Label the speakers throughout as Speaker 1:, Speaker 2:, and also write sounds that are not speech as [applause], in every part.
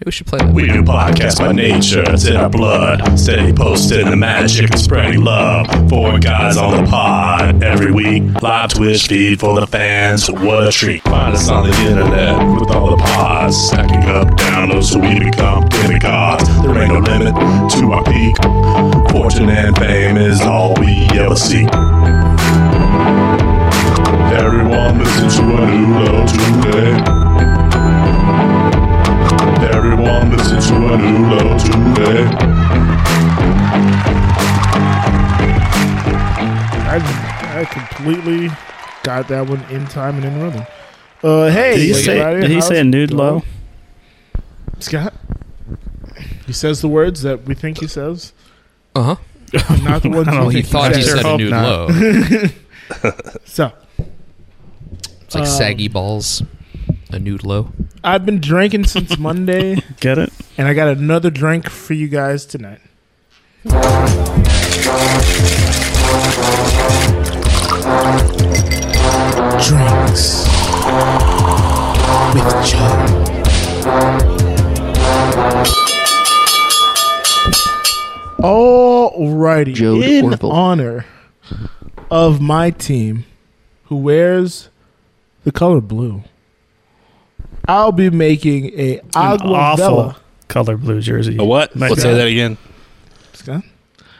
Speaker 1: Maybe we should play that.
Speaker 2: We do podcasts by nature, it's in our blood. Steady posting the magic and spreading love. Four guys on the pod every week. Live Twitch feed for the fans. What a treat. Find us on the internet with all the pods. Stacking up downloads so we become gimmick gods. There ain't no limit to our peak. Fortune and fame is all we ever seek. Everyone listen to a new low today. Everyone listen to a new low today.
Speaker 3: I, I completely got that one in time and in rhythm. Uh, hey,
Speaker 4: Did he say,
Speaker 3: everybody,
Speaker 4: did he
Speaker 3: how's
Speaker 4: say
Speaker 3: it
Speaker 4: nude low?
Speaker 3: going? Scott? He says the words that we think he says,
Speaker 1: Uh huh.
Speaker 3: and not
Speaker 4: [laughs]
Speaker 3: the ones
Speaker 4: I
Speaker 3: we
Speaker 4: don't
Speaker 1: Well, he
Speaker 3: think
Speaker 1: thought he
Speaker 4: Oh, Sure
Speaker 1: said
Speaker 4: hope
Speaker 1: nude
Speaker 4: not.
Speaker 1: low.
Speaker 3: So,
Speaker 1: It's
Speaker 4: [laughs]
Speaker 1: like
Speaker 3: Um,
Speaker 1: saggy balls. A nude low.
Speaker 3: I've been drinking
Speaker 4: [laughs]
Speaker 3: since Monday,
Speaker 4: Get it?
Speaker 3: and I got another drink for you guys tonight. Drinks with Joe. Alrighty,
Speaker 5: Jode
Speaker 3: in
Speaker 5: Orville.
Speaker 3: honor of my team, who wears the color blue, I'll be making a
Speaker 4: An
Speaker 3: agua
Speaker 4: awful
Speaker 3: vela.
Speaker 4: color blue jersey.
Speaker 6: what?
Speaker 4: Nice
Speaker 6: Let's
Speaker 4: job.
Speaker 6: say that again.
Speaker 3: Scott?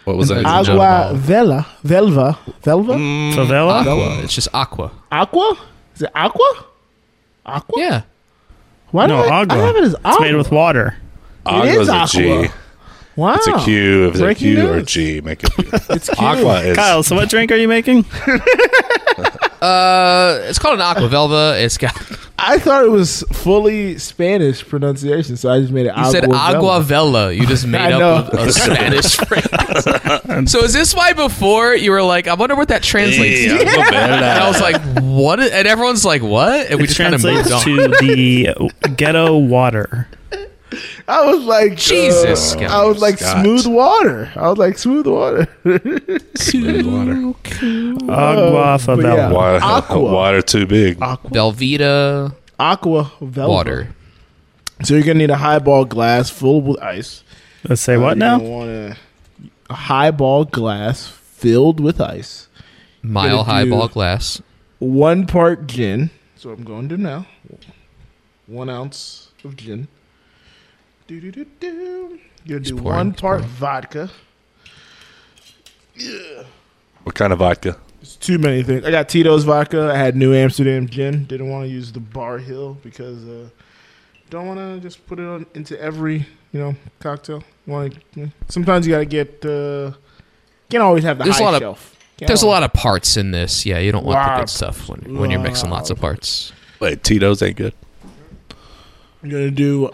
Speaker 6: What was that?
Speaker 3: Agua vela, velva, velva,
Speaker 4: Mm. Favela?
Speaker 1: Aqua. It's just aqua.
Speaker 3: aqua. Is it aqua? Aqua.
Speaker 1: Yeah.
Speaker 3: Why
Speaker 4: No,
Speaker 3: do I,
Speaker 4: agua.
Speaker 3: I have it as aqua?
Speaker 4: It's made with water.
Speaker 3: It is
Speaker 6: Aqua's a G.
Speaker 3: aqua. Wow.
Speaker 6: It's a Q. If it's a
Speaker 3: Breaking
Speaker 6: Q or
Speaker 3: news.
Speaker 6: G, make it.
Speaker 3: [laughs] It's cute.
Speaker 6: Aqua is.
Speaker 4: Kyle, so what drink are you making?
Speaker 1: Uh, it's called an aqua velva. It's got. [laughs]
Speaker 3: I thought it was fully Spanish pronunciation, so I just made it.
Speaker 1: You said agua vela. You just made
Speaker 3: [laughs] I
Speaker 1: up
Speaker 3: know.
Speaker 1: a, a
Speaker 3: [laughs]
Speaker 1: Spanish phrase. so is this why before you were like, I wonder what that translates
Speaker 6: Yeah,
Speaker 1: to?
Speaker 6: I feel bad.
Speaker 1: And I was like, what? is- And everyone's like, what? And we
Speaker 4: It
Speaker 1: just kind of moved
Speaker 4: translates
Speaker 1: on.
Speaker 4: to the
Speaker 3: [laughs]
Speaker 4: ghetto water.
Speaker 3: [laughs] I was like
Speaker 1: Jesus,
Speaker 3: uh,
Speaker 1: Scott.
Speaker 3: I was like
Speaker 6: Scott.
Speaker 3: smooth watar. I was like smooth water. [laughs]
Speaker 6: Smooth
Speaker 7: Mm.
Speaker 6: water.
Speaker 4: Agua
Speaker 3: Oh, but yeah.
Speaker 4: favela.
Speaker 6: Water, [laughs]
Speaker 3: Aqua.
Speaker 6: water too big.
Speaker 7: Ah.
Speaker 3: aqua,
Speaker 1: Velveeta
Speaker 3: aqua velva.
Speaker 1: water.
Speaker 3: So you're gonna need a highball glass full with ice.
Speaker 4: Let's say what
Speaker 3: You're gonna
Speaker 4: now?
Speaker 3: want a, a highball glass filled with ice.
Speaker 1: Mile
Speaker 3: Gonna
Speaker 1: high
Speaker 3: do-
Speaker 1: ball glass.
Speaker 3: one part gin. So I'm going to do now. One ounce of gin. Do do do do. You're gonna do
Speaker 1: pouring,
Speaker 3: one
Speaker 1: he's
Speaker 3: part vodka.
Speaker 6: What kind of vodka?
Speaker 3: It's too many things. I got Tito's vodka. I had New Amsterdam gin. Didn't want to use the Bar Hill because uh, don't want to just put it on into every you know cocktail. Want sometimes you got to get. Uh, can't always have the
Speaker 1: There's a
Speaker 3: high
Speaker 1: lot of-
Speaker 3: shelf. Can't
Speaker 1: There's a
Speaker 3: always-
Speaker 1: lot of parts in this. Yeah, you don't want the
Speaker 3: Wow.
Speaker 1: good stuff when, when you're mixing lots of parts.
Speaker 6: Wait, Tito's ain't good.
Speaker 3: I'm gonna do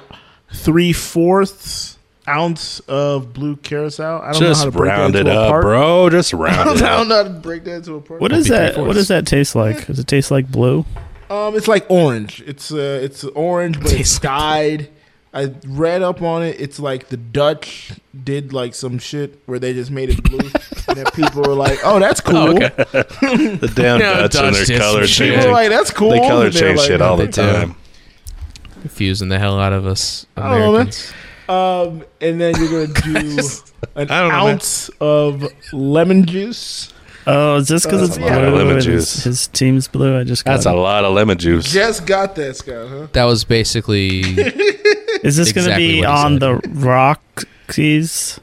Speaker 3: three fourths ounce of blue curacao. I don't know how
Speaker 6: Just
Speaker 3: to break
Speaker 6: round
Speaker 3: that
Speaker 6: it
Speaker 3: into
Speaker 6: up,
Speaker 3: a part.
Speaker 6: bro.
Speaker 3: [laughs]
Speaker 6: Just
Speaker 7: [laughs]
Speaker 3: I
Speaker 6: round
Speaker 3: don't
Speaker 6: it up.
Speaker 3: know how to break that into a part.
Speaker 4: What is
Speaker 1: be
Speaker 4: that?
Speaker 1: three-fourths.
Speaker 4: What does that taste like? Does it taste like blue?
Speaker 3: Um, it's like orange. It's uh, it's orange, but it's dyed. I read up on it. It's like the Dutch did like some shit where they just made it
Speaker 6: [laughs]
Speaker 3: blue, and then people were like, "Oh, that's cool."
Speaker 1: Oh, okay.
Speaker 6: The
Speaker 1: [laughs]
Speaker 6: damn
Speaker 1: Yeah,
Speaker 6: Dutch
Speaker 1: Dutch
Speaker 6: and their
Speaker 1: did
Speaker 6: color
Speaker 1: some shit.
Speaker 3: People were
Speaker 6: changing.
Speaker 3: like, "That's cool."
Speaker 6: They color
Speaker 3: And they're
Speaker 6: change
Speaker 3: like,
Speaker 6: shit all the
Speaker 1: they do.
Speaker 6: time.
Speaker 1: Confusing the hell out of us
Speaker 3: I don't know, Oh, man.
Speaker 1: Americans.
Speaker 3: Um, and then you're
Speaker 6: [laughs]
Speaker 3: gonna do an
Speaker 4: I don't know, man.
Speaker 3: ounce of lemon juice.
Speaker 4: Oh, is this
Speaker 3: Uh,
Speaker 4: because it's
Speaker 6: yeah.
Speaker 4: blue?
Speaker 6: Lemon
Speaker 4: and
Speaker 6: juice.
Speaker 4: His, his team's blue. I just got
Speaker 6: That's a lot of lemon juice.
Speaker 3: Just got that, Scott. Huh?
Speaker 1: That was
Speaker 3: [laughs]
Speaker 1: basically
Speaker 4: Is this
Speaker 1: exactly
Speaker 4: going to be
Speaker 1: what he said.
Speaker 4: on the Rockies?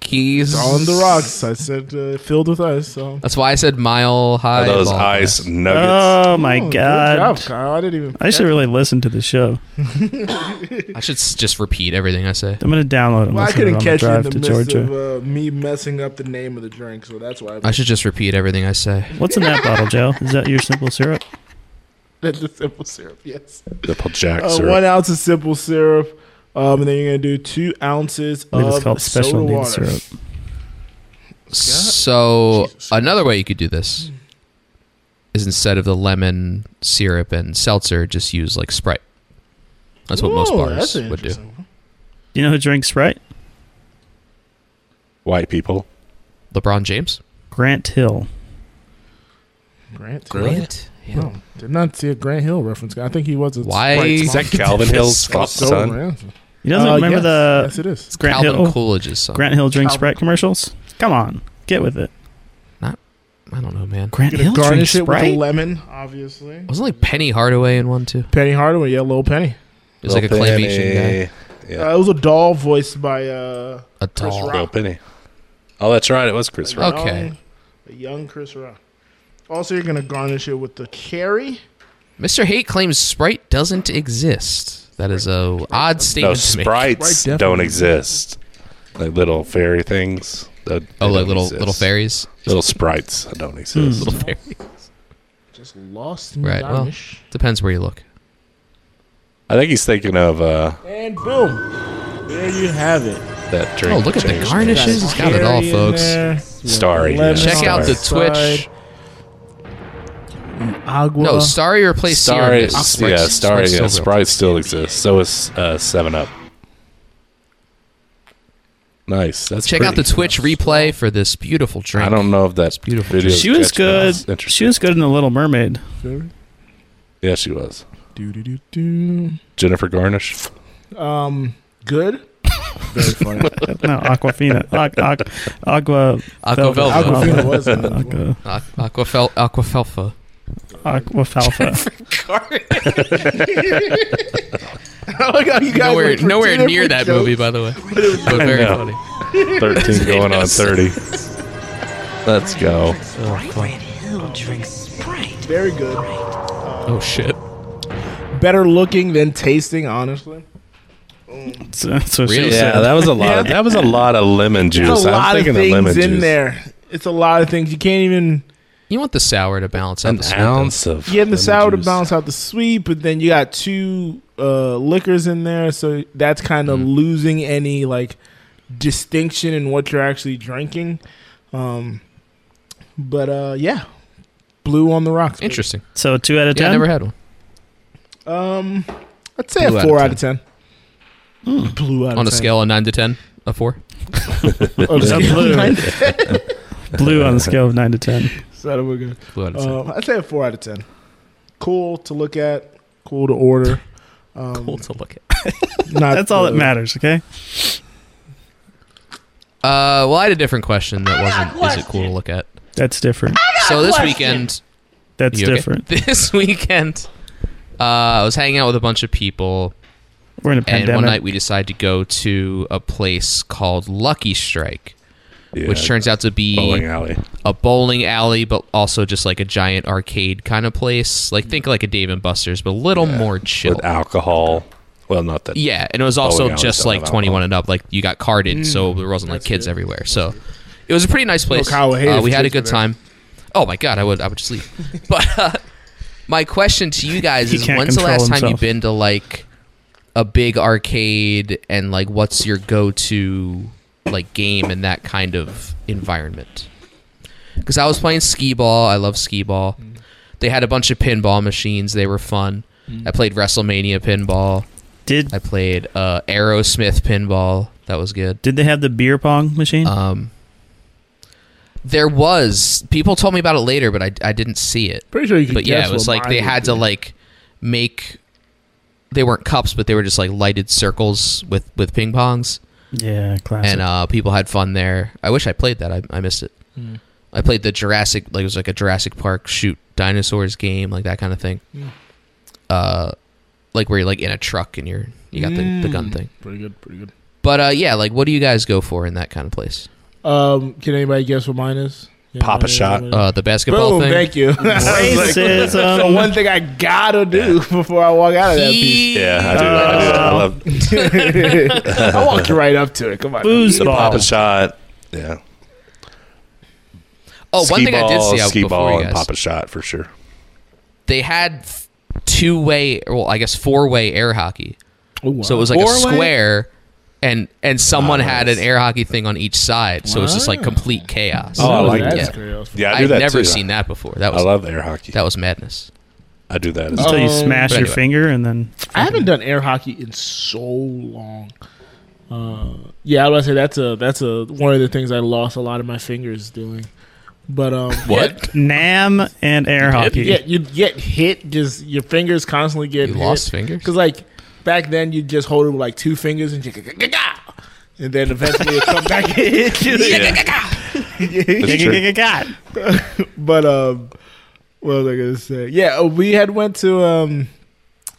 Speaker 1: keys
Speaker 3: on the rocks. I said uh, filled with ice. So
Speaker 1: That's why I said mile
Speaker 6: Are
Speaker 1: high.
Speaker 6: those
Speaker 1: ball
Speaker 6: ice
Speaker 1: glass.
Speaker 6: nuggets?
Speaker 4: Oh my
Speaker 3: Oh, good
Speaker 4: god!
Speaker 3: job, Kyle. I didn't even.
Speaker 4: I should really listen to the show.
Speaker 1: I should s- just repeat everything I say.
Speaker 4: I'm going to download it. and
Speaker 3: Well, I
Speaker 4: listen to it
Speaker 3: couldn't
Speaker 4: on
Speaker 3: catch
Speaker 4: the
Speaker 3: you in
Speaker 4: drive
Speaker 3: the
Speaker 4: to
Speaker 3: midst
Speaker 4: Georgia.
Speaker 3: of uh, me messing up the name of the drink, so that's why.
Speaker 1: I should just repeat everything I say.
Speaker 4: What's in that bottle, Joe? Is that your simple syrup?
Speaker 3: That's the simple syrup. Yes.
Speaker 6: Double Jack
Speaker 3: Uh,
Speaker 6: syrup.
Speaker 3: one ounce of simple syrup, um, and then you're gonna do two ounces
Speaker 4: I believe
Speaker 3: of
Speaker 4: it's called special
Speaker 3: soda
Speaker 4: needs
Speaker 3: Um, water.
Speaker 4: syrup.
Speaker 1: So
Speaker 3: Jesus.
Speaker 1: another way you could do this is instead of the lemon syrup and seltzer, just use like Sprite. That's what most
Speaker 3: Ooh,
Speaker 1: bars
Speaker 3: that's
Speaker 1: would do.
Speaker 3: interesting.
Speaker 4: You know who drinks Sprite?
Speaker 6: White people.
Speaker 1: LeBron James.
Speaker 4: Grant Hill.
Speaker 3: Grant. Oh,
Speaker 1: Grant.
Speaker 3: No, did not see a Grant Hill reference. I think he was. A
Speaker 1: Why-
Speaker 3: Sprite
Speaker 1: Is
Speaker 6: Is that
Speaker 3: sponsor.
Speaker 6: Calvin Hill's
Speaker 3: Soda
Speaker 6: son?
Speaker 3: Grant.
Speaker 4: You doesn't
Speaker 3: Uh,
Speaker 4: remember
Speaker 3: yes.
Speaker 4: the
Speaker 3: yes, it is.
Speaker 4: Grant
Speaker 1: Calvin
Speaker 4: Hill
Speaker 1: Coolidge's song.
Speaker 4: Grant Hill drink
Speaker 3: Calvin.
Speaker 4: Sprite commercials? Come on, get with it.
Speaker 1: I don't know, man.
Speaker 4: Grant
Speaker 3: You're gonna
Speaker 4: Hill drink
Speaker 3: garnish it with a
Speaker 4: Sprite.
Speaker 3: lemon, obviously.
Speaker 1: Wasn't like Penny Hardaway in one too?
Speaker 3: Penny Hardaway, yeah, Lil Penny.
Speaker 1: He was like a
Speaker 6: Little
Speaker 1: claymation guy.
Speaker 6: Penny. Yeah.
Speaker 3: Uh, it was a doll voiced by uh,
Speaker 1: A
Speaker 3: Chris
Speaker 1: doll.
Speaker 3: Rock.
Speaker 6: Little Penny. Oh, that's right. It was Chris
Speaker 3: a
Speaker 6: Rock.
Speaker 1: Okay.
Speaker 3: young- a young Chris Rock. Also, you're gonna garnish it with the cherry.
Speaker 1: Mr. Hate claims Sprite doesn't exist. That is a odd statement
Speaker 6: No,
Speaker 1: to make.
Speaker 6: sprites
Speaker 3: Sprite
Speaker 6: don't
Speaker 3: definitely
Speaker 6: exist. Like little fairy things. that- they
Speaker 1: Oh, like
Speaker 6: don't
Speaker 1: little
Speaker 6: exist.
Speaker 1: little fairies. Hmm.
Speaker 6: Little sprites that don't exist.
Speaker 1: Little fairies.
Speaker 3: Just lost me.
Speaker 1: [laughs] Right, well.
Speaker 3: garnish.
Speaker 1: Depends where you look.
Speaker 6: I think he's thinking of uh,
Speaker 3: And boom, there you have it.
Speaker 6: that drink.
Speaker 1: Oh, look at the
Speaker 6: changed
Speaker 1: garnishes. It's got it all,
Speaker 3: Cherry in
Speaker 1: folks.
Speaker 3: there.
Speaker 6: Starry.
Speaker 3: Lemon
Speaker 1: Check
Speaker 3: on
Speaker 1: out the Twitch.
Speaker 3: side, Agua.
Speaker 1: No, Starry
Speaker 6: name.
Speaker 1: replaced
Speaker 6: Starry.
Speaker 1: Sierra. Mist.
Speaker 6: yeah,
Speaker 1: Sprite's- Sprite's
Speaker 6: Starry. Yeah,
Speaker 1: still real.
Speaker 6: Sprite still exists. So is uh, Seven Up. Nice. That's
Speaker 1: Check out the
Speaker 6: pretty.
Speaker 1: Twitch replay for this beautiful drink.
Speaker 6: I don't know if that's
Speaker 1: beautiful.
Speaker 6: Video
Speaker 4: She was good. She was good in The Little Mermaid.
Speaker 6: Yeah, she was.
Speaker 3: Do, do, do, do.
Speaker 6: Jennifer Garnish.
Speaker 3: Um, good. Very funny. [laughs]
Speaker 4: No, Aquafina. Aqu- aqu- aqua.
Speaker 1: Aquavelva.
Speaker 3: Aquafina was
Speaker 1: [laughs]
Speaker 3: good. [laughs]
Speaker 4: Aqua.
Speaker 1: Aqu- Aquafel- Aquafelfa.
Speaker 3: [laughs]
Speaker 4: Aquafalfa.
Speaker 3: I like how you guys
Speaker 1: Nowhere,
Speaker 3: went for two
Speaker 1: nowhere near that
Speaker 3: different
Speaker 1: movie,
Speaker 3: jokes.
Speaker 1: by the way. But very
Speaker 6: know.
Speaker 1: funny.
Speaker 3: [laughs]
Speaker 6: 13 going on 30. Let's go.
Speaker 5: Red Hill drinks Sprite.
Speaker 3: Very good.
Speaker 1: Oh shit!
Speaker 3: Better looking than tasting, honestly.
Speaker 4: so, so she
Speaker 1: Really?
Speaker 6: Yeah,
Speaker 4: said.
Speaker 6: that was a lot. Of, that was a lot of lemon juice.
Speaker 3: There's a
Speaker 6: I was
Speaker 3: lot of
Speaker 6: thinking
Speaker 3: things
Speaker 6: lemon
Speaker 3: in
Speaker 6: juice.
Speaker 3: there. It's a lot of things. You can't even
Speaker 1: You want the sour to balance out
Speaker 6: An
Speaker 1: the sweet, though.
Speaker 6: ounce of
Speaker 3: get in the
Speaker 6: lemon
Speaker 3: sour to
Speaker 6: juice.
Speaker 3: balance out the sweet, but then you got two uh, liquors in there, so that's kind of losing any like distinction in what you're actually drinking. Um, but uh, yeah, blue on the rocks. baby.
Speaker 1: Interesting.
Speaker 4: So two out of
Speaker 1: Yeah, I
Speaker 4: ten.
Speaker 1: never had one.
Speaker 3: Um, I'd say
Speaker 1: Blue
Speaker 3: a
Speaker 1: out of
Speaker 3: four out of ten. Blue out
Speaker 1: On a
Speaker 3: of 10.
Speaker 1: scale of nine to ten, a four.
Speaker 3: Oh,
Speaker 4: So
Speaker 3: scale. [laughs]
Speaker 4: blue.
Speaker 1: [laughs]
Speaker 4: blue on the scale of nine to ten.
Speaker 3: So we're good.
Speaker 1: Blue out of ten.
Speaker 3: Uh, I'd say a four out of ten. Cool to look at. Cool to order. Um,
Speaker 1: cool to look at. [laughs]
Speaker 3: not
Speaker 4: That's all
Speaker 3: uh,
Speaker 4: that matters. Okay.
Speaker 1: Uh, well, I had a different question that wasn't. Is it cool to look at?
Speaker 4: That's different.
Speaker 1: So this weekend,
Speaker 4: That's
Speaker 1: you okay? [laughs]
Speaker 4: different.
Speaker 1: This weekend, uh, I was hanging out with a bunch of people,
Speaker 4: We're in a
Speaker 1: and
Speaker 4: pandemic.
Speaker 1: one night we decided to go to a place called Lucky Strike,
Speaker 6: Yeah,
Speaker 1: which turns out to be
Speaker 6: bowling alley.
Speaker 1: a bowling alley, but also just like a giant arcade kind of place. Like think like a Dave and Buster's, but a little more chill.
Speaker 6: with alcohol. Well, not that.
Speaker 1: Yeah, and it was also
Speaker 6: Bowling alleys
Speaker 1: just
Speaker 6: don't
Speaker 1: like
Speaker 6: have
Speaker 1: 21 and up. Like you got carded, so
Speaker 4: Mm,
Speaker 1: there wasn't like kids everywhere. So it was a pretty nice place.
Speaker 3: Kyle would hate
Speaker 1: Uh,
Speaker 3: if
Speaker 1: we had a
Speaker 3: kids were
Speaker 1: good
Speaker 3: there.
Speaker 1: time. Oh my god, I would I would just
Speaker 4: [laughs]
Speaker 1: leave. but uh, my question to you guys
Speaker 4: He
Speaker 1: is:
Speaker 4: can't
Speaker 1: When's the
Speaker 4: control
Speaker 1: last time you've
Speaker 4: himself.
Speaker 1: been to like a big arcade, and like what's your go-to like game in that kind of environment? Because I was playing skee ball. I love skee ball.
Speaker 4: Mm.
Speaker 1: They had a bunch of pinball machines. They were fun.
Speaker 4: Mm.
Speaker 1: I played WrestleMania pinball.
Speaker 4: Did
Speaker 1: I played uh, Aerosmith pinball. That was good.
Speaker 4: did they have the beer pong machine?
Speaker 1: Um, there was people told me about it later, but I, I didn't see it.
Speaker 3: Pretty sure you could.
Speaker 1: But yeah,
Speaker 3: guess
Speaker 1: it was
Speaker 3: what
Speaker 1: like they
Speaker 3: mine would
Speaker 1: had
Speaker 3: be.
Speaker 1: to like make they weren't cups, but they were just like lighted circles with with ping pongs,
Speaker 4: yeah, classic.
Speaker 1: and uh, people had fun there. I wish I played that. I, I missed it.
Speaker 3: Hmm.
Speaker 1: I played the Jurassic like it was like a Jurassic Park shoot dinosaurs game, like that kind of thing.
Speaker 3: Hmm.
Speaker 1: Uh, like where you're like in a truck and you're you got the, the gun
Speaker 3: Mm.
Speaker 1: thing.
Speaker 3: Pretty good. Pretty good.
Speaker 1: But uh, yeah, like, what do you guys go for in that kind of place?
Speaker 3: Um, can anybody guess what mine is?
Speaker 6: Pop a shot.
Speaker 1: Uh, the basketball
Speaker 3: Boom!
Speaker 1: thing.
Speaker 3: Thank you. [laughs]
Speaker 4: Racism.
Speaker 3: the one thing I gotta do before I walk out of that piece.
Speaker 1: He-
Speaker 6: Yeah, I do. I do.
Speaker 3: Oh.
Speaker 6: I
Speaker 3: [laughs]
Speaker 6: love
Speaker 3: I walked right up to it. Come on.
Speaker 4: Booze
Speaker 6: the
Speaker 4: ball.
Speaker 6: pop a shot. Yeah.
Speaker 1: Oh, one
Speaker 6: Skee
Speaker 1: thing I did
Speaker 6: ball,
Speaker 1: see out
Speaker 6: skee
Speaker 1: before
Speaker 6: ball
Speaker 1: you guys,
Speaker 6: and pop a shot for sure.
Speaker 1: they had two way, well, I guess four way air hockey. So it was like a
Speaker 6: Four-way?
Speaker 1: square, and and someone
Speaker 6: Wow.
Speaker 1: had an air hockey thing on each side. So it was just like complete chaos.
Speaker 6: Oh, I like
Speaker 3: that's
Speaker 1: that.
Speaker 3: chaos.
Speaker 6: Yeah, I do
Speaker 1: I've
Speaker 6: that
Speaker 1: never
Speaker 6: too.
Speaker 1: seen that before. That
Speaker 6: I
Speaker 1: was
Speaker 6: love air hockey.
Speaker 1: that was madness.
Speaker 6: I do that. As well.
Speaker 4: Until you
Speaker 3: Um,
Speaker 4: smash
Speaker 1: but
Speaker 4: your
Speaker 1: anyway.
Speaker 4: finger and then
Speaker 3: I haven't done air hockey in so long. Uh, yeah, I was gonna say that's a that's a one of the things I lost a lot of my fingers doing. But um,
Speaker 1: What?
Speaker 4: Nam and air hockey.
Speaker 3: Yeah, you get hit. Just your fingers constantly get
Speaker 1: You
Speaker 3: hit.
Speaker 1: lost fingers?
Speaker 3: because like back then you just hold it with like two fingers and just, and then eventually it come back in.
Speaker 6: That's true.
Speaker 3: [laughs] But um, what was I gonna say? Yeah, oh, we had went to um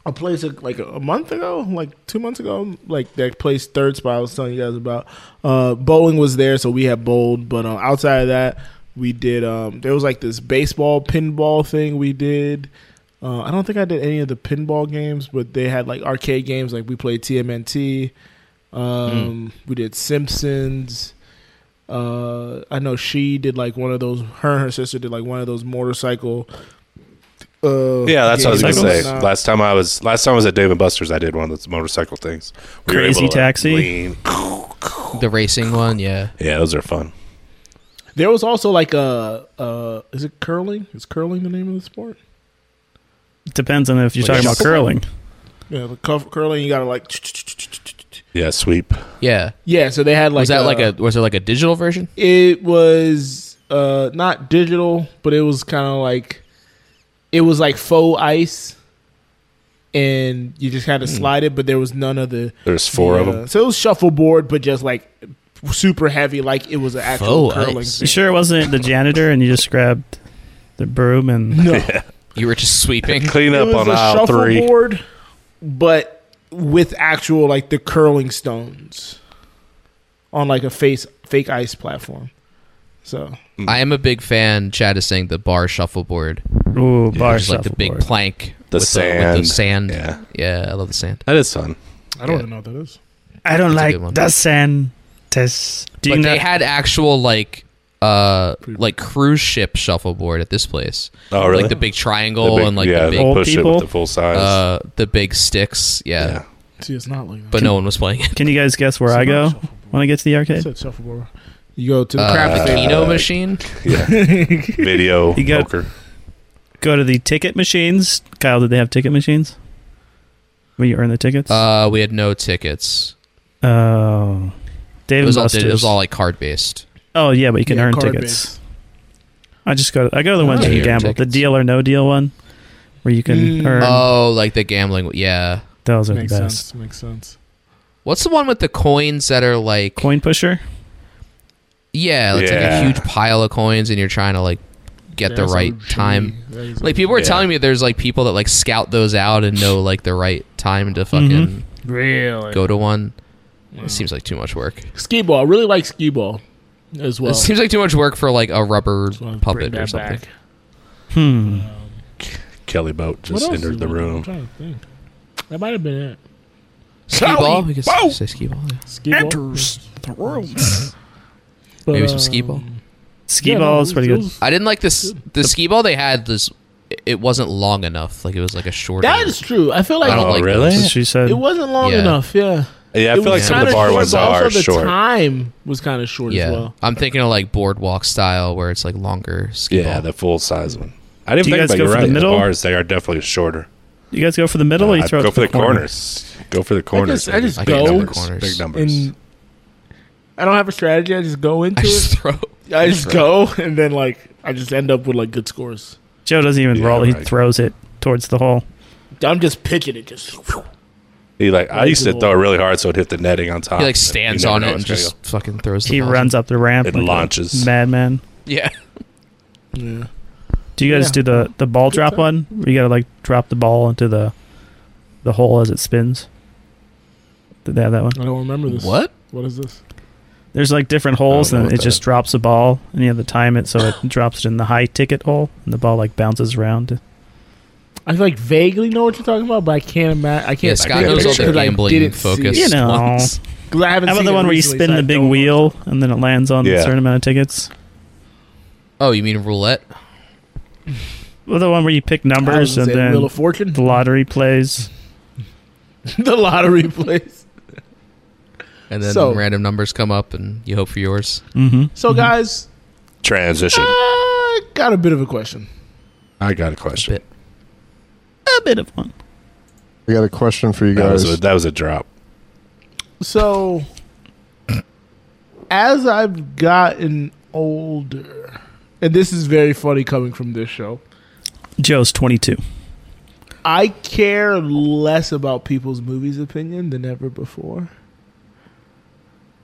Speaker 3: a place uh, like a month ago, like two months ago, like that place Third Spot I was telling you guys about. Uh, bowling was there, so we had bowled. But uh, outside of that, we did. Um, there was like this baseball pinball thing we did. Uh, I don't think I did any of the pinball games, but they had like arcade games. Like we played TMNT. Um,
Speaker 6: Hmm.
Speaker 3: We did Simpsons uh i know she did like one of those her and her sister did like one of those motorcycle uh
Speaker 6: Yeah, that's what I was gonna
Speaker 3: games
Speaker 6: say.
Speaker 3: and whatnot.
Speaker 6: Last time I was last time I was at Dave and Buster's, I did one of those motorcycle things. were
Speaker 4: Crazy
Speaker 6: able to, like,
Speaker 4: taxi?
Speaker 6: lean.
Speaker 1: The racing one, yeah.
Speaker 6: Yeah, those are fun.
Speaker 3: there was also like a uh is it curling is curling the name of the sport
Speaker 4: Depends on if you're
Speaker 6: Like
Speaker 4: talking about
Speaker 6: shuffle?
Speaker 4: curling.
Speaker 3: yeah the cuff curling you gotta like
Speaker 6: Yeah, sweep.
Speaker 1: Yeah.
Speaker 3: yeah so they had like
Speaker 1: was
Speaker 3: uh,
Speaker 1: that
Speaker 6: uh,
Speaker 1: like a was it like a digital version?
Speaker 3: it was uh not digital but it was kind of like it was like faux ice and you just had to slide it but there was none Hmm. of the
Speaker 6: There's four of
Speaker 3: Yeah.
Speaker 6: them.
Speaker 3: So it was shuffleboard, but just like super heavy, like it was an actual
Speaker 1: Faux
Speaker 3: curling.
Speaker 1: ice.
Speaker 4: You
Speaker 3: thing.
Speaker 4: sure it wasn't the janitor and you just grabbed the broom and
Speaker 1: [laughs]
Speaker 3: No,
Speaker 1: You were just sweeping.
Speaker 6: [laughs] Clean
Speaker 3: it
Speaker 6: up
Speaker 3: was
Speaker 6: on
Speaker 3: a
Speaker 6: aisle three.
Speaker 3: shuffleboard, but with actual like the curling stones on like a face fake ice platform. So
Speaker 1: I am a big fan. Chad is saying the bar shuffleboard,
Speaker 4: ooh bar
Speaker 1: which is like the big
Speaker 4: shuffleboard.
Speaker 1: plank,
Speaker 6: The
Speaker 1: with the, with the
Speaker 6: sand.
Speaker 1: sand.
Speaker 6: Yeah.
Speaker 1: Yeah, I love the sand.
Speaker 6: That is fun.
Speaker 3: I
Speaker 1: Yeah.
Speaker 3: don't even know what that is.
Speaker 4: I don't
Speaker 1: That's a
Speaker 4: like
Speaker 1: good one.
Speaker 4: the sand test. Do you
Speaker 1: but
Speaker 4: know?
Speaker 1: they had actual like uh like cruise ship shuffleboard at this place.
Speaker 6: Oh, really?
Speaker 1: Like the big triangle and like
Speaker 6: yeah,
Speaker 1: the
Speaker 6: they
Speaker 1: big
Speaker 4: Old
Speaker 6: push it
Speaker 4: people?
Speaker 6: with the full size.
Speaker 1: uh the big sticks. Yeah.
Speaker 6: yeah.
Speaker 3: See, it's not like that.
Speaker 1: But no one was playing it.
Speaker 4: Can you guys guess where I go when I get to the
Speaker 3: I
Speaker 4: arcade?
Speaker 3: said shuffleboard. You go to the
Speaker 1: Uh,
Speaker 3: craft
Speaker 1: the
Speaker 3: table.
Speaker 1: Keno machine.
Speaker 6: Video
Speaker 3: [laughs]
Speaker 4: You got-
Speaker 6: poker.
Speaker 4: Go to the ticket machines. Kyle, did they have ticket machines? Where you earn the tickets?
Speaker 1: Uh, we had no tickets.
Speaker 4: oh,
Speaker 1: It
Speaker 4: David
Speaker 1: was, all,
Speaker 4: Buster's.
Speaker 1: it was all like card based.
Speaker 4: oh yeah, but you can
Speaker 3: Yeah,
Speaker 4: earn
Speaker 3: card
Speaker 4: tickets. I just go. To, I go to the ones
Speaker 1: Yeah,
Speaker 4: where you
Speaker 1: you
Speaker 4: gamble.
Speaker 1: earn
Speaker 4: The
Speaker 1: Oh, tickets.
Speaker 4: deal or no deal one, where you can
Speaker 3: Mm.
Speaker 4: earn.
Speaker 1: Oh, like the gambling. Yeah.
Speaker 4: those
Speaker 3: base.
Speaker 4: are
Speaker 3: Makes
Speaker 4: the best.
Speaker 3: sense. Makes sense.
Speaker 1: What's the one with the coins that are like?
Speaker 4: Coin pusher.
Speaker 1: Yeah, it's
Speaker 6: Yeah.
Speaker 1: like a huge pile of coins, and you're trying to like get the
Speaker 3: That's
Speaker 1: right
Speaker 3: OG.
Speaker 1: time.
Speaker 3: That is
Speaker 1: Like people were
Speaker 6: Yeah.
Speaker 1: telling me, there's like people that like scout those out and know like the right time to fucking
Speaker 3: really
Speaker 1: go to one. It seems like too much work.
Speaker 3: Ski ball. I really like ski ball as well.
Speaker 1: it seems like too much work for like a rubber
Speaker 3: So I'll bring
Speaker 1: puppet
Speaker 3: that
Speaker 1: or something.
Speaker 3: back.
Speaker 4: Hmm.
Speaker 6: Kelly Boat
Speaker 3: What
Speaker 6: just
Speaker 3: else is
Speaker 6: entered the
Speaker 3: one? I'm
Speaker 6: room.
Speaker 3: trying to think. That might have been it.
Speaker 1: Ski ball. We could s- say ski ball. yeah.
Speaker 3: Ski enters the room.
Speaker 1: [laughs] Maybe some skee ball.
Speaker 3: um,
Speaker 4: Ski ball is pretty good.
Speaker 1: I didn't like this. The skee ball they had this. It wasn't long enough. Like it was like a short.
Speaker 3: That is true. I feel like
Speaker 1: I don't
Speaker 6: Oh,
Speaker 1: like
Speaker 6: really?
Speaker 4: That's
Speaker 1: those.
Speaker 4: what she said.
Speaker 3: it wasn't long
Speaker 1: Yeah.
Speaker 3: enough. Yeah, it
Speaker 6: Yeah, I feel like
Speaker 3: was
Speaker 6: some of
Speaker 3: kinda
Speaker 6: the bar
Speaker 3: short,
Speaker 6: ones
Speaker 3: but also
Speaker 6: are
Speaker 3: the
Speaker 6: short.
Speaker 3: Time was kind of short
Speaker 1: Yeah,
Speaker 3: as well.
Speaker 1: I'm thinking of like boardwalk style where it's like longer skee
Speaker 6: Yeah,
Speaker 1: ball.
Speaker 6: the full size one. I didn't
Speaker 4: Do you guys
Speaker 6: think about
Speaker 4: go
Speaker 6: you're
Speaker 4: for the
Speaker 6: right. The
Speaker 4: middle?
Speaker 6: bars they are definitely shorter.
Speaker 4: You guys go for the middle, or you
Speaker 6: I'd
Speaker 4: throw it
Speaker 6: go
Speaker 4: to
Speaker 6: for the
Speaker 4: corner?
Speaker 6: corners. Go for the corners.
Speaker 3: I
Speaker 6: Andy.
Speaker 3: just
Speaker 6: Big
Speaker 3: go
Speaker 6: numbers.
Speaker 1: corners.
Speaker 6: Big numbers.
Speaker 3: And I don't have a strategy. I just go
Speaker 1: [laughs]
Speaker 3: into
Speaker 1: I just
Speaker 3: [laughs] it.
Speaker 1: throw.
Speaker 3: I
Speaker 1: [laughs]
Speaker 3: just go, and then like I just end up with like good scores.
Speaker 4: Joe doesn't even
Speaker 6: Yeah,
Speaker 4: roll. He
Speaker 6: right.
Speaker 4: throws it towards the hole.
Speaker 3: I'm just pitching it. Just
Speaker 6: He like I used to throw it really hard, so it hit the netting on top.
Speaker 1: He like stands
Speaker 6: [laughs] You never
Speaker 1: on
Speaker 6: know
Speaker 1: it and
Speaker 6: it's gonna
Speaker 1: just
Speaker 6: go.
Speaker 1: fucking throws. The
Speaker 4: He
Speaker 1: ball.
Speaker 4: runs up the ramp.
Speaker 6: It
Speaker 4: like a
Speaker 6: launches.
Speaker 4: Madman.
Speaker 1: [laughs] Yeah.
Speaker 3: yeah.
Speaker 4: Do you guys
Speaker 3: Yeah.
Speaker 4: do the the ball drop
Speaker 3: time.
Speaker 4: one? Where you gotta like drop the ball into the the hole as it spins. Did they have that one?
Speaker 3: I don't remember this.
Speaker 1: What?
Speaker 3: What is this?
Speaker 4: There's like different holes,
Speaker 6: know
Speaker 4: and
Speaker 6: what
Speaker 4: it
Speaker 6: that
Speaker 4: just
Speaker 6: is.
Speaker 4: drops a ball, and you have to time it [laughs] so it drops it in the high ticket hole, and the ball like bounces around.
Speaker 3: I like vaguely know what you're talking about, but I can't imagine. I
Speaker 1: Yeah,
Speaker 3: can't.
Speaker 1: Scott
Speaker 6: get a
Speaker 1: knows all
Speaker 6: picture.
Speaker 1: the
Speaker 3: 'Cause I
Speaker 1: gambling
Speaker 3: didn't see
Speaker 1: focus.
Speaker 3: it.
Speaker 4: You know.
Speaker 1: ones.
Speaker 3: 'Cause I haven't
Speaker 4: How about
Speaker 3: seen
Speaker 4: the
Speaker 3: it
Speaker 4: one where you
Speaker 3: recently,
Speaker 4: spin
Speaker 3: so I
Speaker 4: the big
Speaker 3: don't-
Speaker 4: wheel, and then it lands on a
Speaker 6: Yeah.
Speaker 4: certain amount of tickets?
Speaker 1: Oh, you mean roulette?
Speaker 4: Well, the one where you pick
Speaker 3: I was
Speaker 4: numbers,
Speaker 3: gonna
Speaker 4: and
Speaker 3: say
Speaker 4: then
Speaker 3: Wheel of Fortune, [laughs]
Speaker 4: the lottery plays.
Speaker 3: the lottery place.
Speaker 1: And then
Speaker 3: So-
Speaker 1: random numbers come up and you hope for yours.
Speaker 4: Mm-hmm.
Speaker 3: So, guys,
Speaker 6: transition.
Speaker 3: Ah. I got a bit of a question.
Speaker 6: I got a question.
Speaker 1: bit.
Speaker 4: A bit of one.
Speaker 7: I got a question for you
Speaker 6: That
Speaker 7: guys.
Speaker 6: was a, that was a drop.
Speaker 3: So, as I've gotten older, and this is very funny coming from this show,
Speaker 4: Joe's 22.
Speaker 3: I care less about people's movies opinion than ever before.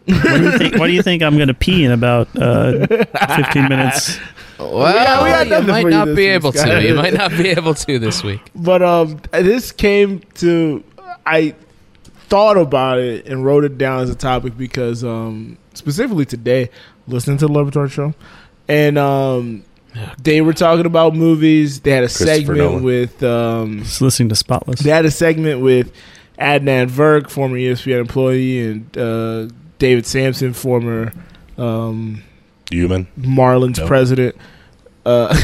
Speaker 4: What do you think, what do you think I'm going to pee in about uh, 15 minutes?
Speaker 1: Well,
Speaker 3: we got
Speaker 1: you
Speaker 3: nothing
Speaker 1: might
Speaker 3: for you
Speaker 1: not
Speaker 3: this
Speaker 1: be
Speaker 3: week,
Speaker 1: able to.
Speaker 3: Scott.
Speaker 1: You might not be able to this week.
Speaker 3: But um, this came to I thought about it and wrote it down as a topic because um, specifically today, listening to the Laboratory Show, and um, they were talking about movies. They had a
Speaker 6: Christopher
Speaker 3: segment
Speaker 6: Nolan.
Speaker 3: with um,
Speaker 4: Just listening to Spotless.
Speaker 3: they had a segment with Adnan Verk, former E ESPN employee, and uh, David Sampson, former um,
Speaker 6: Human.
Speaker 3: Marlins
Speaker 6: No.
Speaker 3: president. Uh,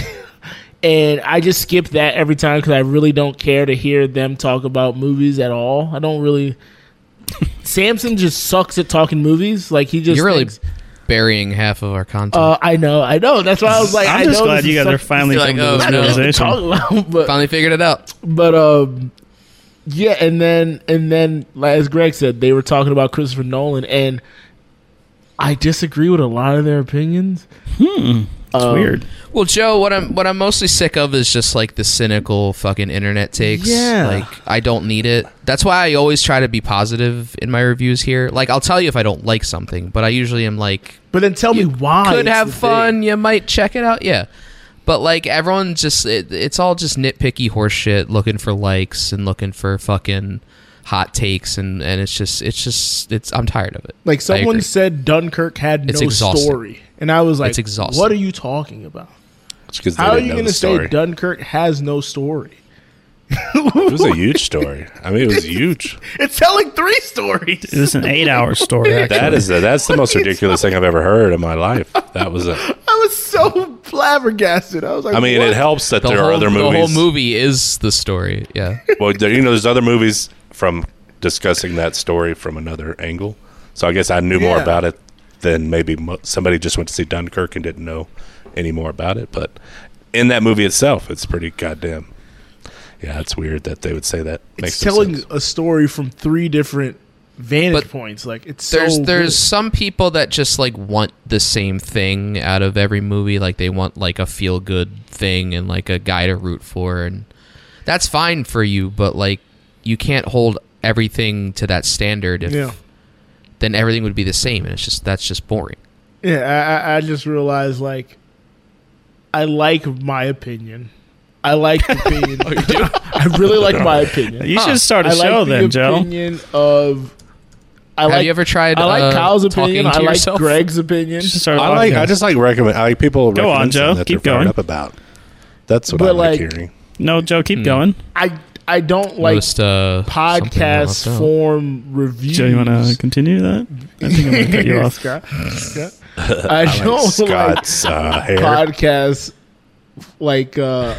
Speaker 3: [laughs] and I just skip that every time because I really don't care to hear them talk about movies at all. I don't really. [laughs] Samson just sucks at talking movies. Like he just.
Speaker 1: You're really
Speaker 3: thinks-
Speaker 1: burying half of our content.
Speaker 3: Uh, I know, I know. That's why I was like,
Speaker 4: I'm
Speaker 3: I
Speaker 4: just
Speaker 3: know
Speaker 4: glad
Speaker 3: this
Speaker 4: you
Speaker 3: is
Speaker 4: guys eh? are
Speaker 3: such-
Speaker 4: finally
Speaker 1: Like,
Speaker 4: coming to
Speaker 1: oh,
Speaker 4: this
Speaker 1: no.
Speaker 3: [laughs]
Speaker 4: realization.
Speaker 3: talk about, but
Speaker 1: Finally figured it out.
Speaker 3: but um yeah and then and then like, as greg said they were talking about christopher nolan and i disagree with a lot of their opinions
Speaker 4: It's
Speaker 3: Um,
Speaker 4: weird.
Speaker 1: Well, Joe, what I'm what I'm mostly sick of is just like the cynical fucking internet takes.
Speaker 3: Yeah.
Speaker 1: Like I don't need it. That's why I always try to be positive in my reviews here. Like I'll tell you if I don't like something, but I usually am like
Speaker 3: but then tell me why
Speaker 1: could
Speaker 3: it's
Speaker 1: have
Speaker 3: the
Speaker 1: fun,
Speaker 3: thing.
Speaker 1: you might check it out. Yeah. But like everyone just it, it's all just nitpicky horseshit looking for likes and looking for fucking hot takes and and it's just it's just it's I'm tired of it.
Speaker 3: like
Speaker 1: I agree.
Speaker 3: someone said dunkirk had
Speaker 1: It's
Speaker 3: no
Speaker 1: exhausting.
Speaker 3: story and i was like
Speaker 1: It's exhausting.
Speaker 3: what are you talking about
Speaker 6: It's 'cause they
Speaker 3: how are
Speaker 6: didn't
Speaker 3: you
Speaker 6: know
Speaker 3: going
Speaker 6: the
Speaker 3: to say
Speaker 6: story.
Speaker 3: dunkirk has no story
Speaker 6: It was a huge story. I mean, it was huge.
Speaker 3: it's telling three stories
Speaker 4: It was
Speaker 3: [laughs]
Speaker 4: an eight-hour story. Actually.
Speaker 6: That is the, that's the most ridiculous thing I've ever heard in my life. That was a.
Speaker 3: i was so flabbergasted i was like
Speaker 6: I mean,
Speaker 3: what?
Speaker 6: it helps that
Speaker 1: The
Speaker 6: there
Speaker 1: whole,
Speaker 6: are other
Speaker 1: the whole
Speaker 6: movies.
Speaker 1: movie is the story. Yeah.
Speaker 6: Well, there, you know, there's other movies from discussing that story from another angle. So I guess I knew more
Speaker 3: Yeah.
Speaker 6: about it than maybe mo- somebody just went to see Dunkirk and didn't know any more about it. But in that movie itself, it's pretty goddamn. Yeah, it's weird that they would say that.
Speaker 3: it's
Speaker 6: Makes no
Speaker 3: telling
Speaker 6: sense.
Speaker 3: a story from three different vantage
Speaker 1: But
Speaker 3: points. Like it's
Speaker 1: there's
Speaker 3: so
Speaker 1: there's some people that just like want the same thing out of every movie like they want like a feel good thing and like a guy to root for and that's fine for you but like you can't hold everything to that standard if
Speaker 3: good. yeah
Speaker 1: then everything would be the same and it's just that's just boring
Speaker 3: yeah. I- I, I just realized like I like my opinion. I like the
Speaker 1: [laughs]
Speaker 3: opinion.
Speaker 1: Oh,
Speaker 3: [laughs] I really like my opinion.
Speaker 4: You
Speaker 1: Huh.
Speaker 4: should start a
Speaker 3: I like
Speaker 4: show
Speaker 3: the
Speaker 4: then, Joe.
Speaker 3: opinion of. I
Speaker 1: have
Speaker 3: like.
Speaker 1: you ever tried
Speaker 3: I like
Speaker 1: uh,
Speaker 3: Kyle's
Speaker 1: talking
Speaker 3: opinion.
Speaker 1: to
Speaker 3: I like
Speaker 1: yourself?
Speaker 3: Greg's opinion.
Speaker 4: You should start a
Speaker 6: I like. I
Speaker 4: podcast.
Speaker 6: just like recommend. I like people
Speaker 4: Go on,
Speaker 6: recommend
Speaker 4: Joe.
Speaker 6: that
Speaker 4: Keep
Speaker 6: they're
Speaker 4: going.
Speaker 6: fired up about. That's what I
Speaker 3: But,
Speaker 6: like,
Speaker 3: like,
Speaker 6: hearing.
Speaker 4: no, Joe,
Speaker 3: Hmm.
Speaker 4: keep going.
Speaker 3: I I don't like
Speaker 1: Noticed, uh, something I left
Speaker 3: podcast
Speaker 1: out.
Speaker 3: form reviews.
Speaker 4: Joe, you
Speaker 3: [laughs]
Speaker 4: want to continue that? I think I'm going to cut you off.
Speaker 3: Scott,
Speaker 1: [laughs]
Speaker 3: Scott. I don't [laughs]
Speaker 6: Like
Speaker 3: like
Speaker 6: Scott's uh, hair.
Speaker 3: podcasts like uh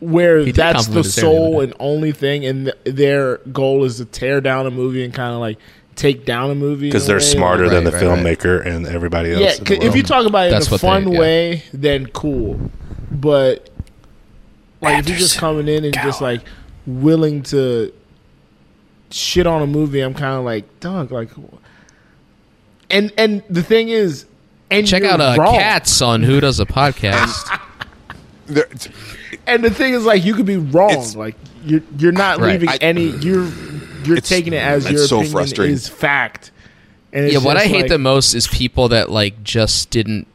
Speaker 3: where
Speaker 1: did
Speaker 3: that's the
Speaker 1: compliment his hair the other
Speaker 3: sole
Speaker 1: day.
Speaker 3: and only thing and th- their goal is to tear down a movie and kind of like take down a movie in
Speaker 6: because
Speaker 3: a
Speaker 6: they're
Speaker 3: way,
Speaker 6: smarter
Speaker 3: like-
Speaker 6: than the
Speaker 1: Right, right, right.
Speaker 6: filmmaker and everybody else.
Speaker 3: yeah
Speaker 6: in the
Speaker 3: 'cause if
Speaker 6: world.
Speaker 3: you talk about it
Speaker 1: That's
Speaker 3: in a
Speaker 1: what they-
Speaker 3: fun
Speaker 1: yeah.
Speaker 3: way then cool but like if you're just coming in and just like willing to shit on a movie i'm kind of like dog like and and the thing is and
Speaker 1: check
Speaker 3: you're
Speaker 1: out uh,
Speaker 3: wrong.
Speaker 1: cats on who does a podcast
Speaker 7: There-
Speaker 3: And the thing is, like, you could be wrong.
Speaker 7: It's-
Speaker 3: like, you're you're not
Speaker 1: Right.
Speaker 3: leaving
Speaker 7: I-
Speaker 3: any. You're you're
Speaker 7: It's-
Speaker 3: taking it as
Speaker 7: it's
Speaker 3: your
Speaker 7: so
Speaker 3: opinion
Speaker 7: frustrating.
Speaker 3: is fact. And it's
Speaker 1: yeah what
Speaker 3: just
Speaker 1: i hate
Speaker 3: like-
Speaker 1: the most is people that like just didn't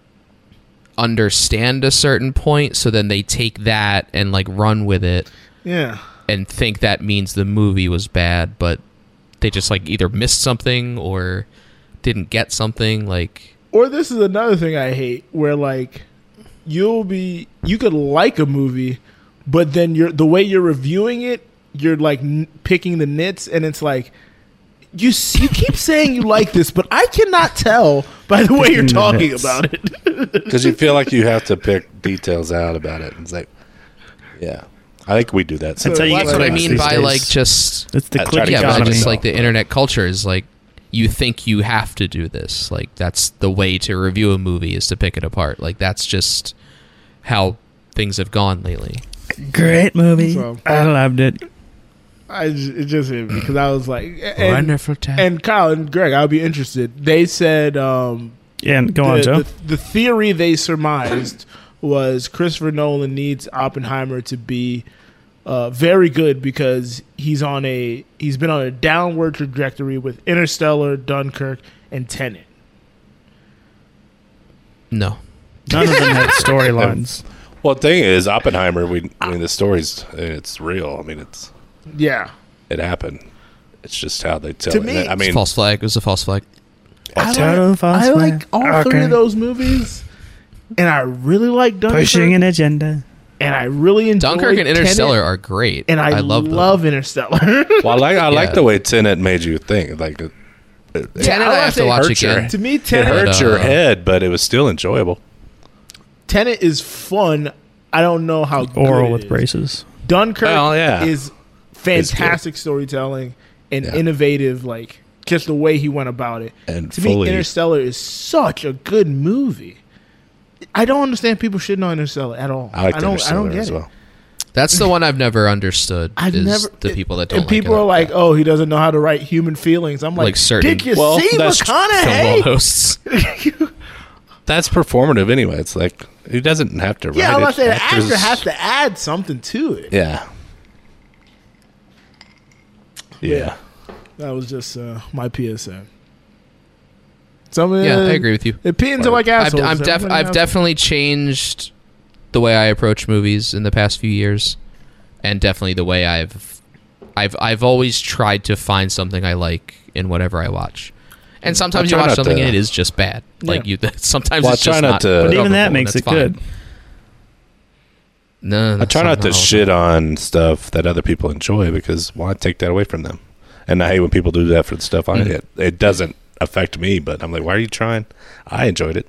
Speaker 1: understand a certain point so then they take that and like run with it
Speaker 3: Yeah,
Speaker 1: and think that means the movie was bad, but they just like either missed something or didn't get something. Like,
Speaker 3: or this is another thing I hate, where like you'll be you could like a movie, but then you're the way you're reviewing it, you're like n- picking the nits, and it's like. You, s- you keep saying you like this, but I cannot tell by the way you're
Speaker 4: Picking the
Speaker 3: talking
Speaker 4: nits.
Speaker 3: about it. [laughs]
Speaker 6: because you feel like you have to pick details out about it. It's like, yeah, I think we do that.
Speaker 4: how you
Speaker 6: sometimes.
Speaker 4: get
Speaker 1: that's what I
Speaker 4: Right.
Speaker 1: mean
Speaker 4: These
Speaker 1: by
Speaker 4: days.
Speaker 1: like just
Speaker 4: It's the
Speaker 6: I
Speaker 4: click
Speaker 6: tried to
Speaker 1: yeah, by
Speaker 4: economy.
Speaker 1: just like the internet culture is like you think you have to do this. Like that's the way to review a movie is to pick it apart. Like that's just how things have gone lately.
Speaker 4: Great movie.
Speaker 3: So-
Speaker 4: I loved it.
Speaker 3: I just, it just hit me because I was like, and-
Speaker 1: Wonderful time.
Speaker 3: and Kyle and Greg, I'll be interested. They said um,
Speaker 4: Yeah, and go
Speaker 3: the,
Speaker 4: on, Joe.
Speaker 3: the, the theory they surmised was Christopher Nolan needs Oppenheimer to be uh, very good because he's on a he's been on a downward trajectory with Interstellar, Dunkirk, and Tenet.
Speaker 1: No.
Speaker 4: None of
Speaker 3: [laughs]
Speaker 4: them had storylines.
Speaker 6: Well, the thing is, Oppenheimer. We, I mean, the story's it's real. I mean, it's
Speaker 3: Yeah,
Speaker 6: it happened. It's just how they tell
Speaker 3: To
Speaker 6: it.
Speaker 3: me,
Speaker 6: I
Speaker 1: It's a
Speaker 6: mean,
Speaker 1: false flag. It was a false flag.
Speaker 3: I
Speaker 4: Total
Speaker 3: like,
Speaker 4: false
Speaker 3: I
Speaker 4: flag.
Speaker 3: like all three
Speaker 4: Okay.
Speaker 3: of those movies, and I really like Dunkirk,
Speaker 4: Pushing an agenda.
Speaker 3: and I really enjoy
Speaker 1: Dunkirk and
Speaker 3: Tenet,
Speaker 1: Interstellar are great.
Speaker 3: and I,
Speaker 1: love,
Speaker 3: love,
Speaker 1: them. [laughs]
Speaker 3: Interstellar.
Speaker 6: well, I like I like
Speaker 1: Yeah.
Speaker 6: the way Tenet made you think. Like it, it, it
Speaker 1: Tenet,
Speaker 3: I
Speaker 1: I,
Speaker 3: wanna
Speaker 1: have
Speaker 3: say
Speaker 1: to watch
Speaker 6: Hurt Your-
Speaker 1: again.
Speaker 3: to me,
Speaker 6: it
Speaker 3: Tenet,
Speaker 6: hurt
Speaker 1: uh,
Speaker 6: your head, but it was still enjoyable.
Speaker 3: Tenet is fun. I don't know how
Speaker 4: Oral
Speaker 3: good
Speaker 4: with
Speaker 3: it is.
Speaker 4: braces.
Speaker 3: Dunkirk
Speaker 6: Well, yeah.
Speaker 3: is fantastic storytelling and
Speaker 6: Yeah.
Speaker 3: innovative, like just the way he went about it.
Speaker 6: And
Speaker 3: to
Speaker 6: fully-
Speaker 3: me, Interstellar is such a good movie. I don't understand people shitting on Interstellar at all.
Speaker 6: I like
Speaker 3: don't.
Speaker 6: Interstellar
Speaker 3: I don't get
Speaker 6: as
Speaker 3: it.
Speaker 6: well.
Speaker 1: That's the one I've never understood.
Speaker 3: I've
Speaker 1: is
Speaker 3: never
Speaker 1: the
Speaker 3: it-
Speaker 1: people that don't
Speaker 3: and people
Speaker 1: like it.
Speaker 3: are like, "Oh, he doesn't know how to write human feelings." I'm like,
Speaker 1: Like certain-
Speaker 3: Did you
Speaker 6: Well,
Speaker 3: see
Speaker 6: that's true.
Speaker 1: film
Speaker 3: McConaughey?
Speaker 1: hosts.
Speaker 6: That's performative anyway. It's like he doesn't have to.
Speaker 3: Yeah, I'm
Speaker 6: write
Speaker 3: about
Speaker 6: it.
Speaker 3: to say the actor
Speaker 6: Actors-
Speaker 3: has to add something to it.
Speaker 6: Yeah.
Speaker 3: Yeah.
Speaker 6: Yeah.
Speaker 3: That was just uh, my PSA. Some of
Speaker 1: Yeah,
Speaker 3: the-
Speaker 1: I agree with you.
Speaker 3: Opinions are like
Speaker 1: I've,
Speaker 3: assholes.
Speaker 1: I'm def-
Speaker 3: Everybody
Speaker 1: I've
Speaker 3: has-
Speaker 1: definitely changed the way I approach movies in the past few years, and definitely the way I've I've I've always tried to find something I like in whatever I watch. And sometimes you
Speaker 6: try
Speaker 1: watch
Speaker 6: not
Speaker 1: something
Speaker 6: to-
Speaker 1: and it is just bad. Like
Speaker 3: Yeah.
Speaker 1: you, [laughs] sometimes
Speaker 6: Well, I
Speaker 1: it's
Speaker 6: try
Speaker 1: just
Speaker 6: not
Speaker 1: not.
Speaker 6: to-
Speaker 4: But even
Speaker 1: recoverable,
Speaker 4: that makes
Speaker 1: and
Speaker 4: it
Speaker 1: that's
Speaker 4: good.
Speaker 1: fine. No,
Speaker 6: I try not to shit on stuff that other people enjoy because why take that away from them? And I hate when people do that for the stuff I
Speaker 1: Mhm.
Speaker 6: hate. It doesn't affect me, but I'm like, why are you trying? I enjoyed it.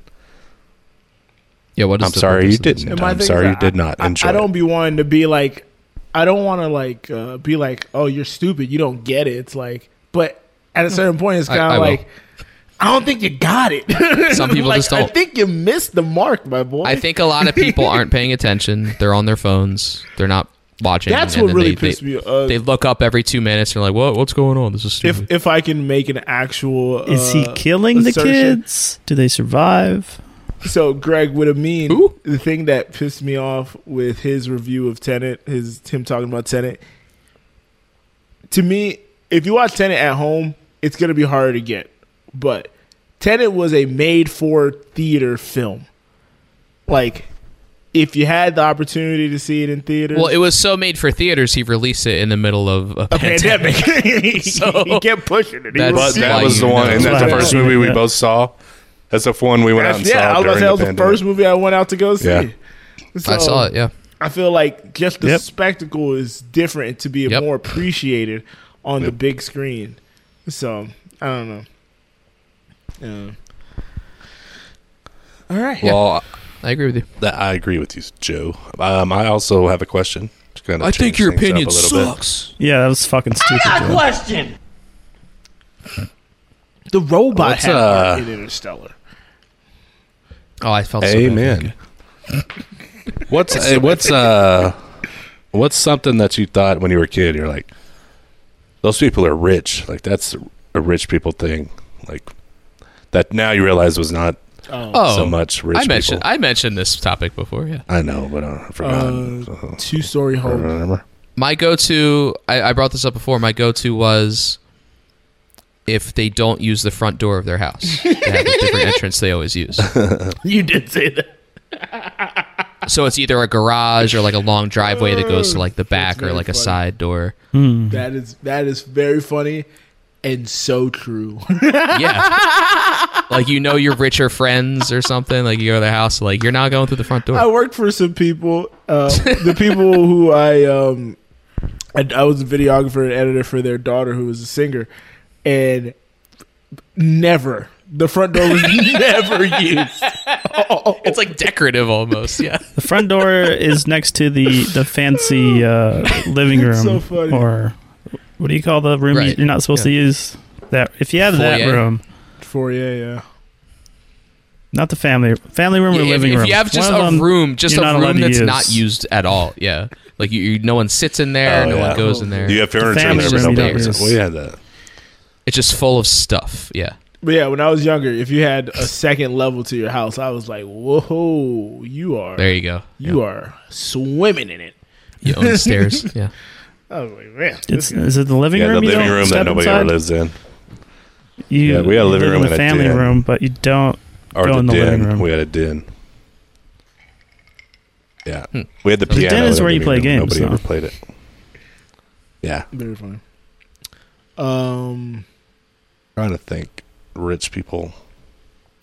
Speaker 1: Yeah, what is
Speaker 6: I'm
Speaker 1: the
Speaker 6: sorry
Speaker 1: purpose
Speaker 6: you
Speaker 1: of this?
Speaker 6: didn't.
Speaker 3: And my
Speaker 6: I'm
Speaker 3: thing
Speaker 6: sorry
Speaker 3: is
Speaker 6: you did not
Speaker 3: I,
Speaker 6: enjoy
Speaker 3: I
Speaker 6: it.
Speaker 3: don't be wanting to be like, I don't want to like uh, be like, oh, you're stupid. You don't get it. It's like, but at a certain point, it's
Speaker 1: Mm. I-
Speaker 3: kind
Speaker 1: I
Speaker 3: of
Speaker 1: will.
Speaker 3: like, I don't think you got it.
Speaker 1: [laughs] Some people
Speaker 3: Like,
Speaker 1: just
Speaker 3: I
Speaker 1: don't.
Speaker 3: think you missed the mark, my boy.
Speaker 1: I think a lot of people aren't paying attention. They're on their phones. They're not watching.
Speaker 3: that's
Speaker 1: and
Speaker 3: what
Speaker 1: then
Speaker 3: really
Speaker 1: they,
Speaker 3: pissed
Speaker 1: they,
Speaker 3: me. Uh,
Speaker 1: They look up every two minutes and they're like, "What? What's going on? This is
Speaker 3: if
Speaker 1: stupid."
Speaker 3: if I can make an actual,
Speaker 4: Is he
Speaker 3: uh,
Speaker 4: killing the
Speaker 3: assertion.
Speaker 4: kids? Do they survive?
Speaker 3: So, Greg, what I mean,
Speaker 1: Who?
Speaker 3: the thing that pissed me off with his review of Tenet, his him talking about Tenet. To me, if you watch Tenet at home, it's gonna be harder to get. But Tenet was a made-for theater film. Like, if you had the opportunity to see it in theaters,
Speaker 1: well, it was so made for theaters. He released it in the middle of a,
Speaker 3: a
Speaker 1: pandemic. [laughs]
Speaker 3: pandemic. [laughs]
Speaker 1: So-
Speaker 3: he kept pushing it. He
Speaker 1: That's-
Speaker 6: but
Speaker 3: was-
Speaker 1: Why
Speaker 6: that was
Speaker 1: you
Speaker 6: the
Speaker 1: know.
Speaker 6: one, and that's the
Speaker 4: That's
Speaker 6: first
Speaker 4: why I
Speaker 6: movie we
Speaker 4: don't-
Speaker 6: both saw. That's the one we went out and
Speaker 3: yeah, I
Speaker 6: saw
Speaker 3: was about to
Speaker 6: during
Speaker 3: say that was
Speaker 6: the
Speaker 3: the first
Speaker 6: pandemic.
Speaker 3: movie I went out to go see.
Speaker 6: Yeah.
Speaker 1: I
Speaker 3: So-
Speaker 1: saw it. Yeah,
Speaker 3: I feel like just the
Speaker 4: Yep.
Speaker 3: spectacle is different to be
Speaker 1: Yep.
Speaker 3: more appreciated on the big screen. So I don't know. Yeah. All right.
Speaker 6: Well,
Speaker 1: I agree with you.
Speaker 6: That I agree with you, Joe. Um, I also have a question. Just gonna change things up a little bit.
Speaker 4: Yeah, that was fucking stupid. Joe.
Speaker 5: Question.
Speaker 3: The robot
Speaker 6: What's,
Speaker 3: had
Speaker 6: uh,
Speaker 3: art in Interstellar.
Speaker 1: Oh, I felt. So
Speaker 6: Amen. [laughs] what's uh, what's uh what's something that you thought when you were a kid? You're like, those people are rich. Like that's a rich people thing. Like that now you realize was not
Speaker 1: oh,
Speaker 6: so much rich
Speaker 1: I mentioned.
Speaker 6: people.
Speaker 1: I mentioned this topic before. Yeah.
Speaker 6: I, know, but I forgot.
Speaker 3: Uh, Two story
Speaker 6: I don't
Speaker 3: home.
Speaker 6: remember.
Speaker 1: my go-to I, I brought this up before my go-to was if they don't use the front door of their house they have a
Speaker 3: [laughs]
Speaker 1: different entrance they always use
Speaker 3: [laughs] You did say that.
Speaker 1: so it's either a garage or like a long driveway that goes to like the back or
Speaker 3: very
Speaker 1: like a
Speaker 3: funny.
Speaker 1: side door
Speaker 3: That is that is very funny and so true.
Speaker 1: yeah like you know your richer friends or something like you go to their house like you're not going through the front
Speaker 3: I
Speaker 4: Oh.
Speaker 1: door
Speaker 3: worked for some people. Uh, the people who I, um, I I was a videographer and editor for their daughter who was a singer, and never the front door was [laughs] never used.
Speaker 1: it's like decorative almost
Speaker 4: [laughs]
Speaker 1: yeah
Speaker 4: The front door is next to the the fancy uh, living room,
Speaker 3: That's so funny.
Speaker 4: or what do you call the room
Speaker 1: Right.
Speaker 4: you're not supposed to use? That if you have that
Speaker 1: Foyer.
Speaker 4: room,
Speaker 3: For yeah, yeah.
Speaker 4: not the family family room or
Speaker 1: Yeah, if,
Speaker 4: living room.
Speaker 1: if you have just
Speaker 4: One of
Speaker 1: a
Speaker 4: them
Speaker 1: room just
Speaker 4: you're
Speaker 1: a
Speaker 4: not allowed
Speaker 1: room
Speaker 4: to
Speaker 1: that's
Speaker 4: use.
Speaker 1: not used at all yeah like you, you no one sits in there
Speaker 6: Oh,
Speaker 1: no
Speaker 6: yeah.
Speaker 1: one goes in there
Speaker 6: You have furniture in
Speaker 4: family
Speaker 6: there, but
Speaker 1: room you
Speaker 6: nobody
Speaker 1: don't
Speaker 6: said-
Speaker 4: use.
Speaker 6: we had that.
Speaker 1: it's just full of stuff yeah
Speaker 3: But yeah, when I was younger, if you had a second level to your house, I was like, whoa, you are
Speaker 1: There you go.
Speaker 3: you are swimming in it.
Speaker 1: You own
Speaker 4: [laughs]
Speaker 1: stairs. Yeah.
Speaker 3: I was like, man,
Speaker 4: It's
Speaker 3: this guy-
Speaker 4: is it the living
Speaker 6: yeah,
Speaker 4: room?
Speaker 6: the
Speaker 4: you
Speaker 6: living
Speaker 4: don't
Speaker 6: room that
Speaker 4: step
Speaker 6: nobody
Speaker 4: inside?
Speaker 6: ever lives in.
Speaker 4: You,
Speaker 6: Yeah, we had a
Speaker 4: you
Speaker 6: living
Speaker 4: live
Speaker 6: room
Speaker 4: in the
Speaker 6: and a
Speaker 4: family
Speaker 6: den.
Speaker 4: room, but you don't.
Speaker 6: Or
Speaker 4: Go
Speaker 6: the,
Speaker 4: in the living
Speaker 6: den.
Speaker 4: room.
Speaker 6: We had a den. Yeah.
Speaker 1: Hmm.
Speaker 6: We had the, piano.
Speaker 4: den is
Speaker 6: in the
Speaker 4: where you
Speaker 6: living
Speaker 4: play
Speaker 6: room.
Speaker 4: games,
Speaker 6: Nobody
Speaker 4: though.
Speaker 6: ever played it. Yeah.
Speaker 3: very funny. Um,
Speaker 6: Trying to think.
Speaker 3: [laughs]
Speaker 6: Rich people.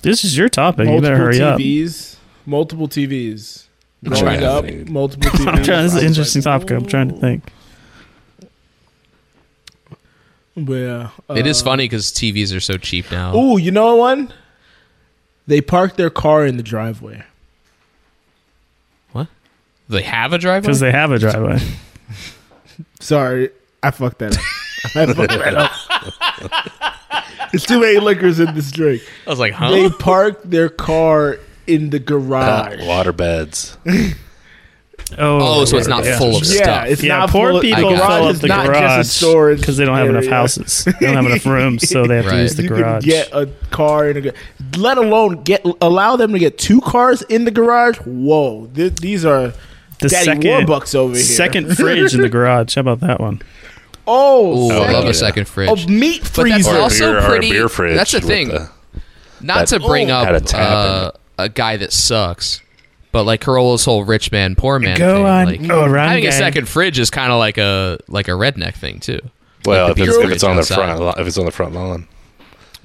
Speaker 4: This is your topic. You
Speaker 3: multiple
Speaker 4: better hurry up.
Speaker 3: TVs, multiple TVs,
Speaker 1: I'm
Speaker 3: growing
Speaker 1: trying to
Speaker 3: up,
Speaker 6: think.
Speaker 3: multiple TVs.
Speaker 4: [laughs] [laughs] I'm trying, this is
Speaker 3: I
Speaker 4: an
Speaker 3: was
Speaker 4: interesting
Speaker 3: like,
Speaker 4: topic. I'm trying to
Speaker 3: "Ooh."
Speaker 4: think.
Speaker 3: But yeah,
Speaker 1: It is
Speaker 3: uh,
Speaker 1: funny because TVs are so cheap now.
Speaker 3: Ooh, you know one? They parked their car in the driveway.
Speaker 1: They have a driveway.
Speaker 4: Because they have a driveway.
Speaker 3: Sorry, I fucked [laughs] that up. I fucked that up. There's too many liquors in this drink.
Speaker 1: I was like, huh?
Speaker 3: They parked their car in the
Speaker 6: Uh,
Speaker 3: garage.
Speaker 6: water beds.
Speaker 1: oh, so it's not
Speaker 4: yeah.
Speaker 1: full of
Speaker 3: yeah,
Speaker 1: stuff.
Speaker 3: it's
Speaker 4: yeah,
Speaker 3: not
Speaker 4: poor
Speaker 3: full of-
Speaker 4: people
Speaker 1: I
Speaker 4: fill
Speaker 1: got it.
Speaker 4: up
Speaker 3: is
Speaker 4: the
Speaker 3: not
Speaker 4: garage
Speaker 3: just a storage
Speaker 4: because they don't have enough
Speaker 3: area.
Speaker 4: houses. They don't have enough rooms, so
Speaker 3: [laughs]
Speaker 4: they have
Speaker 1: Right.
Speaker 4: to use the
Speaker 3: you
Speaker 4: garage.
Speaker 3: Could get uh, a car in a garage. Let alone get allow them to get two cars in the garage. Whoa, th- these are
Speaker 4: the
Speaker 3: daddy
Speaker 4: second,
Speaker 3: Warbucks over here.
Speaker 4: second fridge in the garage. How about that one?
Speaker 3: oh,
Speaker 1: Ooh, I
Speaker 3: second
Speaker 1: love
Speaker 6: yeah.
Speaker 1: a second fridge.
Speaker 3: of meat freezer.
Speaker 1: Or Also
Speaker 6: or
Speaker 1: pretty-
Speaker 6: beer fridge.
Speaker 1: that's the
Speaker 6: with
Speaker 1: thing. Not to
Speaker 6: that-
Speaker 1: bring
Speaker 6: Oh.
Speaker 1: up
Speaker 6: Had a tap in
Speaker 1: uh, a guy that sucks, but like Corolla's whole rich man, poor man
Speaker 4: Go
Speaker 1: thing.
Speaker 4: on,
Speaker 1: like,
Speaker 4: go
Speaker 3: Oh,
Speaker 4: around,
Speaker 1: having a
Speaker 4: gang.
Speaker 1: second fridge is kind of like a like a redneck thing too.
Speaker 6: well,
Speaker 1: the
Speaker 6: if,
Speaker 1: beer
Speaker 6: it's, if
Speaker 1: fridge
Speaker 6: it's on the
Speaker 1: outside.
Speaker 6: front, lo- if it's on the front lawn,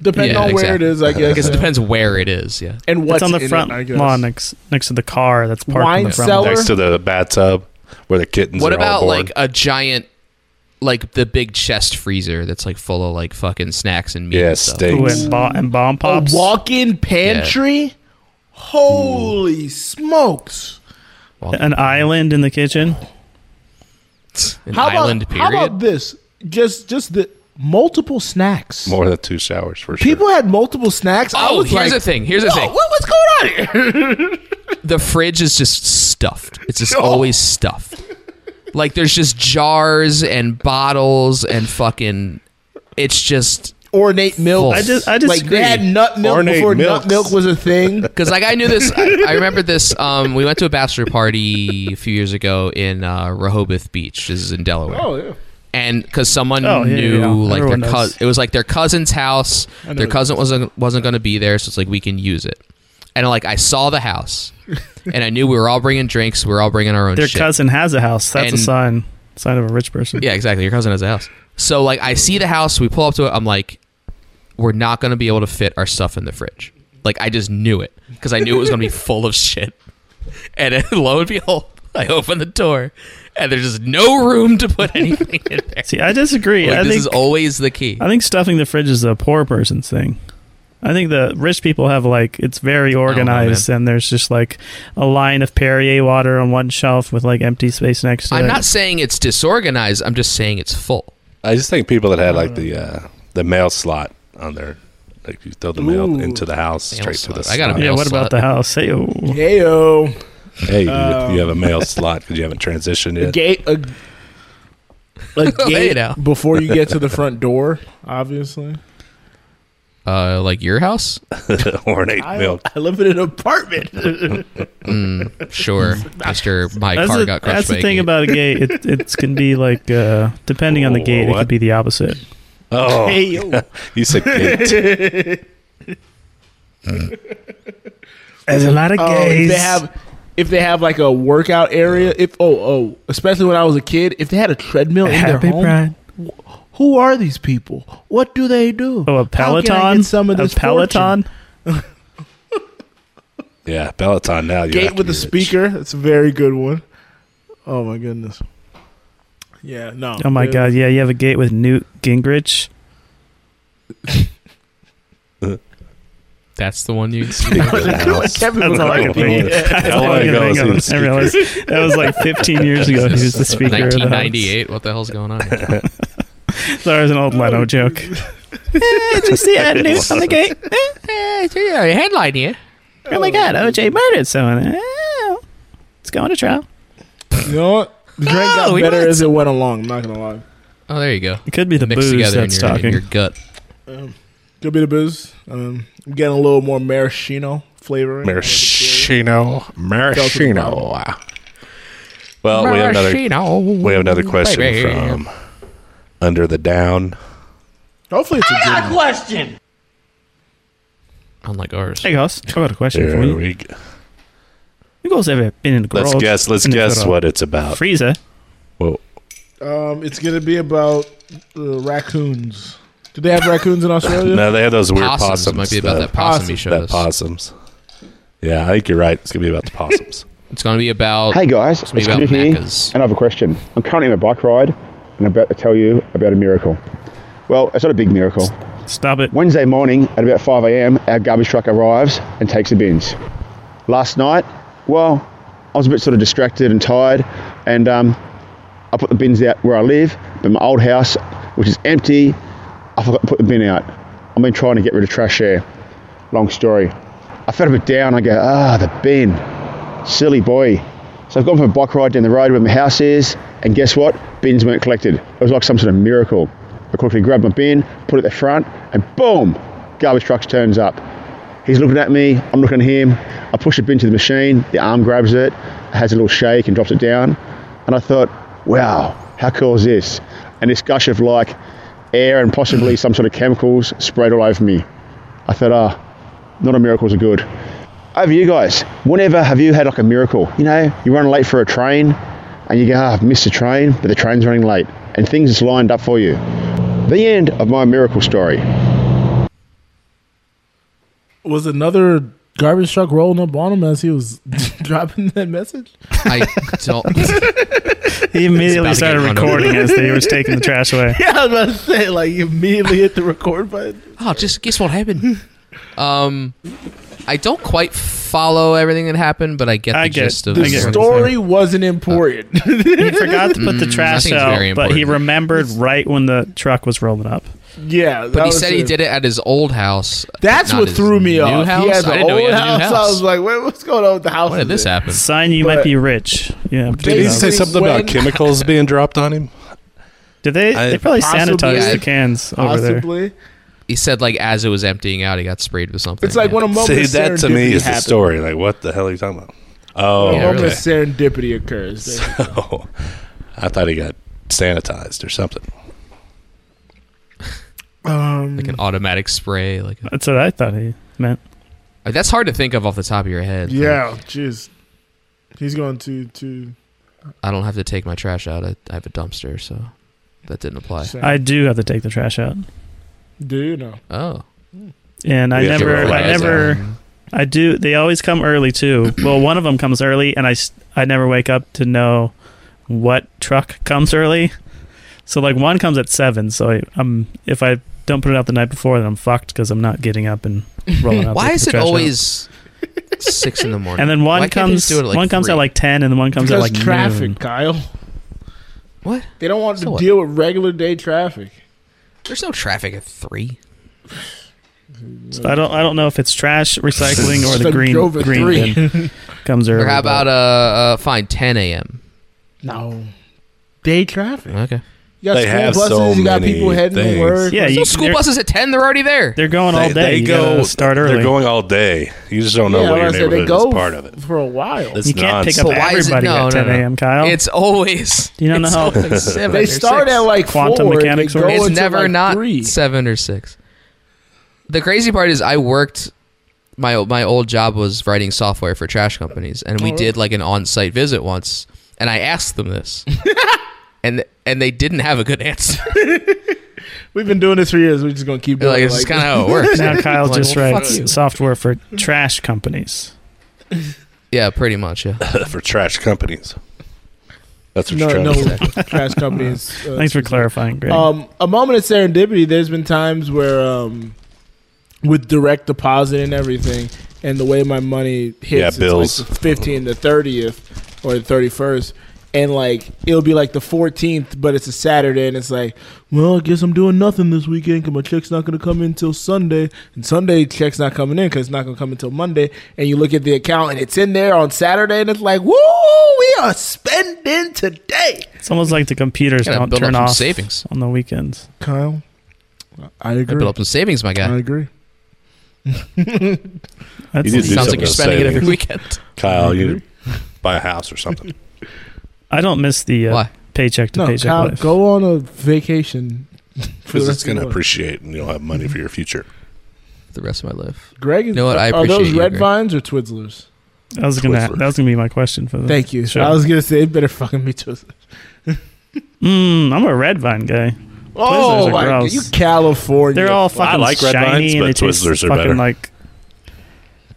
Speaker 3: Depending
Speaker 1: Yeah,
Speaker 3: on where
Speaker 1: exactly.
Speaker 3: it is, I guess.
Speaker 1: I guess it depends where it is. Yeah,
Speaker 3: And what's
Speaker 4: it's on the
Speaker 3: in it,
Speaker 4: front
Speaker 3: I guess.
Speaker 4: lawn next next to the car that's parked
Speaker 3: Wine
Speaker 4: in the front
Speaker 3: cellar?
Speaker 4: lawn.
Speaker 6: next to the bathtub where the kittens.
Speaker 1: What
Speaker 6: are all
Speaker 1: about
Speaker 6: born.
Speaker 1: like a giant, like the big chest freezer that's like full of like fucking snacks and meat?
Speaker 6: yeah
Speaker 1: and stuff?
Speaker 4: Ooh,
Speaker 6: steaks?
Speaker 4: and, bo- and bomb
Speaker 3: A
Speaker 4: pops.
Speaker 3: walk-in pantry. Holy smokes!
Speaker 1: Well,
Speaker 4: An island in the kitchen.
Speaker 1: an
Speaker 3: How
Speaker 1: island
Speaker 3: about
Speaker 1: period.
Speaker 3: how about this? Just just the multiple snacks.
Speaker 6: More than two showers for sure.
Speaker 3: People had multiple snacks. I
Speaker 1: Oh,
Speaker 3: was
Speaker 1: here's
Speaker 3: like,
Speaker 1: the thing. Here's the
Speaker 3: "Yo,
Speaker 1: thing.
Speaker 3: What, what's going on here? [laughs]
Speaker 1: the fridge is just stuffed. It's just always stuffed. Like there's just jars and bottles and fucking. It's just
Speaker 3: Ornate milk.
Speaker 1: I
Speaker 4: dis- I
Speaker 3: like
Speaker 4: disagree.
Speaker 3: they had nut milk
Speaker 6: Ornate
Speaker 3: before
Speaker 6: milks.
Speaker 3: nut milk was
Speaker 1: [laughs]
Speaker 3: a thing.
Speaker 1: because like I knew this. I, I remember this. Um, we went to a bachelor party a few years ago in uh, Rehoboth Beach. This is in Delaware.
Speaker 3: yeah.
Speaker 1: and because someone
Speaker 4: Oh, yeah,
Speaker 1: knew
Speaker 4: yeah, yeah.
Speaker 1: like their
Speaker 4: Everyone knows.
Speaker 1: cousin it was like their cousin's house their cousin wasn't wasn't going to be there so it's like we can use it and like i saw the
Speaker 4: [laughs]
Speaker 1: house and i knew we were all bringing drinks we were all bringing our own
Speaker 4: Their
Speaker 1: shit.
Speaker 4: cousin has a house. That's
Speaker 1: And-
Speaker 4: a sign. Sign of a rich person.
Speaker 1: yeah exactly your cousin has a house so like i see the house we pull up to it i'm like we're not going to be able to fit our stuff in the fridge like i just knew it because i knew it was going
Speaker 4: [laughs]
Speaker 1: to be full of shit and then, lo and behold i open the door and there's just no room to put anything in there
Speaker 4: See, I disagree.
Speaker 1: like,
Speaker 4: I
Speaker 1: this
Speaker 4: think
Speaker 1: is always the key
Speaker 4: I think stuffing the fridge is a poor person's thing. I think the rich people have like it's
Speaker 1: Oh,
Speaker 4: very organized, and there's just like a line of Perrier water on one shelf with like empty space next to it.
Speaker 1: I'm not saying it's disorganized. I'm just saying it's full.
Speaker 6: I just think people that had like the
Speaker 3: Mm.
Speaker 6: uh, the mail slot on their like you throw the mail
Speaker 3: Oow.
Speaker 6: into the house
Speaker 1: Mail
Speaker 6: straight
Speaker 1: slot.
Speaker 6: to the.
Speaker 1: I got a
Speaker 6: slot.
Speaker 4: Yeah,
Speaker 1: mail
Speaker 4: what
Speaker 1: slut.
Speaker 4: about the house? Hey, oh.
Speaker 3: Heyo,
Speaker 6: Hey, you, you have a mail slot because you haven't transitioned yet.
Speaker 3: Oh. gate a,
Speaker 1: [laughs]
Speaker 3: a gate
Speaker 1: now.
Speaker 3: before you get
Speaker 1: [laughs]
Speaker 3: to the front door. Obviously,
Speaker 1: Uh, like your house?
Speaker 6: [laughs] Ornate
Speaker 3: I,
Speaker 6: milk.
Speaker 3: I live in an
Speaker 4: [laughs]
Speaker 3: apartment.
Speaker 1: Sure. After my
Speaker 4: That's,
Speaker 1: car
Speaker 4: the-
Speaker 1: got crushed.
Speaker 4: that's
Speaker 1: by
Speaker 4: the
Speaker 1: a
Speaker 4: thing
Speaker 1: gate.
Speaker 4: about a gate.
Speaker 1: [laughs]
Speaker 4: It it's can be like uh, depending on the
Speaker 6: Oh,
Speaker 4: gate, it
Speaker 6: what?
Speaker 4: could be the opposite.
Speaker 6: Oh, [laughs]
Speaker 3: Heyo.
Speaker 6: you said gate.
Speaker 3: [laughs]
Speaker 4: There's a lot of
Speaker 3: Oh, if they have if they have like a workout area. If oh oh, especially when I was a kid, if they had a treadmill in their home, who are these people? What do they do?
Speaker 4: Oh, a
Speaker 3: How
Speaker 4: Peloton.
Speaker 3: can I get some of this
Speaker 4: a Peloton.
Speaker 3: fortune?
Speaker 6: Yeah, Peloton now. You have
Speaker 3: gate
Speaker 6: to
Speaker 3: with
Speaker 6: be
Speaker 3: a
Speaker 6: rich.
Speaker 3: speaker. That's a very good one. Oh my goodness. Yeah. No.
Speaker 4: Oh my
Speaker 3: It- [laughs]
Speaker 4: god, yeah, you have a gate with Newt Gingrich.
Speaker 1: That's the one
Speaker 4: [laughs]
Speaker 1: you.
Speaker 3: [laughs]
Speaker 4: That's all I can think. of. [laughs] That's all I
Speaker 6: Yeah.
Speaker 4: can think
Speaker 6: Yeah.
Speaker 4: of. I realized
Speaker 6: [laughs]
Speaker 4: that was like 15 years ago. He
Speaker 1: [laughs]
Speaker 4: was the speaker. of the
Speaker 1: 1998.
Speaker 4: House.
Speaker 1: What the hell's going on? here?
Speaker 4: Sorry, it was an old Leno joke. Eh, Did you see
Speaker 1: [laughs]
Speaker 4: that news on the gate? Eh,
Speaker 1: Eh, headline here.
Speaker 4: Oh my god, OJ murdered someone. Eh, It's going to trial.
Speaker 3: You know what? The drink
Speaker 4: Oh,
Speaker 3: got
Speaker 4: we
Speaker 3: better
Speaker 4: might-
Speaker 3: as it went along. I'm not gonna lie.
Speaker 1: Oh, there you go.
Speaker 4: It could be the
Speaker 1: Mixed
Speaker 4: booze
Speaker 1: together in
Speaker 4: that's
Speaker 1: your, in
Speaker 4: talking.
Speaker 1: your gut.
Speaker 3: Could be the booze. Um, I'm getting a little more maraschino flavoring. Fell
Speaker 6: Maraschino.
Speaker 3: to the bottom.
Speaker 6: Maraschino. Well, Oh, we have another
Speaker 1: Maraschino,
Speaker 6: we have another question
Speaker 1: baby.
Speaker 6: from Under the Down.
Speaker 3: Hopefully it's a good one.
Speaker 1: Unlike ours.
Speaker 4: Hey, Gus, I got a question
Speaker 6: There
Speaker 4: for you.
Speaker 6: we go.
Speaker 4: You guys ever been in the garage?
Speaker 6: Let's guess. Let's
Speaker 4: and they
Speaker 6: guess
Speaker 4: put a
Speaker 6: what it's about.
Speaker 4: Freezer.
Speaker 6: Well,
Speaker 3: Um, it's gonna be about uh, raccoons. Do they have raccoons in Australia?
Speaker 6: no, they have those weird
Speaker 1: Possums,
Speaker 6: possums. uh,
Speaker 1: might be about that possum he
Speaker 3: possums,
Speaker 1: showed
Speaker 6: that
Speaker 1: us.
Speaker 6: possums. Yeah, I think you're right. It's gonna be about
Speaker 4: [laughs]
Speaker 6: the possums.
Speaker 1: It's gonna be about
Speaker 8: Hey guys, it's
Speaker 1: Maybe
Speaker 8: Peter
Speaker 1: about
Speaker 8: here,
Speaker 1: Macca's.
Speaker 8: and I have a question. I'm currently on a bike ride, and I'm about to tell you about a miracle. Well, it's not a big miracle.
Speaker 4: Stop it.
Speaker 8: Wednesday morning at about 5 a.m., our garbage truck arrives and takes the bins. Last night, well, I was a bit sort of distracted and tired, and um, I put the bins out where I live, but my old house, which is empty, I forgot to put the bin out. I've been trying to get rid of trash there. Long story. I felt a bit down. I go, ah, the bin. Silly boy. So I've gone for a bike ride down the road where my house is, and guess what? Bins weren't collected. It was like some sort of miracle. I quickly grabbed my bin, put it at the front, and boom! Garbage truck turns up. He's looking at me, I'm looking at him. I push the bin to the machine, the arm grabs it, has a little shake and drops it down. And I thought, wow, how cool is this? And this gush of like air and possibly some sort of chemicals sprayed all over me. I thought, ah, not a miracles are good. Over you guys. Whenever have you had like a miracle? You know, you run late for a train and you go, ah, I've missed a train, but the train's running late and things is lined up for you. The end of my miracle story.
Speaker 3: Was another garbage truck rolling up on him as he was [laughs] dropping that message?
Speaker 1: [laughs] I don't. [laughs]
Speaker 4: He immediately
Speaker 1: It's about to
Speaker 4: started
Speaker 1: get run over.
Speaker 4: recording as they was taking the trash
Speaker 1: [laughs]
Speaker 4: away.
Speaker 3: [laughs] Yeah, I was about to say, like, you immediately hit the record button.
Speaker 1: Oh, just guess what happened. Um, I don't quite follow everything that happened, but I get the
Speaker 4: I get
Speaker 1: gist
Speaker 4: it.
Speaker 1: of
Speaker 4: I
Speaker 3: The
Speaker 1: it.
Speaker 4: get it.
Speaker 3: story wasn't important.
Speaker 1: Uh,
Speaker 4: He forgot to put the
Speaker 1: Mm, I
Speaker 4: trash
Speaker 1: think it's very
Speaker 4: out, but he
Speaker 1: important.
Speaker 4: remembered right when the truck was rolling up.
Speaker 3: [laughs] yeah,
Speaker 1: But he said he did it at his old house.
Speaker 3: That's
Speaker 1: not
Speaker 3: what
Speaker 1: his
Speaker 3: threw me
Speaker 1: new
Speaker 3: off.
Speaker 1: House?
Speaker 3: He had
Speaker 1: I
Speaker 3: the
Speaker 1: didn't know he
Speaker 3: old
Speaker 1: had a
Speaker 3: house.
Speaker 1: new
Speaker 3: I was like, Wait, what's going on with the house?
Speaker 1: when did this happen?
Speaker 4: Sign you might
Speaker 3: But-
Speaker 4: be rich. Yeah.
Speaker 6: Did he
Speaker 3: Yeah.
Speaker 6: say something
Speaker 3: When-
Speaker 6: about chemicals being dropped on him?
Speaker 4: Did they?
Speaker 6: I-
Speaker 4: they probably
Speaker 3: Possibly,
Speaker 4: sanitized
Speaker 1: I-
Speaker 4: the cans over there.
Speaker 3: Possibly.
Speaker 1: He said like as it was emptying out, he got sprayed with something.
Speaker 3: It's like
Speaker 1: yeah.
Speaker 3: when a moment
Speaker 6: See,
Speaker 3: of
Speaker 6: that to
Speaker 3: serendipity
Speaker 6: me is the
Speaker 3: happens.
Speaker 6: story. Like, what the hell are you talking about? Oh,
Speaker 3: A
Speaker 1: Yeah,
Speaker 3: moment
Speaker 1: really.
Speaker 3: of
Speaker 1: [laughs]
Speaker 3: serendipity occurs.
Speaker 6: oh, [laughs] I thought he got sanitized or something.
Speaker 3: Um,
Speaker 1: like an
Speaker 4: Mm.
Speaker 1: automatic spray. Like
Speaker 4: That's what I thought he meant.
Speaker 1: Like, that's hard to think of off the top of your head.
Speaker 3: yeah, jeez. He's going to to.
Speaker 1: I don't have to take my trash out. I, I have a dumpster, so that didn't apply.
Speaker 4: I do have to take the trash out,
Speaker 3: do you know?
Speaker 1: Oh,
Speaker 4: and I
Speaker 6: Yeah,
Speaker 4: never,
Speaker 6: sure.
Speaker 4: I
Speaker 6: Yeah,
Speaker 4: never,
Speaker 1: Um,
Speaker 4: I do. They always come early too. well, one of them comes early, and I, s- I never wake up to know what truck comes early. So like one comes at seven. So I, I'm if I don't put it out the night before, then I'm fucked because I'm not getting
Speaker 1: [laughs]
Speaker 4: up and rolling out.
Speaker 1: why
Speaker 4: the
Speaker 1: is it
Speaker 4: trash out.
Speaker 1: always six in
Speaker 4: [laughs]
Speaker 1: the morning?
Speaker 4: And then one
Speaker 1: Why can't they
Speaker 4: comes,
Speaker 1: just do it
Speaker 4: one comes
Speaker 1: three?
Speaker 4: at like ten, and then one comes
Speaker 3: Because
Speaker 4: at like
Speaker 3: traffic,
Speaker 4: noon.
Speaker 3: Kyle.
Speaker 1: what?
Speaker 3: They don't want
Speaker 1: So
Speaker 3: to
Speaker 1: what?
Speaker 3: deal with regular day traffic.
Speaker 1: There's no traffic at three.
Speaker 4: So I don't, I don't know if it's trash, recycling, or
Speaker 3: Some
Speaker 4: the green
Speaker 3: drove at
Speaker 4: green
Speaker 3: three.
Speaker 4: bin comes early.
Speaker 1: Or how about uh, uh fine ten a.m.
Speaker 3: No. Day traffic.
Speaker 1: Okay.
Speaker 3: You got
Speaker 6: They
Speaker 3: school
Speaker 6: have
Speaker 3: buses,
Speaker 6: so
Speaker 3: you got
Speaker 6: many
Speaker 3: people heading
Speaker 6: things.
Speaker 3: to work.
Speaker 4: yeah,
Speaker 1: So
Speaker 4: you,
Speaker 1: school
Speaker 4: they're,
Speaker 1: buses at ten, they're already there.
Speaker 4: they're going all day. you gotta start early.
Speaker 6: They're going all day. You just don't know
Speaker 3: Yeah,
Speaker 6: what
Speaker 3: I
Speaker 6: your
Speaker 3: was gonna say, they
Speaker 6: neighborhood
Speaker 3: go
Speaker 6: is part of it.
Speaker 3: for a while.
Speaker 6: It's
Speaker 4: you can't pick
Speaker 6: nonsense.
Speaker 4: up
Speaker 1: But why is it-
Speaker 4: everybody
Speaker 1: no,
Speaker 4: at
Speaker 1: no,
Speaker 4: 10
Speaker 1: no.
Speaker 4: a.m. Kyle.
Speaker 1: It's always.
Speaker 4: You don't know
Speaker 1: it's
Speaker 4: how- [laughs]
Speaker 1: always seven
Speaker 3: They
Speaker 1: or
Speaker 3: start
Speaker 1: six.
Speaker 3: at like
Speaker 4: Quantum
Speaker 3: four. and
Speaker 4: mechanics
Speaker 3: they
Speaker 4: or-
Speaker 3: go
Speaker 1: It's
Speaker 3: Oh, until,
Speaker 1: never
Speaker 3: like
Speaker 1: not
Speaker 3: three.
Speaker 1: seven or six. The crazy part is, I worked. My my old job was writing software for trash companies, and
Speaker 3: Oh.
Speaker 1: we did like an on-site visit once, and I asked them
Speaker 3: [laughs]
Speaker 1: this, and and they didn't have a good answer.
Speaker 3: We've been doing this for years. We're just gonna keep
Speaker 1: They're
Speaker 3: doing
Speaker 1: like
Speaker 3: it.
Speaker 1: it's kind of how it works. [laughs]
Speaker 4: now Kyle
Speaker 1: Like,
Speaker 4: just
Speaker 1: well, fuck you.
Speaker 4: writes software for trash companies.
Speaker 1: Yeah, pretty much. Yeah.
Speaker 6: for trash companies. That's what you're
Speaker 3: no,
Speaker 6: trying
Speaker 3: no
Speaker 6: to
Speaker 3: [laughs]
Speaker 6: say.
Speaker 3: trash companies. uh,
Speaker 4: Thanks for clarifying, Greg.
Speaker 1: Oh.
Speaker 3: Um, a moment of serendipity. There's been times where, um, with direct deposit and everything, and the way my money hits,
Speaker 6: Yeah,
Speaker 3: it's
Speaker 6: bills.
Speaker 3: like the 15, the 30th, or the 31st, and like it'll be like the 14th, but it's a Saturday, and it's like, well, I guess I'm doing nothing this weekend because my check's not gonna come in until Sunday, and Sunday check's not coming in because it's not gonna come until Monday, and you look at the account and it's in there on Saturday, and it's like, woo, we are spending today.
Speaker 4: it's almost like the computers
Speaker 1: Gotta
Speaker 4: don't
Speaker 1: build up
Speaker 4: turn
Speaker 1: some
Speaker 4: off
Speaker 1: savings.
Speaker 4: on the weekends.
Speaker 3: Kyle, I
Speaker 1: I
Speaker 3: agree.
Speaker 1: built up some savings, my
Speaker 3: I
Speaker 1: guy.
Speaker 3: agree.
Speaker 4: That's
Speaker 6: You did do
Speaker 1: Sounds like
Speaker 6: something
Speaker 1: you're
Speaker 6: with
Speaker 1: spending it every
Speaker 6: savings.
Speaker 1: weekend.
Speaker 3: [laughs]
Speaker 6: Kyle, you buy a house or something.
Speaker 4: I don't miss the uh,
Speaker 1: Why?
Speaker 4: paycheck to
Speaker 3: No,
Speaker 4: paycheck
Speaker 3: Kyle,
Speaker 4: life.
Speaker 3: go on a vacation. for the
Speaker 6: Because
Speaker 3: rest
Speaker 6: it's
Speaker 3: of
Speaker 6: going to
Speaker 3: your life.
Speaker 6: appreciate and you'll have money for your future.
Speaker 1: The rest of my life.
Speaker 3: Greg, is,
Speaker 1: know what? I
Speaker 3: are
Speaker 1: appreciate
Speaker 3: those
Speaker 1: you,
Speaker 3: red
Speaker 1: Greg.
Speaker 3: vines or Twizzlers?
Speaker 4: That was gonna
Speaker 6: Twizzlers.
Speaker 4: that was gonna be my question for the
Speaker 3: Thank you.
Speaker 4: Sure.
Speaker 3: I was gonna say it better fucking be Twizzlers.
Speaker 4: Mm, I'm a red vine guy.
Speaker 3: Oh
Speaker 4: are
Speaker 3: my god,
Speaker 4: gross.
Speaker 3: you California.
Speaker 4: They're all fucking
Speaker 6: like red
Speaker 4: shiny
Speaker 6: vines,
Speaker 4: and
Speaker 6: but
Speaker 4: they taste
Speaker 6: Twizzlers are
Speaker 4: fucking
Speaker 6: better.
Speaker 4: like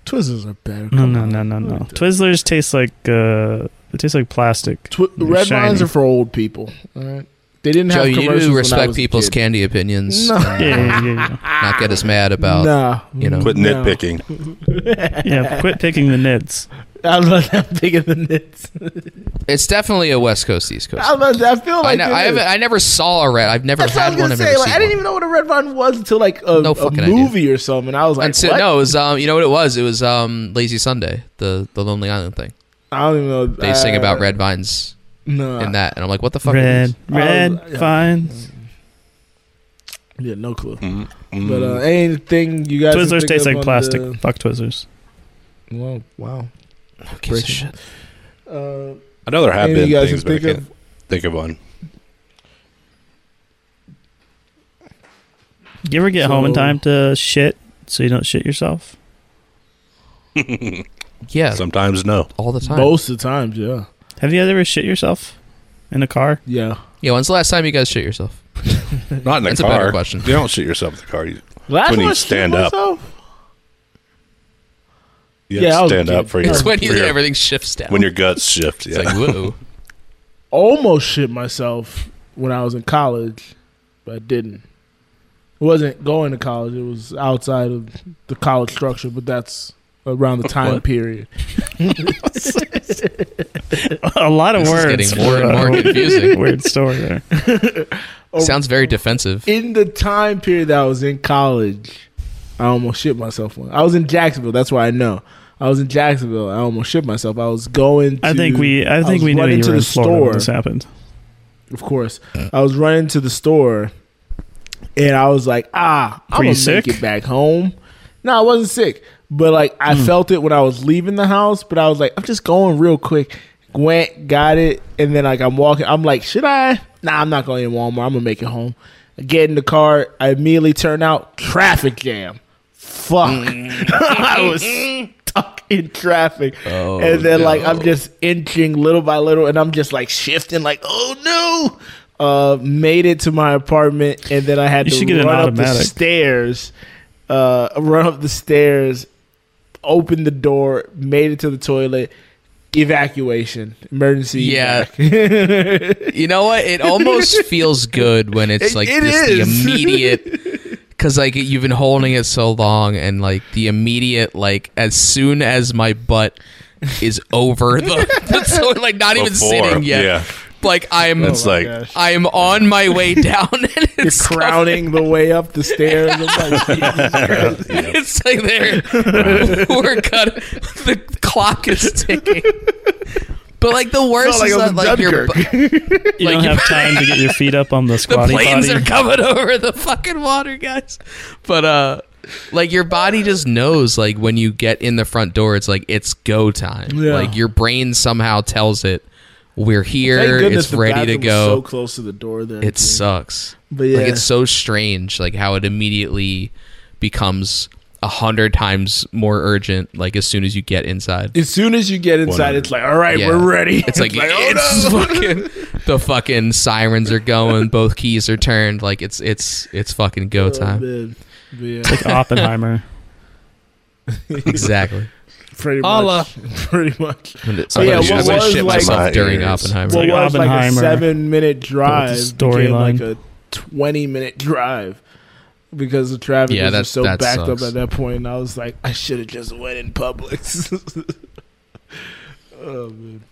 Speaker 3: Twizzlers are better.
Speaker 4: no
Speaker 3: Come
Speaker 4: no
Speaker 3: on.
Speaker 4: no no no.
Speaker 3: What the-
Speaker 4: Twizzlers taste like uh, they taste like plastic.
Speaker 3: Twi-
Speaker 4: They're
Speaker 3: red
Speaker 4: shiny.
Speaker 3: vines are for old people. All right, they didn't
Speaker 1: Joe,
Speaker 3: have
Speaker 1: you
Speaker 3: commercials.
Speaker 1: do
Speaker 3: when I
Speaker 1: respect
Speaker 3: was a
Speaker 1: people's
Speaker 3: kid.
Speaker 1: candy opinions.
Speaker 3: No.
Speaker 1: and
Speaker 4: Yeah yeah yeah.
Speaker 1: Not get as mad about.
Speaker 3: nah,
Speaker 1: you know.
Speaker 6: Quit
Speaker 3: no.
Speaker 6: nitpicking.
Speaker 3: uh,
Speaker 4: Yeah, yeah quit picking the nits.
Speaker 3: I'm not that big of a nit.
Speaker 1: It's definitely a West Coast East Coast.
Speaker 3: I'm not, I feel
Speaker 1: I,
Speaker 3: like
Speaker 1: ne-
Speaker 3: it
Speaker 1: I,
Speaker 3: is.
Speaker 1: haven't, I never saw a red. I've never
Speaker 3: Oh That's what I
Speaker 1: had
Speaker 3: was
Speaker 1: one.
Speaker 3: gonna
Speaker 1: I've
Speaker 3: say.
Speaker 1: never
Speaker 3: Like,
Speaker 1: seen
Speaker 3: I didn't
Speaker 1: one.
Speaker 3: even know what a red vine was until like a,
Speaker 1: No
Speaker 3: a
Speaker 1: fucking idea.
Speaker 3: movie or something. I was like,
Speaker 1: Until-
Speaker 3: what?
Speaker 1: no, it was um, you know what it was? It was um, Lazy Sunday, the the Lonely Island thing.
Speaker 3: I don't even know.
Speaker 1: They sing
Speaker 3: Uh,
Speaker 1: about red vines
Speaker 3: No,
Speaker 1: in that, and I'm like, what the fuck? Is
Speaker 4: Red
Speaker 1: this?
Speaker 4: red
Speaker 3: Oh, yeah.
Speaker 4: vines.
Speaker 3: yeah, no clue.
Speaker 6: Mm, mm.
Speaker 3: But uh, anything you guys can
Speaker 4: Twizzlers
Speaker 3: think
Speaker 4: taste
Speaker 3: of
Speaker 4: like
Speaker 3: on
Speaker 4: plastic.
Speaker 3: the-
Speaker 4: Fuck Twizzlers.
Speaker 3: Well, wow.
Speaker 1: Who gives a
Speaker 3: Breaking.
Speaker 1: shit?
Speaker 3: Uh,
Speaker 6: I know there have
Speaker 3: anything
Speaker 6: been
Speaker 3: you guys
Speaker 6: things,
Speaker 3: can
Speaker 6: but I
Speaker 3: think
Speaker 6: can't
Speaker 3: of?
Speaker 6: think of one.
Speaker 4: You ever get home in
Speaker 3: So-
Speaker 4: time to shit so you don't shit yourself?
Speaker 1: Yeah,
Speaker 6: Sometimes no.
Speaker 1: all the time.
Speaker 3: Most of the times, yeah,
Speaker 4: Have you guys ever shit yourself in a car? [laughs]
Speaker 3: yeah.
Speaker 1: Yeah, when's the last time you guys shit yourself?
Speaker 6: Not in the
Speaker 1: That's a
Speaker 6: car.
Speaker 1: better question. [laughs]
Speaker 6: You don't shoot yourself in the car. You,
Speaker 3: Last
Speaker 6: When you
Speaker 3: time I shit
Speaker 6: stand up.
Speaker 3: myself-
Speaker 6: you
Speaker 3: Yeah,
Speaker 6: have
Speaker 3: I
Speaker 6: to
Speaker 3: was
Speaker 6: stand
Speaker 3: kidding.
Speaker 6: up for your,
Speaker 1: It's when
Speaker 3: [laughs]
Speaker 6: for
Speaker 1: you,
Speaker 6: your-
Speaker 1: everything shifts down.
Speaker 6: when your guts shift.
Speaker 1: it's
Speaker 6: Yeah.
Speaker 1: like whoa.
Speaker 3: almost shit myself when I was in college, but I didn't. It wasn't going to college. It was outside of the college structure, but that's
Speaker 6: [laughs]
Speaker 3: around the time
Speaker 1: What?
Speaker 3: period.
Speaker 4: a lot of
Speaker 1: This is
Speaker 4: words.
Speaker 1: getting more
Speaker 4: for
Speaker 1: and
Speaker 4: a
Speaker 1: more
Speaker 4: [laughs] weird-
Speaker 1: confusing.
Speaker 4: Weird story there.
Speaker 3: Oh.
Speaker 1: Sounds very defensive.
Speaker 3: In the time period that I was in college, I almost shit myself. One. I was in Jacksonville. That's why I know. I was in Jacksonville. I almost shit myself. I was going. To,
Speaker 4: I think we. I think
Speaker 3: was
Speaker 4: we knew
Speaker 3: running
Speaker 4: you
Speaker 3: to
Speaker 4: were in
Speaker 3: the
Speaker 4: Florida when
Speaker 3: store. [laughs]
Speaker 4: this happened.
Speaker 3: of course. I was running to the store, and I was like, "Ah, I'm
Speaker 4: Were you
Speaker 3: gonna
Speaker 4: sick?
Speaker 3: make it back home." No, I wasn't sick, but like I
Speaker 4: Hmm.
Speaker 3: felt it when I was leaving the house. But I was like, "I'm just going real quick." Went, got it, and then like I'm walking. I'm like, "Should I?" Nah, I'm not going to Walmart. I'm gonna make it home. I get in the car. I immediately turn out traffic jam. Fuck.
Speaker 1: Mm.
Speaker 3: [laughs] I was stuck in traffic.
Speaker 1: Oh,
Speaker 3: and then like I'm just inching little by little and I'm just like shifting like oh no. Uh made it to my apartment and then I had
Speaker 4: You
Speaker 3: to
Speaker 4: should get an
Speaker 3: run up the
Speaker 4: automatic.
Speaker 3: stairs. Uh run up the stairs, open the door, made it to the toilet. Evacuation, emergency.
Speaker 1: Yeah.
Speaker 3: [laughs] evac.
Speaker 1: You know what? It almost feels good when it's
Speaker 3: It-
Speaker 1: like
Speaker 3: it
Speaker 1: just the
Speaker 3: is. [laughs]
Speaker 1: immediate cuz like you've been holding it so long and like the immediate like as soon as my butt is over the, [laughs] the toilet, like not even
Speaker 6: Before,
Speaker 1: sitting yet.
Speaker 6: Yeah.
Speaker 1: Like I'm
Speaker 6: It's
Speaker 3: Oh my
Speaker 6: like
Speaker 3: gosh.
Speaker 1: I'm on my way down [laughs] and
Speaker 3: You're
Speaker 1: it's
Speaker 3: crowning the way up the stairs. I'm like, Jesus Christ.
Speaker 1: [laughs] It's like there, we're cut. The clock is
Speaker 6: [laughs]
Speaker 1: ticking. But like the worst
Speaker 3: Felt
Speaker 1: is
Speaker 3: like
Speaker 1: that
Speaker 3: I'm
Speaker 1: like your
Speaker 3: Dunkirk.
Speaker 1: bu-
Speaker 4: You
Speaker 1: Like
Speaker 4: don't
Speaker 1: you-
Speaker 4: have time to get your feet up on
Speaker 1: [laughs]
Speaker 4: the
Speaker 1: the
Speaker 4: squatty
Speaker 1: planes
Speaker 4: potty.
Speaker 1: are coming [laughs] over the fucking water, guys. But uh, like your body just knows like when you get in the front door, it's like it's go time.
Speaker 3: Yeah.
Speaker 1: Like your brain somehow tells it we're
Speaker 3: Thank
Speaker 1: here,
Speaker 3: goodness
Speaker 1: it's
Speaker 3: the
Speaker 1: ready to
Speaker 3: bathroom was So
Speaker 1: go.
Speaker 3: close to the door, then
Speaker 1: it
Speaker 3: dude.
Speaker 1: sucks.
Speaker 3: But yeah,
Speaker 1: Like it's so strange, like how it immediately becomes a hundred times more urgent. Like as soon as you get inside.
Speaker 3: as soon as you get inside, it's like, all right,
Speaker 1: Yeah.
Speaker 3: we're ready.
Speaker 1: It's
Speaker 3: [laughs]
Speaker 1: like,
Speaker 3: oh,
Speaker 1: it's [laughs]
Speaker 3: no.
Speaker 1: fucking the fucking sirens are going, both keys are turned, like it's it's it's fucking go
Speaker 3: Oh,
Speaker 1: time.
Speaker 3: man. But yeah,
Speaker 1: [laughs]
Speaker 4: Like Oppenheimer.
Speaker 1: [laughs] Exactly.
Speaker 3: [laughs] pretty
Speaker 6: Allah.
Speaker 3: much. [laughs] Pretty much.
Speaker 1: When it-
Speaker 6: Oh, yeah,
Speaker 1: sometimes
Speaker 6: what
Speaker 1: I
Speaker 6: was,
Speaker 1: shit
Speaker 6: like-
Speaker 1: myself
Speaker 6: My
Speaker 1: during
Speaker 6: ears.
Speaker 1: Oppenheimer.
Speaker 3: What
Speaker 4: like
Speaker 3: was like a
Speaker 4: Oppenheimer.
Speaker 3: seven-minute drive became like
Speaker 4: storyline.
Speaker 3: a twenty-minute drive because the traffic
Speaker 1: Yeah,
Speaker 3: was
Speaker 1: that-
Speaker 3: just so
Speaker 1: that
Speaker 3: backed
Speaker 1: sucks.
Speaker 3: up at that point. And I was like, I should have just went in Publix. [laughs] oh man,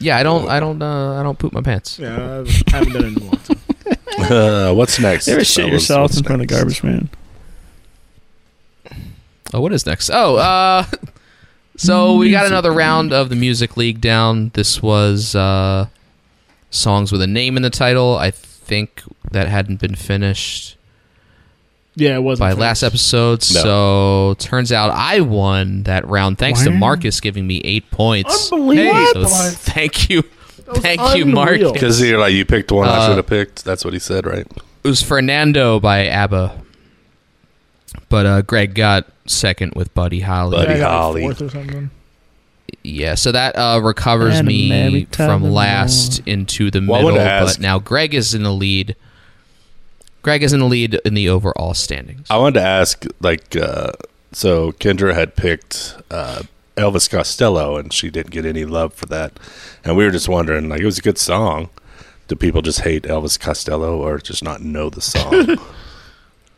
Speaker 1: yeah, I don't I don't uh I don't poop my pants.
Speaker 3: yeah, I haven't, I haven't done it in a long time.
Speaker 6: [laughs] Uh, what's next?
Speaker 4: You ever shit
Speaker 6: fellas?
Speaker 4: yourself
Speaker 6: What's
Speaker 4: in front of
Speaker 6: next?
Speaker 4: garbage man?
Speaker 1: Oh, what is next? Oh, uh [laughs] so we got another round of the music league down. This was uh songs with a name in the title. I think that hadn't been finished.
Speaker 3: Yeah, it wasn't.
Speaker 1: by
Speaker 3: fair.
Speaker 1: last episode. So turns out I won that round thanks to
Speaker 3: Wow.
Speaker 1: Marcus giving me eight points.
Speaker 3: Unbelievable.
Speaker 1: Hey, so
Speaker 3: What?
Speaker 1: thank you,
Speaker 3: was
Speaker 1: thank you,
Speaker 3: unreal.
Speaker 1: Marcus.
Speaker 6: Because you're like, you picked one I
Speaker 1: Uh,
Speaker 6: should have picked. That's what he said, right?
Speaker 1: It was Fernando by ABBA, but uh, Greg got second with Buddy Holly.
Speaker 6: Buddy.
Speaker 3: Yeah, I got, like,
Speaker 6: Holly.
Speaker 3: fourth or something.
Speaker 1: Yeah, so that uh, recovers
Speaker 4: And a
Speaker 1: me
Speaker 4: merry time
Speaker 1: from
Speaker 4: of
Speaker 1: last into the
Speaker 6: Well, I
Speaker 1: middle.
Speaker 6: wanted to
Speaker 1: But
Speaker 6: ask-
Speaker 1: now Greg is in the lead. Greg is in the lead in the overall standings.
Speaker 6: I wanted to ask, like, uh, so Kendra had picked uh, Elvis Costello, and she didn't get any love for that. And we were just wondering, like, it was a good song. Do people just hate Elvis Costello or just not know the song?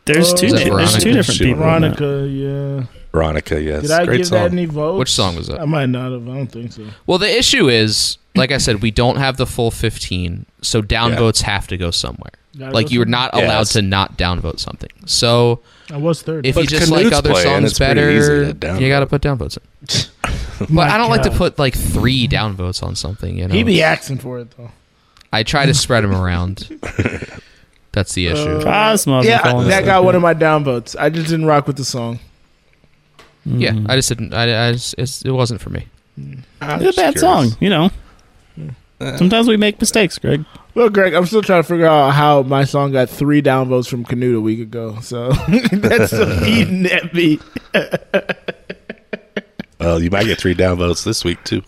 Speaker 4: There's two.
Speaker 1: Is that
Speaker 4: di- there's two
Speaker 1: Veronica?
Speaker 4: different
Speaker 6: She-
Speaker 4: people. in that.
Speaker 3: Oh, Veronica, yeah.
Speaker 6: Veronica, yes,
Speaker 3: Did I
Speaker 6: great
Speaker 3: give
Speaker 6: song.
Speaker 3: that any votes?
Speaker 1: Which song was that?
Speaker 3: I might not have. I don't think so.
Speaker 1: Well, the issue is, like I said, we don't have the full 15, so downvotes have to go somewhere.
Speaker 3: Gotta
Speaker 1: like
Speaker 3: go
Speaker 1: you're
Speaker 3: somewhere.
Speaker 1: not
Speaker 6: Yeah,
Speaker 1: allowed
Speaker 6: that's-
Speaker 1: to not downvote something. So
Speaker 3: I was third.
Speaker 1: if
Speaker 6: But
Speaker 1: you just like
Speaker 6: Canute's
Speaker 1: other
Speaker 6: playing,
Speaker 1: songs
Speaker 6: it's pretty
Speaker 1: better,
Speaker 6: easy to
Speaker 1: you got to put downvotes
Speaker 3: [laughs]
Speaker 1: in. But I don't like to put like three downvotes on something. You know,
Speaker 3: He be asking for it though.
Speaker 1: I try to spread them
Speaker 3: [laughs]
Speaker 1: around. That's the issue.
Speaker 3: Uh,
Speaker 4: Cosmos.
Speaker 3: yeah,
Speaker 4: and
Speaker 3: I-
Speaker 4: Fallen
Speaker 3: that
Speaker 4: Snow.
Speaker 3: got one of my downvotes. I just didn't rock with the song.
Speaker 1: yeah,
Speaker 3: mm-hmm.
Speaker 1: I just didn't. I, I just, it's, it wasn't for me.
Speaker 4: Mm. It's a bad
Speaker 6: Just
Speaker 4: song,
Speaker 6: curious.
Speaker 4: you know. Sometimes we make mistakes, Greg.
Speaker 3: Well, Greg, I'm still trying to figure out how my song got three downvotes from Canute a week ago. So [laughs]
Speaker 1: [laughs]
Speaker 3: that's still eating at me.
Speaker 6: Well, you might get three downvotes this week too.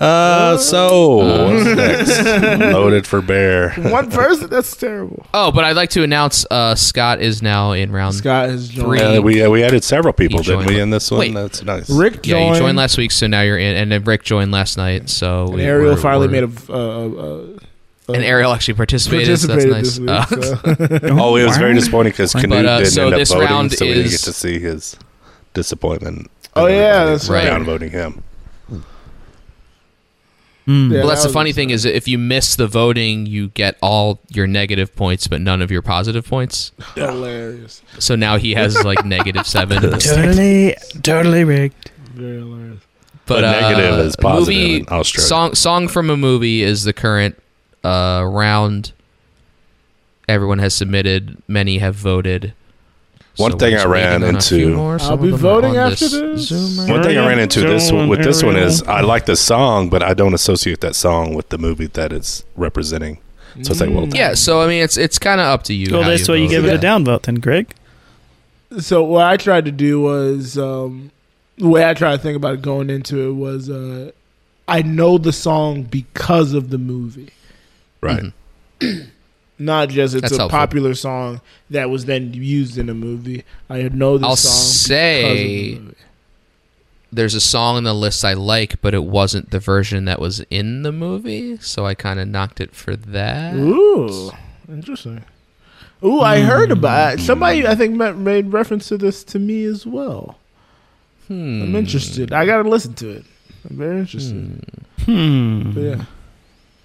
Speaker 6: Uh, so what's next? loaded for bear.
Speaker 3: One person, that's terrible.
Speaker 1: Oh, but I'd like to announce uh, Scott is now in round.
Speaker 3: Scott has joined.
Speaker 1: Three.
Speaker 6: Uh, we uh, we added several people,
Speaker 1: He
Speaker 6: didn't
Speaker 1: joined.
Speaker 6: we? In this one,
Speaker 1: Wait.
Speaker 6: that's nice.
Speaker 3: Rick
Speaker 1: Yeah,
Speaker 3: joined.
Speaker 1: you joined last week, so now you're in, and then Rick joined last night. So
Speaker 3: and
Speaker 1: we-
Speaker 3: Ariel
Speaker 1: we're-
Speaker 3: finally
Speaker 1: we're-
Speaker 3: made a. Uh, uh, uh,
Speaker 1: and Ariel actually participated.
Speaker 3: participated
Speaker 1: so that's
Speaker 3: this week.
Speaker 1: nice. Uh, [laughs]
Speaker 3: so.
Speaker 6: Oh, it was very disappointing because Canute
Speaker 1: But, uh,
Speaker 6: didn't
Speaker 1: so
Speaker 6: end up
Speaker 1: this
Speaker 6: voting,
Speaker 1: round
Speaker 6: so we didn't get
Speaker 1: is-
Speaker 6: to see his disappointment.
Speaker 3: Oh, yeah, that's
Speaker 1: right.
Speaker 6: Down voting him.
Speaker 3: Yeah,
Speaker 1: well, that's
Speaker 3: that
Speaker 1: the
Speaker 3: was-
Speaker 1: funny thing is if you miss the voting, you get all your negative points, but none of your positive points.
Speaker 3: Hilarious.
Speaker 1: So now he has
Speaker 6: [laughs]
Speaker 1: like negative seven.
Speaker 4: Totally, totally rigged.
Speaker 3: Very hilarious.
Speaker 1: But
Speaker 6: But
Speaker 1: uh,
Speaker 6: negative is positive
Speaker 1: movie,
Speaker 6: in Australia.
Speaker 1: Song song from a movie is the current uh, round. Everyone has submitted. Many have voted.
Speaker 6: One thing
Speaker 1: we're just
Speaker 6: I ran
Speaker 1: waiting on a
Speaker 6: into-
Speaker 1: few more.
Speaker 3: I'll
Speaker 1: Some
Speaker 3: be
Speaker 1: of them are
Speaker 3: voting
Speaker 1: on
Speaker 3: after this.
Speaker 1: Zoom
Speaker 6: One thing I ran into this
Speaker 4: Ariel,
Speaker 6: with this one is
Speaker 4: Ariel.
Speaker 6: I like the song, but I don't associate that song with the movie that it's representing. So it's like, well,
Speaker 1: Mm, Yeah, so I mean, it's it's kind of up to you.
Speaker 4: Well,
Speaker 1: how
Speaker 4: that's why you
Speaker 1: vote.
Speaker 4: give it a downvote, then, Greg.
Speaker 3: So what I tried to do was um, the way I tried to think about it going into it was uh, I know the song because of the movie,
Speaker 6: right.
Speaker 1: Mm-hmm.
Speaker 3: not just it's
Speaker 1: That's
Speaker 3: a
Speaker 1: helpful.
Speaker 3: popular song that was then used in a movie. I know the
Speaker 1: I'll
Speaker 3: song.
Speaker 1: say
Speaker 3: movie.
Speaker 1: there's a song in the list I like, but it wasn't the version that was in the movie, so I kind of knocked it for that.
Speaker 3: Ooh, interesting. Ooh, I heard about somebody. I think ma- made reference to this to me as well.
Speaker 1: Hmm.
Speaker 3: I'm interested. I gotta listen to it. I'm very interested.
Speaker 4: Hmm.
Speaker 3: But yeah,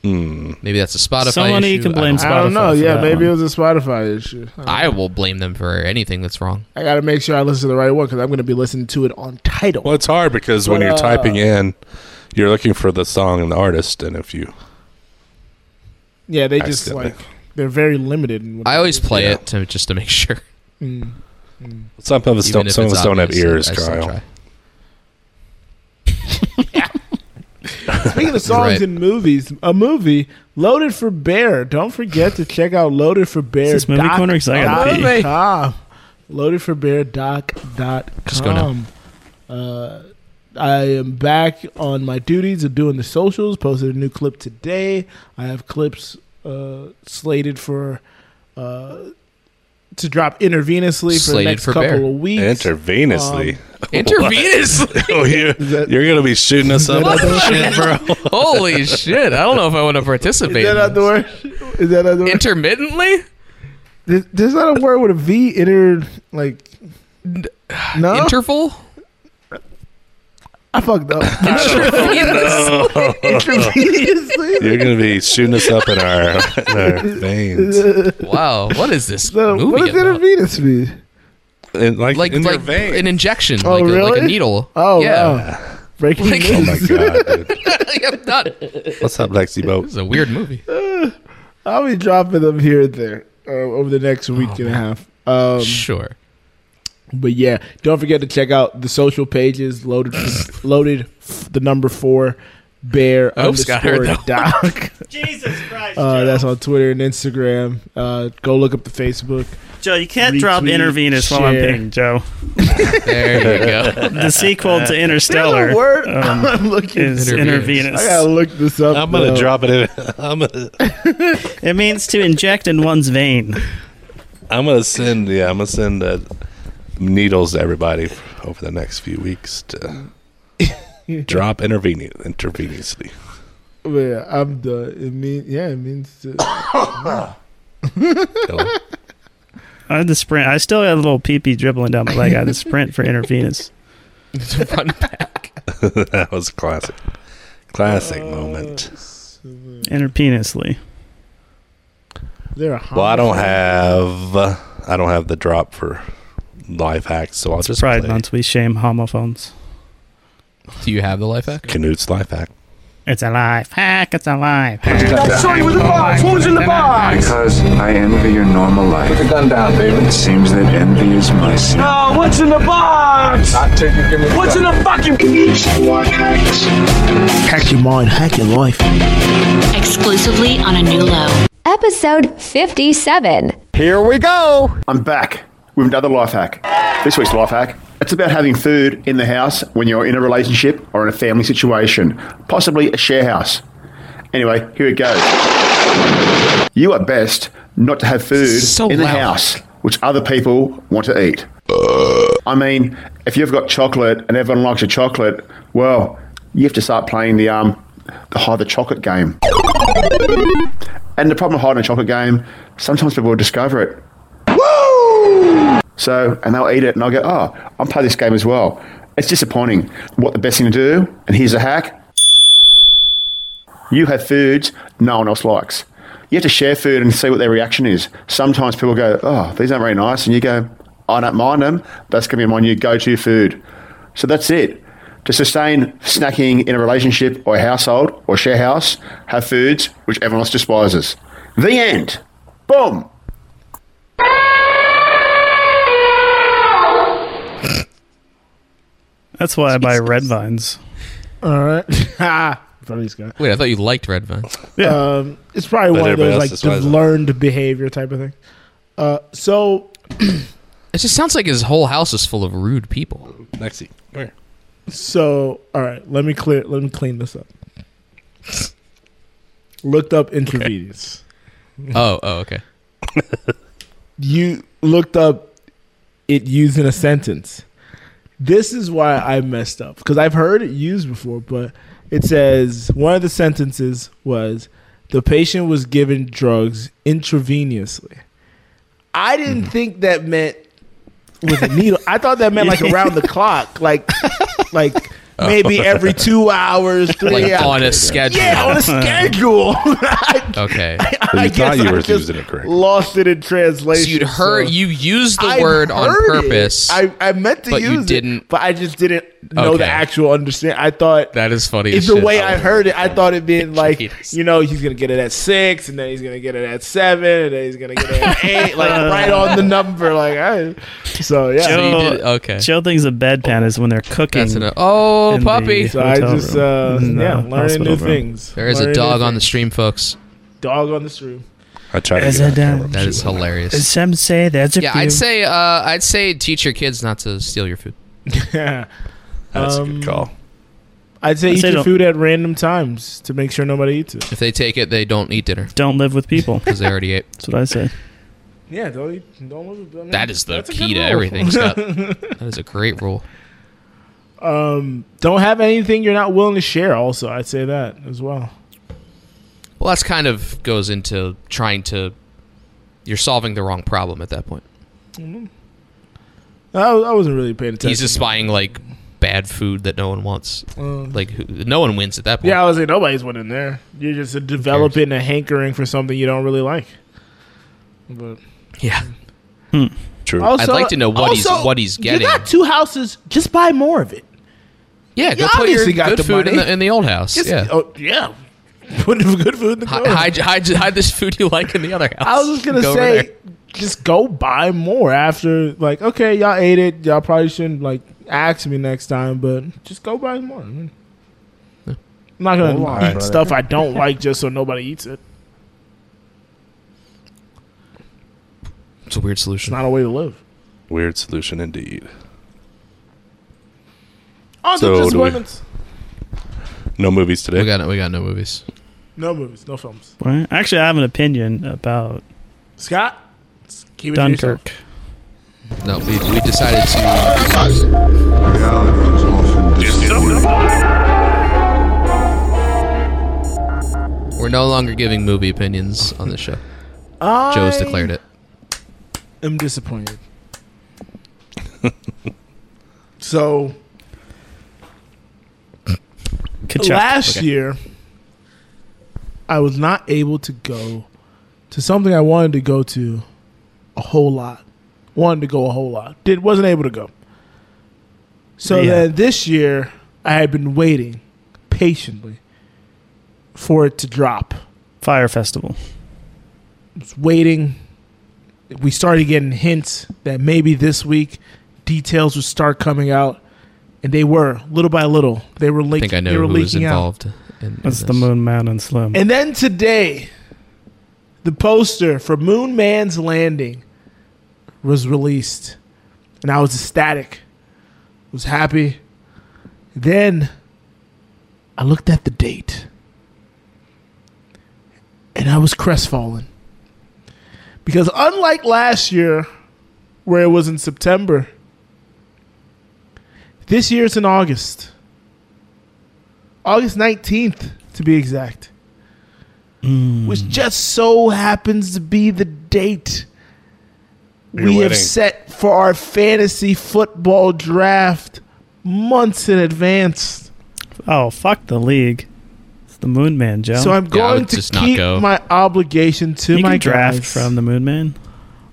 Speaker 6: Hmm.
Speaker 1: Maybe that's a Spotify.
Speaker 4: Someone you
Speaker 1: issue.
Speaker 4: can
Speaker 1: I
Speaker 4: blame
Speaker 1: don't-
Speaker 3: I don't
Speaker 4: Spotify
Speaker 3: know.
Speaker 4: for
Speaker 3: Yeah,
Speaker 4: that
Speaker 3: maybe
Speaker 4: one.
Speaker 3: it was a Spotify issue. I don't
Speaker 1: I will blame them for anything that's wrong.
Speaker 3: I gotta make sure I listen to the right one because I'm gonna be listening to it on title.
Speaker 6: Well, it's hard because when
Speaker 3: But,
Speaker 6: you're
Speaker 3: uh,
Speaker 6: typing in, you're looking for the song and the artist, and if you
Speaker 3: Yeah, they just
Speaker 6: Accidentally.
Speaker 3: like they're very limited. In what
Speaker 1: I
Speaker 3: they
Speaker 1: always
Speaker 3: do.
Speaker 1: play
Speaker 6: Yeah.
Speaker 1: it to just to make sure.
Speaker 3: Mm.
Speaker 6: some of us
Speaker 1: even
Speaker 6: don't,
Speaker 1: if
Speaker 6: some of
Speaker 1: it's
Speaker 6: us don't have
Speaker 1: obvious, I-
Speaker 6: ears,
Speaker 1: I still
Speaker 6: Kyle.
Speaker 1: try. [laughs]
Speaker 3: Speaking of songs
Speaker 1: right.
Speaker 3: and movies, a movie Loaded for Bear. Don't forget to check out Loaded for Bear.
Speaker 4: this movie corner? 'Cause I gotta
Speaker 3: dot
Speaker 4: pee.
Speaker 3: com. Loaded for Bear doc dot
Speaker 1: Just go now.
Speaker 3: com. Uh, I am back on my duties of doing the socials. Posted a new clip today. I have clips uh, slated for uh, to drop intravenously for the
Speaker 1: Slated
Speaker 3: next
Speaker 1: for
Speaker 3: couple
Speaker 1: Bear.
Speaker 3: of weeks.
Speaker 6: Intravenously.
Speaker 1: Intravenously.
Speaker 6: [laughs] oh, you're,
Speaker 3: that-
Speaker 6: you're gonna be shooting us up with [laughs] shit, bro.
Speaker 1: Holy shit! I don't know if I want to participate.
Speaker 3: Is that
Speaker 1: in
Speaker 3: not the
Speaker 1: this.
Speaker 3: word? Is that not the word?
Speaker 1: Intermittently.
Speaker 3: There's- There's not a word with a V entered like. No,
Speaker 1: Interval.
Speaker 3: I
Speaker 1: [laughs]
Speaker 3: fucked up. [laughs] Intravenously.
Speaker 6: You're gonna be shooting us up in our, in our veins,
Speaker 1: Wow, what is this
Speaker 3: So,
Speaker 1: movie
Speaker 3: what does
Speaker 1: about?
Speaker 3: intravenous mean?
Speaker 6: and like,
Speaker 1: Like
Speaker 6: in
Speaker 1: like
Speaker 6: your veins.
Speaker 1: an injection,
Speaker 3: Oh,
Speaker 1: like, a, like a
Speaker 3: really?
Speaker 1: needle.
Speaker 3: Oh,
Speaker 1: yeah. [laughs]
Speaker 3: wow. Breaking
Speaker 1: Like-
Speaker 6: oh
Speaker 3: news. [laughs]
Speaker 6: my god, dude.
Speaker 1: I'm not- This
Speaker 6: what's up, Lexi Boat?
Speaker 1: is a
Speaker 3: Um.
Speaker 1: weird movie. Oh,
Speaker 3: I'll be dropping them here and there uh, over the next week and a half. Um,
Speaker 1: sure.
Speaker 3: but yeah, don't forget to check out the social pages
Speaker 1: [laughs]
Speaker 3: loaded loaded the number four bear
Speaker 1: hope Scott
Speaker 3: underscore
Speaker 1: heard [laughs]
Speaker 3: doc.
Speaker 4: Jesus Christ,
Speaker 3: Uh,
Speaker 4: Joe.
Speaker 3: that's on Twitter and Instagram. Uh, go look up the Facebook.
Speaker 4: Joe, you can't drop
Speaker 3: Retweet,
Speaker 4: Intervenus while I'm
Speaker 3: share.
Speaker 4: pinged,
Speaker 3: [laughs]
Speaker 4: Joe.
Speaker 1: There you go. [laughs]
Speaker 4: The sequel to Interstellar
Speaker 3: word [laughs]
Speaker 4: um,
Speaker 3: I'm looking.
Speaker 4: is
Speaker 1: Intervenus.
Speaker 4: Intervenus.
Speaker 3: I gotta look this up.
Speaker 6: I'm gonna
Speaker 3: though.
Speaker 6: drop it in. I'm gonna,
Speaker 4: It means to inject in one's vein.
Speaker 6: I'm gonna send. Yeah, I'm gonna send uh, needles to everybody over the next few weeks
Speaker 4: [laughs]
Speaker 6: to drop intervene intravenously.
Speaker 3: But Oh, yeah, I'm done. It mean, yeah, it means to,
Speaker 6: Hello? [laughs]
Speaker 4: I had to sprint. I still had a little pee pee dribbling down my leg. I had to sprint for Intervenus.
Speaker 1: It's a fun pack.
Speaker 6: that was a classic,
Speaker 3: Uh,
Speaker 6: classic moment.
Speaker 4: Interpenously.
Speaker 3: they're
Speaker 4: Uh,
Speaker 3: a
Speaker 6: Well, I
Speaker 3: homicide.
Speaker 6: don't have. Uh, I don't have the drop for life hacks, so I'll
Speaker 4: It's
Speaker 6: just
Speaker 4: Pride
Speaker 6: play
Speaker 4: Month. We shame homophones.
Speaker 1: Do you have the life hack?
Speaker 6: Canute's life hack.
Speaker 4: It's a life hack. It's a life hack.
Speaker 2: I saw you in the box. What was in the box?
Speaker 9: Because I envy your normal life. Put the gun down, baby. It seems that envy is my sin.
Speaker 2: Oh, what's in the box? What's in the fucking?
Speaker 3: hack your mind, hack your life.
Speaker 10: Exclusively on a new low.
Speaker 11: Episode 57.
Speaker 8: I'm back with another life hack. This week's life hack. It's about having food in the house when you're in a relationship or in a family situation, possibly a share house. Anyway, here it goes. You are best not to have food
Speaker 1: So
Speaker 8: in the
Speaker 1: loud.
Speaker 8: house which other people want to eat. I mean, if you've got chocolate and everyone likes your chocolate, well, you have to start playing the um the hide the chocolate game. And the problem with hiding a chocolate game, sometimes people will discover it so, and they'll eat it, and I'll go, oh, I'll play this game as well. It's disappointing. What the best thing to do, and here's a hack you have foods no one else likes. You have to share food and see what their reaction is. Sometimes people go, oh, these aren't very nice. And you go, I don't mind them. That's going to be my new go to food. So that's it. To sustain snacking in a relationship or a household or share house, have foods which everyone else despises. The end. Boom.
Speaker 4: That's why I buy red vines.
Speaker 3: All right, [laughs] ha, funny Scott.
Speaker 1: Wait, I thought you liked Red Vine.
Speaker 3: Um, it's probably
Speaker 6: But
Speaker 3: one of
Speaker 6: everybody
Speaker 3: those
Speaker 6: else
Speaker 3: like
Speaker 6: is
Speaker 3: the
Speaker 6: wiser.
Speaker 3: learned behavior type of thing. Uh, so
Speaker 1: It just sounds like his whole house is full of rude
Speaker 3: [laughs]
Speaker 1: people.
Speaker 6: Lexi, come here.
Speaker 3: so all right, let me clear. Let me clean this up. [laughs] Looked up intravenous.
Speaker 1: Oh, oh, okay.
Speaker 3: You looked up it used in a sentence. This is why I messed up because I've heard it used before, but it says one of the sentences was the patient was given drugs intravenously. I didn't
Speaker 6: Mm-hmm.
Speaker 3: think that meant with a needle. I thought that meant like around
Speaker 6: [laughs]
Speaker 3: the clock, like like
Speaker 6: Oh.
Speaker 3: maybe every two
Speaker 6: [laughs]
Speaker 3: hours, three
Speaker 1: Like
Speaker 3: hours.
Speaker 1: on a schedule. [laughs]
Speaker 3: yeah, on a schedule. [laughs] I,
Speaker 1: Okay.
Speaker 6: Well, Oh, you thought
Speaker 3: guess
Speaker 6: you
Speaker 3: I
Speaker 6: were
Speaker 3: just
Speaker 6: using it correctly.
Speaker 3: lost it in translation.
Speaker 1: So you'd heard
Speaker 3: so-
Speaker 1: you used the
Speaker 3: I've
Speaker 1: word on
Speaker 3: heard it.
Speaker 1: purpose.
Speaker 3: I, I meant to
Speaker 1: but you
Speaker 3: use it,
Speaker 1: didn't-
Speaker 3: but I just didn't know
Speaker 1: Okay.
Speaker 3: the actual understand. I thought
Speaker 1: that is funny.
Speaker 3: it's
Speaker 1: as
Speaker 3: the
Speaker 1: shit.
Speaker 3: way I heard it. I thought it being like
Speaker 1: Jeez.
Speaker 3: you know he's gonna get it at six, and then he's gonna get it at seven, and then he's gonna get it
Speaker 1: [laughs]
Speaker 3: at eight, like right on the number. Like I, so yeah.
Speaker 1: So you
Speaker 4: Joe-
Speaker 1: did- okay.
Speaker 4: Joe thinks a bedpan is when they're cooking.
Speaker 1: That's an, oh,
Speaker 4: in
Speaker 1: puppy.
Speaker 4: the-
Speaker 3: So I
Speaker 4: hotel
Speaker 3: just
Speaker 4: room.
Speaker 3: uh,
Speaker 4: No,
Speaker 3: yeah, learning
Speaker 4: hospital
Speaker 3: new
Speaker 4: room.
Speaker 3: things.
Speaker 1: there is a
Speaker 3: Learning
Speaker 1: dog
Speaker 3: new
Speaker 1: on the
Speaker 3: things.
Speaker 1: stream, folks.
Speaker 3: dog on the
Speaker 4: [laughs]
Speaker 3: stream.
Speaker 6: I tried to
Speaker 4: Is
Speaker 6: get
Speaker 4: it,
Speaker 6: that
Speaker 4: um,
Speaker 6: camera.
Speaker 1: That is hilarious.
Speaker 4: Some say that's a
Speaker 1: Yeah, I'd say uh, I'd say teach your kids not to steal your food.
Speaker 3: Yeah,
Speaker 6: That's a
Speaker 3: um,
Speaker 6: good call.
Speaker 3: I'd say
Speaker 4: I'd
Speaker 3: eat
Speaker 4: say
Speaker 3: your
Speaker 4: don't-
Speaker 3: food at random times to make sure nobody eats it.
Speaker 1: If they take it, they don't eat dinner
Speaker 4: Don't live with people.
Speaker 1: because they already ate.
Speaker 4: That's what I say.
Speaker 3: Yeah, don't eat. Don't live with- I mean,
Speaker 1: That is the
Speaker 3: that's a
Speaker 1: key
Speaker 3: good
Speaker 1: to
Speaker 3: rule.
Speaker 1: everything.
Speaker 3: [laughs]
Speaker 1: Scott. that is a great rule.
Speaker 3: Don't have anything you're not willing to share. Also, I'd say that as well.
Speaker 1: Well, that's kind of goes into trying to. You're solving the wrong problem at that point.
Speaker 3: I, I wasn't really paying attention.
Speaker 1: He's just buying like bad food that no one wants. like who- no one wins at that point.
Speaker 3: yeah, I was like, nobody's winning there. You're just developing a hankering for something you don't really like. But
Speaker 1: yeah.
Speaker 6: True.
Speaker 3: also,
Speaker 1: like to know what he's- what he's
Speaker 3: You
Speaker 1: getting.
Speaker 3: got two houses. Just buy more of it.
Speaker 1: Yeah, go
Speaker 3: You
Speaker 1: put your
Speaker 3: obviously got
Speaker 1: good
Speaker 3: the
Speaker 1: food in
Speaker 3: money.
Speaker 1: the, in the old house.
Speaker 3: Just-
Speaker 1: yeah.
Speaker 3: oh, yeah. [laughs] Put good food in the
Speaker 1: Hi- Hide, hide, hide this food you like in the other house.
Speaker 3: I was just gonna
Speaker 1: Go over
Speaker 3: say,
Speaker 1: there.
Speaker 3: just go buy more after. Like, okay, y'all ate it. Y'all probably shouldn't like ask me next time, but just go buy more. I mean, I'm not gonna
Speaker 4: Go lie,
Speaker 3: eat
Speaker 4: brother.
Speaker 3: stuff I don't like just so nobody eats it.
Speaker 1: It's a weird
Speaker 3: It's
Speaker 1: solution.
Speaker 3: not a way to live.
Speaker 6: Weird solution indeed.
Speaker 3: Also,
Speaker 6: So
Speaker 3: just
Speaker 6: do we-
Speaker 3: women's.
Speaker 6: No movies today.
Speaker 1: We got no, we got no movies.
Speaker 3: No movies, no films.
Speaker 4: Well, Actually, I have an opinion about
Speaker 3: Scott, keep it to yourself.
Speaker 4: Dunkirk.
Speaker 1: No, we, we decided to. We're no longer giving movie opinions on the show.
Speaker 3: I
Speaker 1: Joe's declared it.
Speaker 3: am disappointed. [laughs] so
Speaker 4: Kachuk.
Speaker 3: last
Speaker 4: Okay.
Speaker 3: year, I was not able to go to something I wanted to go to a whole lot. Wanted to go a whole lot. Did wasn't able to go. So
Speaker 4: Yeah.
Speaker 3: then this year, I had been waiting patiently for it to drop.
Speaker 4: Fire Festival.
Speaker 3: was waiting. We started getting hints that maybe this week details would start coming out, and they were little by little. They were
Speaker 1: I
Speaker 3: leaking.
Speaker 1: think I know
Speaker 3: they were
Speaker 1: who was
Speaker 3: leaking out.
Speaker 1: involved. In, in
Speaker 4: That's the
Speaker 1: this.
Speaker 4: Moon Man and Slim.
Speaker 3: And then today, the poster for Moon Man's Landing was released, and I was ecstatic. Was happy. Then I looked at the date, and I was crestfallen because unlike last year, where it was in September, this year it's in August. August 19th, to be exact
Speaker 1: Hmm.
Speaker 3: which just so happens to be the date
Speaker 6: Your
Speaker 3: we have
Speaker 6: wedding.
Speaker 3: set for our fantasy football draft months in advance.
Speaker 4: Oh, fuck the league. It's the Moon Man, Joe.
Speaker 3: So I'm
Speaker 1: Yeah, I would
Speaker 3: going to
Speaker 1: just not
Speaker 3: keep
Speaker 1: go.
Speaker 3: my obligation to
Speaker 4: you
Speaker 3: my
Speaker 4: can draft
Speaker 3: guys.
Speaker 4: from the Moon Man.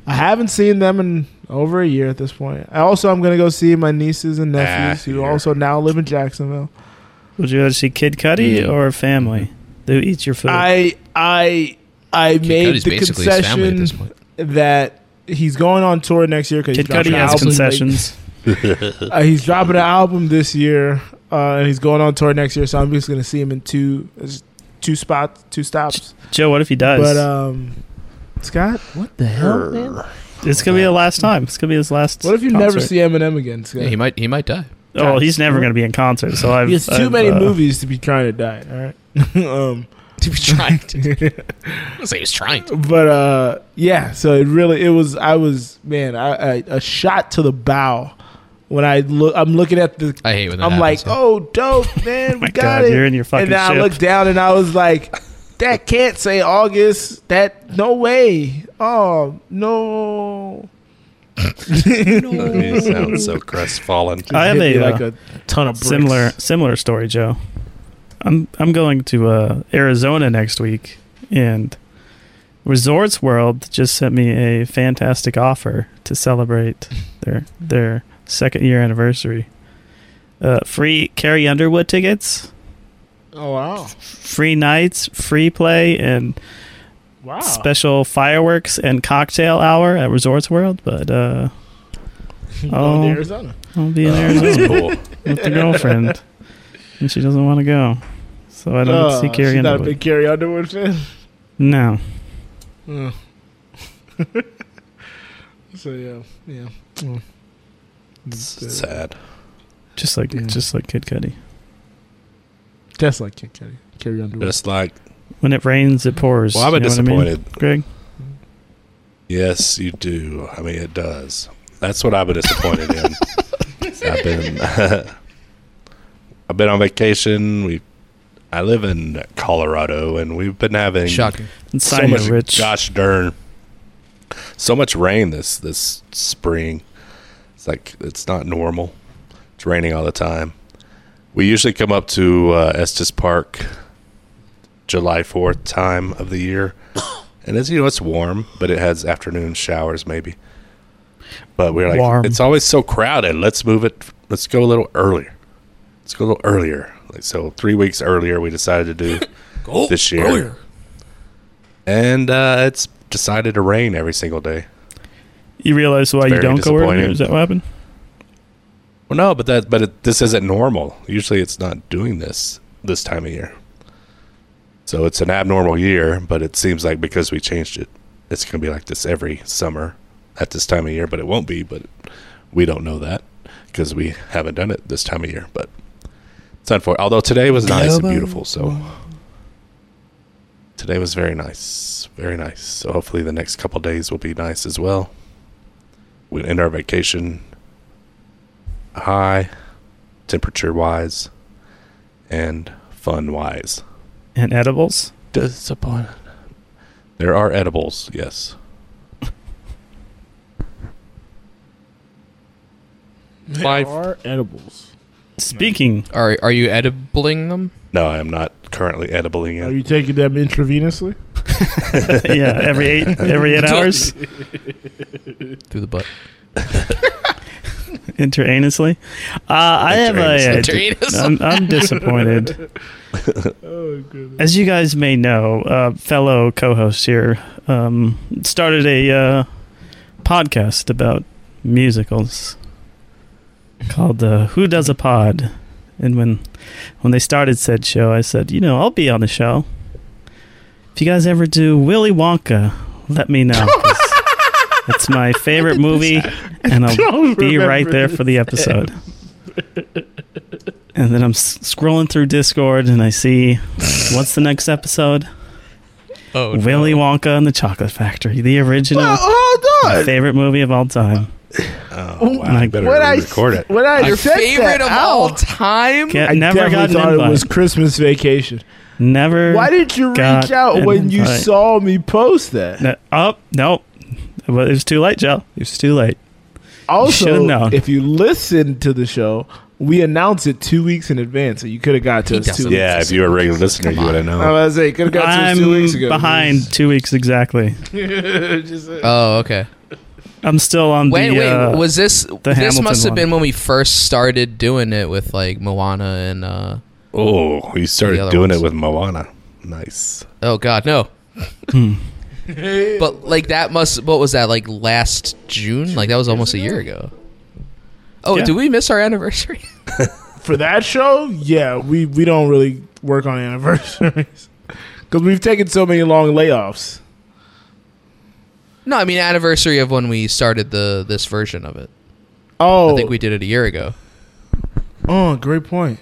Speaker 3: I haven't seen them in over a year at this point. I also I'm going to go see my nieces and
Speaker 1: Ah,
Speaker 3: nephews who
Speaker 6: here.
Speaker 3: also now live in Jacksonville.
Speaker 4: Would you rather see Kid Cudi
Speaker 1: Mm.
Speaker 4: or family? Who eats your food?
Speaker 3: I I I made
Speaker 1: Cudi's
Speaker 3: the
Speaker 1: basically his family at this
Speaker 3: concession
Speaker 1: point.
Speaker 3: that he's going on tour next year because
Speaker 4: Kid Cudi has concessions.
Speaker 3: [laughs] Uh, he's dropping an album this year, uh, and he's going on tour next year. So I'm just gonna see him in two, two spots, two stops.
Speaker 4: Joe, what if he does?
Speaker 3: But um, Scott, what the hell, man?
Speaker 4: it's gonna be the last time. It's gonna be his last.
Speaker 3: What if you never
Speaker 4: concert.
Speaker 3: see Eminem again, Scott?
Speaker 1: Yeah, he might he might
Speaker 3: [laughs]
Speaker 1: die.
Speaker 4: Oh, he's never gonna be in concert. So I've.
Speaker 3: he has too
Speaker 4: I've,
Speaker 3: many
Speaker 4: uh,
Speaker 3: movies to be trying to die. All right. [laughs]
Speaker 4: [laughs]
Speaker 3: um,
Speaker 1: To be trying to. I wouldn't say [laughs] he was
Speaker 3: [laughs]
Speaker 1: trying to.
Speaker 3: but uh, yeah. So it really, it was. I was man, I, I, a shot to the bow when I look. I'm looking at the
Speaker 1: I hate when that
Speaker 3: I'm like,
Speaker 1: happens, yeah.
Speaker 3: oh,
Speaker 4: [laughs]
Speaker 3: dope, man.
Speaker 4: My
Speaker 3: we got
Speaker 4: God,
Speaker 3: it.
Speaker 4: you're in your fucking
Speaker 3: And then I
Speaker 4: ship.
Speaker 3: looked down and I was like, that can't say August. That no way. Oh no.
Speaker 6: [laughs] He sounds so crestfallen.
Speaker 4: I have
Speaker 3: Hit
Speaker 4: a,
Speaker 3: me
Speaker 4: uh,
Speaker 3: like a ton of bricks.
Speaker 4: similar similar story, Joe. I'm I'm going to uh, Arizona next week, and Resorts World just sent me a fantastic offer to celebrate their their second year anniversary. Uh, free Carrie Underwood tickets,
Speaker 3: Oh wow,
Speaker 4: free nights, free play, and Oh.
Speaker 3: wow.
Speaker 4: special fireworks and cocktail hour at Resorts World. But uh,
Speaker 3: Going to
Speaker 4: oh.
Speaker 3: Arizona.
Speaker 4: [laughs] I'll be in
Speaker 6: That's
Speaker 4: Arizona
Speaker 6: cool.
Speaker 4: with the girlfriend, and she doesn't want to go, so I don't
Speaker 3: Oh,
Speaker 4: see Carrie
Speaker 3: she's not a
Speaker 4: Underwood.
Speaker 3: big Carrie Underwood fan.
Speaker 4: No.
Speaker 3: Oh. [laughs] so yeah, yeah. Mm.
Speaker 6: It's
Speaker 3: uh,
Speaker 6: sad.
Speaker 4: Just like
Speaker 3: Yeah.
Speaker 4: just like Kid Cudi.
Speaker 3: Just like Kid Cudi, Carrie Underwood.
Speaker 6: Just like,
Speaker 4: When it rains, it pours.
Speaker 6: well, I'm
Speaker 4: You know what I mean,
Speaker 6: disappointed.
Speaker 4: Greg.
Speaker 6: Yes, you do. I mean, it does. That's what I've been disappointed in. I've been, I've been on vacation. We, I live in Colorado, and we've been having
Speaker 1: Shocking.
Speaker 4: And
Speaker 6: so
Speaker 4: sign
Speaker 6: much
Speaker 4: so rich.
Speaker 6: Gosh darn, so much rain this this spring. It's like it's not normal. It's raining all the time. We usually come up to uh, Estes Park July Fourth time of the year, and it's you know it's warm, but it has afternoon showers maybe. But we're like,
Speaker 4: Warm.
Speaker 6: it's always so crowded. Let's move it. Let's go a little earlier. Let's go a little earlier. Like so, three weeks earlier, we decided to do
Speaker 1: Go-
Speaker 6: this year.
Speaker 1: go here.
Speaker 6: And uh, it's decided to rain every single day.
Speaker 4: You realize why you
Speaker 6: very
Speaker 4: don't go earlier?
Speaker 6: disappointing.
Speaker 4: Is that what happened?
Speaker 6: Well, no, but that but it, this isn't normal. Usually, it's not doing this this time of year. So it's an abnormal year, but it seems like because we changed it, it's going to be like this every summer at this time of year. But it won't be. But we don't know that because we haven't done it this time of year. But it's unfortunate. Although today was nice and beautiful, so today was very nice, very nice. So hopefully, the next couple days will be nice as well. We'll end our vacation high temperature wise and fun wise.
Speaker 4: And edibles?
Speaker 6: Disappointed. There are edibles, yes.
Speaker 3: They are edibles.
Speaker 6: [laughs]
Speaker 4: Speaking,
Speaker 1: are are you edibling them?
Speaker 6: No, I am not currently edibling
Speaker 3: Are
Speaker 6: it.
Speaker 3: you taking them intravenously?
Speaker 4: yeah, every eight every
Speaker 6: [laughs]
Speaker 4: eight hours
Speaker 1: through the butt.
Speaker 4: interanuously. Uh, I have a.
Speaker 1: [laughs] Interanuously.
Speaker 4: am I'm disappointed. As you guys may know, uh, fellow co-host here um, started a uh, podcast about musicals called uh, "Who Does a Pod," and when when they started said show, I said, you know, I'll be on the show. If you guys ever do Willy Wonka, let me know.
Speaker 3: [laughs]
Speaker 4: 'cause It's my favorite movie, and I'll
Speaker 3: don't
Speaker 4: be right
Speaker 3: remember
Speaker 4: there for the
Speaker 3: this [laughs]
Speaker 4: episode. And then I'm s- scrolling through Discord, and I see what's the next episode?
Speaker 1: Oh, [laughs]
Speaker 4: Willy Wonka and the Chocolate Factory, the original,
Speaker 3: Well, hold
Speaker 4: my
Speaker 3: on.
Speaker 4: favorite movie of all time.
Speaker 6: Oh,
Speaker 4: wow. I better
Speaker 3: When I
Speaker 6: record it.
Speaker 3: When I
Speaker 1: Your
Speaker 3: said
Speaker 1: favorite
Speaker 3: that
Speaker 1: of
Speaker 3: out,
Speaker 1: all time.
Speaker 4: Can't-
Speaker 3: I
Speaker 4: never got
Speaker 3: definitely
Speaker 4: an
Speaker 3: thought
Speaker 4: invite.
Speaker 3: it was Christmas vacation.
Speaker 4: never.
Speaker 3: Why did you
Speaker 4: got
Speaker 3: reach out
Speaker 4: an
Speaker 3: when you
Speaker 4: invite.
Speaker 3: saw me post that?
Speaker 4: No, oh no, well, it was too late, Joe. It was too late. should've
Speaker 3: Also,
Speaker 4: known.
Speaker 3: if you listen to the show, we announced it two weeks in advance, so you could have got to
Speaker 1: He
Speaker 3: us two.
Speaker 1: doesn't.
Speaker 3: Weeks.
Speaker 6: Yeah, if you were a regular listener, you would have
Speaker 3: I
Speaker 6: known.
Speaker 3: was like, could have got to
Speaker 4: I'm
Speaker 3: us two weeks ago.
Speaker 4: behind two weeks exactly.
Speaker 3: Just, uh,
Speaker 1: Oh, okay.
Speaker 4: I'm still on
Speaker 1: Wait,
Speaker 4: the.
Speaker 1: wait.
Speaker 4: uh,
Speaker 1: was this this
Speaker 4: Hamilton
Speaker 1: must have
Speaker 4: one.
Speaker 1: been when we first started doing it with like Moana and uh
Speaker 6: Oh, we
Speaker 1: The
Speaker 6: started
Speaker 1: other
Speaker 6: doing
Speaker 1: ones.
Speaker 6: it with Moana. Nice.
Speaker 1: oh god, no.
Speaker 4: Hmm.
Speaker 6: [laughs]
Speaker 1: but like that must what was that like last June? Like that was almost a year ago. Oh,
Speaker 4: Yeah.
Speaker 1: did we miss our anniversary? [laughs]
Speaker 3: for that show, yeah, we, we don't really work on anniversaries [laughs] because we've taken so many long layoffs.
Speaker 1: no, I mean anniversary of when we started the this version of it.
Speaker 3: Oh,
Speaker 1: I think we did it a year ago.
Speaker 3: oh, great point.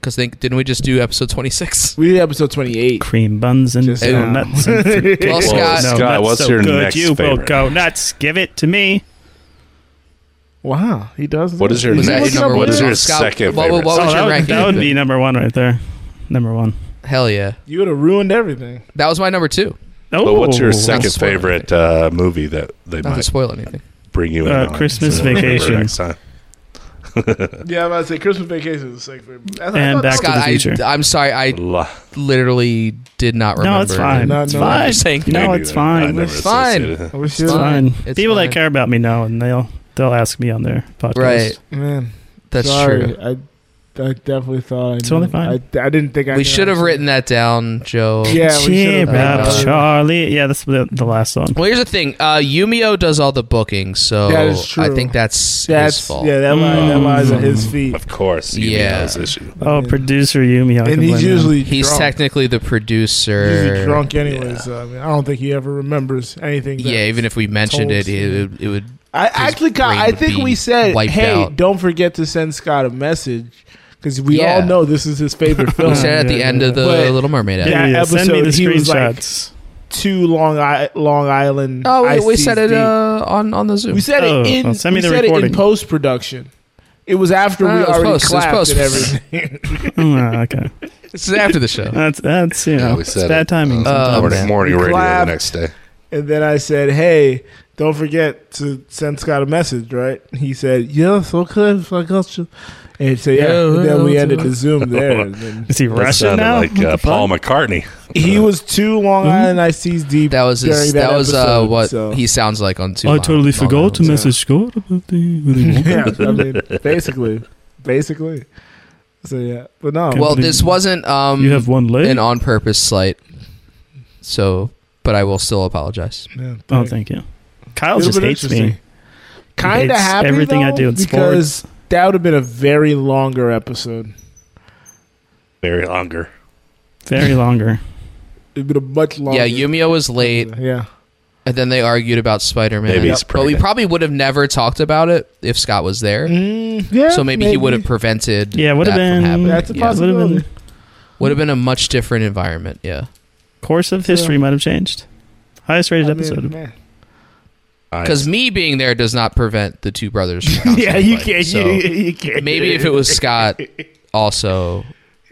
Speaker 1: Cuz think didn't we just do episode
Speaker 4: [laughs]
Speaker 1: 26?
Speaker 3: We did episode twenty eight.
Speaker 4: cream buns and
Speaker 3: Just
Speaker 1: now.
Speaker 4: donuts.
Speaker 3: [laughs]
Speaker 4: and fruitcake.
Speaker 1: Well, Scott-
Speaker 4: no,
Speaker 6: Scott,
Speaker 4: that's
Speaker 6: what's
Speaker 4: so
Speaker 6: your
Speaker 4: good.
Speaker 6: next
Speaker 4: You will
Speaker 6: favorite?
Speaker 4: go nuts. Give it to me.
Speaker 3: Wow, he does.
Speaker 6: What is your
Speaker 1: Was that
Speaker 6: next,
Speaker 1: your number
Speaker 6: What
Speaker 1: one?
Speaker 6: is your
Speaker 1: Scott,
Speaker 6: second
Speaker 1: what-
Speaker 6: favorite?
Speaker 1: what-
Speaker 4: oh,
Speaker 1: was
Speaker 4: that,
Speaker 1: your
Speaker 4: would,
Speaker 1: ranking?
Speaker 4: that would be number one right there. Number one.
Speaker 1: Hell yeah.
Speaker 3: You would have ruined everything.
Speaker 1: That was my number 2.
Speaker 4: Oh,
Speaker 6: but what's your second
Speaker 1: that's spoiling.
Speaker 6: favorite uh, movie that they
Speaker 1: Not to
Speaker 6: might
Speaker 1: spoil anything.
Speaker 6: bring you in?
Speaker 4: Uh,
Speaker 6: on?
Speaker 4: Christmas
Speaker 6: So, for
Speaker 4: Vacation.
Speaker 6: next time.
Speaker 3: Yeah, I was about to say Christmas Vacation is like favorite. That's- I
Speaker 4: And
Speaker 3: thought-
Speaker 4: Back to
Speaker 1: Scott,
Speaker 4: the
Speaker 1: I,
Speaker 4: Future.
Speaker 1: I'm sorry. I
Speaker 6: La-
Speaker 1: literally did not remember.
Speaker 4: No, it's fine.
Speaker 3: No,
Speaker 4: it's
Speaker 3: no,
Speaker 4: fine.
Speaker 1: I'm [laughs] saying-
Speaker 4: no,
Speaker 6: I knew
Speaker 4: it's
Speaker 6: that.
Speaker 4: fine.
Speaker 6: I never
Speaker 1: It's fine.
Speaker 6: associated it.
Speaker 3: I wish you
Speaker 4: It's
Speaker 1: It's
Speaker 4: fine.
Speaker 1: It's
Speaker 4: People
Speaker 1: fine.
Speaker 4: that care about me know, and they'll they'll ask me on their podcast.
Speaker 1: Right.
Speaker 3: man.
Speaker 1: That's
Speaker 3: sorry.
Speaker 1: true.
Speaker 3: I, I definitely thought I
Speaker 4: It's
Speaker 3: knew.
Speaker 4: only fine.
Speaker 3: I, I didn't think I.
Speaker 1: We
Speaker 3: knew.
Speaker 1: should have written that down, Joe.
Speaker 3: Yeah, we
Speaker 4: Cheer
Speaker 1: have
Speaker 3: should
Speaker 4: up,
Speaker 1: done that.
Speaker 4: Charlie. Yeah, that's the, the last song.
Speaker 1: Well, here's the thing. Uh, Yumio does all the booking, so
Speaker 3: That is true.
Speaker 1: I think that's, his
Speaker 3: That's
Speaker 1: fault.
Speaker 3: yeah. That, lie, that
Speaker 4: Mm.
Speaker 3: lies at his feet,
Speaker 6: Of course, you
Speaker 1: Yeah.
Speaker 6: yeah. This issue.
Speaker 4: Oh, producer Yumi. I can
Speaker 3: and he's
Speaker 4: blame him.
Speaker 3: usually
Speaker 1: He's
Speaker 3: drunk.
Speaker 1: technically the
Speaker 3: He's
Speaker 1: producer.
Speaker 3: usually drunk anyway, so I, mean, I don't think he ever remembers anything. that-
Speaker 1: Yeah, even if we mentioned
Speaker 3: Told
Speaker 1: it, it, it, would.
Speaker 3: I actually, Kyle,
Speaker 1: brain
Speaker 3: I
Speaker 1: would
Speaker 3: think
Speaker 1: be
Speaker 3: we said,
Speaker 1: wiped
Speaker 3: "Hey,
Speaker 1: out.
Speaker 3: don't forget to send Scott a message," because we
Speaker 1: Yeah.
Speaker 3: all know this is his favorite
Speaker 1: [laughs] We
Speaker 3: film.
Speaker 1: said it at
Speaker 4: yeah,
Speaker 1: the
Speaker 4: yeah,
Speaker 1: end of the
Speaker 3: But-
Speaker 1: Little Mermaid.
Speaker 3: Yeah.
Speaker 1: Yeah.
Speaker 4: yeah, yeah, send me the
Speaker 3: episode, he was like-
Speaker 4: screenshots.
Speaker 3: Two Long I- Long Island.
Speaker 1: Oh, wait, we
Speaker 3: ICs
Speaker 1: said it
Speaker 3: deep.
Speaker 1: uh, on on the Zoom.
Speaker 3: we said
Speaker 4: Oh,
Speaker 3: it in.
Speaker 4: well, send me
Speaker 3: we
Speaker 4: the
Speaker 3: said it in
Speaker 4: recording.
Speaker 3: post production. It was after
Speaker 1: No,
Speaker 3: we
Speaker 1: Oh, it was
Speaker 3: already
Speaker 1: post, it was
Speaker 3: clapped
Speaker 1: post.
Speaker 3: and
Speaker 1: [laughs]
Speaker 3: everything.
Speaker 4: [laughs] Mm, okay,
Speaker 1: This is after the show.
Speaker 4: that's that's you know
Speaker 6: Yeah, we
Speaker 4: it's
Speaker 6: said
Speaker 4: bad
Speaker 6: it.
Speaker 4: timing.
Speaker 1: Uh,
Speaker 4: sometimes.
Speaker 1: Oh,
Speaker 6: Or
Speaker 1: man.
Speaker 6: morning
Speaker 3: We
Speaker 6: radio the
Speaker 3: clapped.
Speaker 6: next day.
Speaker 3: And then I said, "Hey, don't forget to send Scott a message, right?" He said, "Yes, okay, I got you." And he said, "Yeah."
Speaker 1: Yeah,
Speaker 3: and then
Speaker 1: well,
Speaker 3: we
Speaker 1: that's
Speaker 3: ended
Speaker 1: all.
Speaker 3: the Zoom
Speaker 4: [laughs]
Speaker 3: there. And then
Speaker 4: Is he
Speaker 6: That
Speaker 4: Russian
Speaker 6: sounded
Speaker 4: now?
Speaker 6: like
Speaker 4: What
Speaker 6: uh,
Speaker 4: the fuck?
Speaker 6: Paul McCartney.
Speaker 3: he was two Long Island
Speaker 4: Mm-hmm.
Speaker 3: ICs deep.
Speaker 1: That was
Speaker 3: during
Speaker 1: his, that, was uh,
Speaker 3: episode,
Speaker 1: what
Speaker 3: so- [laughs]
Speaker 1: he sounds like on two.
Speaker 4: I
Speaker 1: Live. Long
Speaker 4: totally forgot to
Speaker 1: Island.
Speaker 6: [laughs]
Speaker 4: message Scott about the.
Speaker 3: yeah, I mean, basically, basically. So yeah, but no.
Speaker 1: well, this wasn't um
Speaker 4: You have one leg? Oh,
Speaker 1: an on purpose slight. So, but I will still apologize.
Speaker 3: Yeah,
Speaker 4: Oh, thank you. Kyle
Speaker 3: It'll
Speaker 4: just
Speaker 3: be
Speaker 4: hates
Speaker 3: interesting.
Speaker 4: me.
Speaker 3: kind of
Speaker 4: Hates
Speaker 3: happy
Speaker 4: everything I
Speaker 3: though,
Speaker 4: do in
Speaker 3: because
Speaker 4: sports.
Speaker 3: that would have been a very longer episode.
Speaker 6: Very longer.
Speaker 4: Very longer.
Speaker 3: It'd been a much longer.
Speaker 1: Yeah, Yumio was late.
Speaker 3: Yeah.
Speaker 1: And then they argued about Spider Man.
Speaker 6: Maybe he's
Speaker 1: But we
Speaker 6: pregnant.
Speaker 1: probably would have never talked about it if Scott was there.
Speaker 3: yeah,
Speaker 1: so maybe, he would have prevented
Speaker 4: Yeah, would have
Speaker 1: that from
Speaker 4: been.
Speaker 1: happening.
Speaker 3: That's a
Speaker 1: yeah.
Speaker 4: Would have been.
Speaker 3: possibility.
Speaker 1: Would have been a much different environment. Yeah.
Speaker 4: Course of history might have changed. Highest rated episode.
Speaker 3: man.
Speaker 1: Because me being there does not prevent the two brothers from
Speaker 3: yeah, you
Speaker 1: constantly
Speaker 3: can't.
Speaker 1: fighting,
Speaker 3: you,
Speaker 1: so
Speaker 3: you can't.
Speaker 1: maybe if it was Scott also,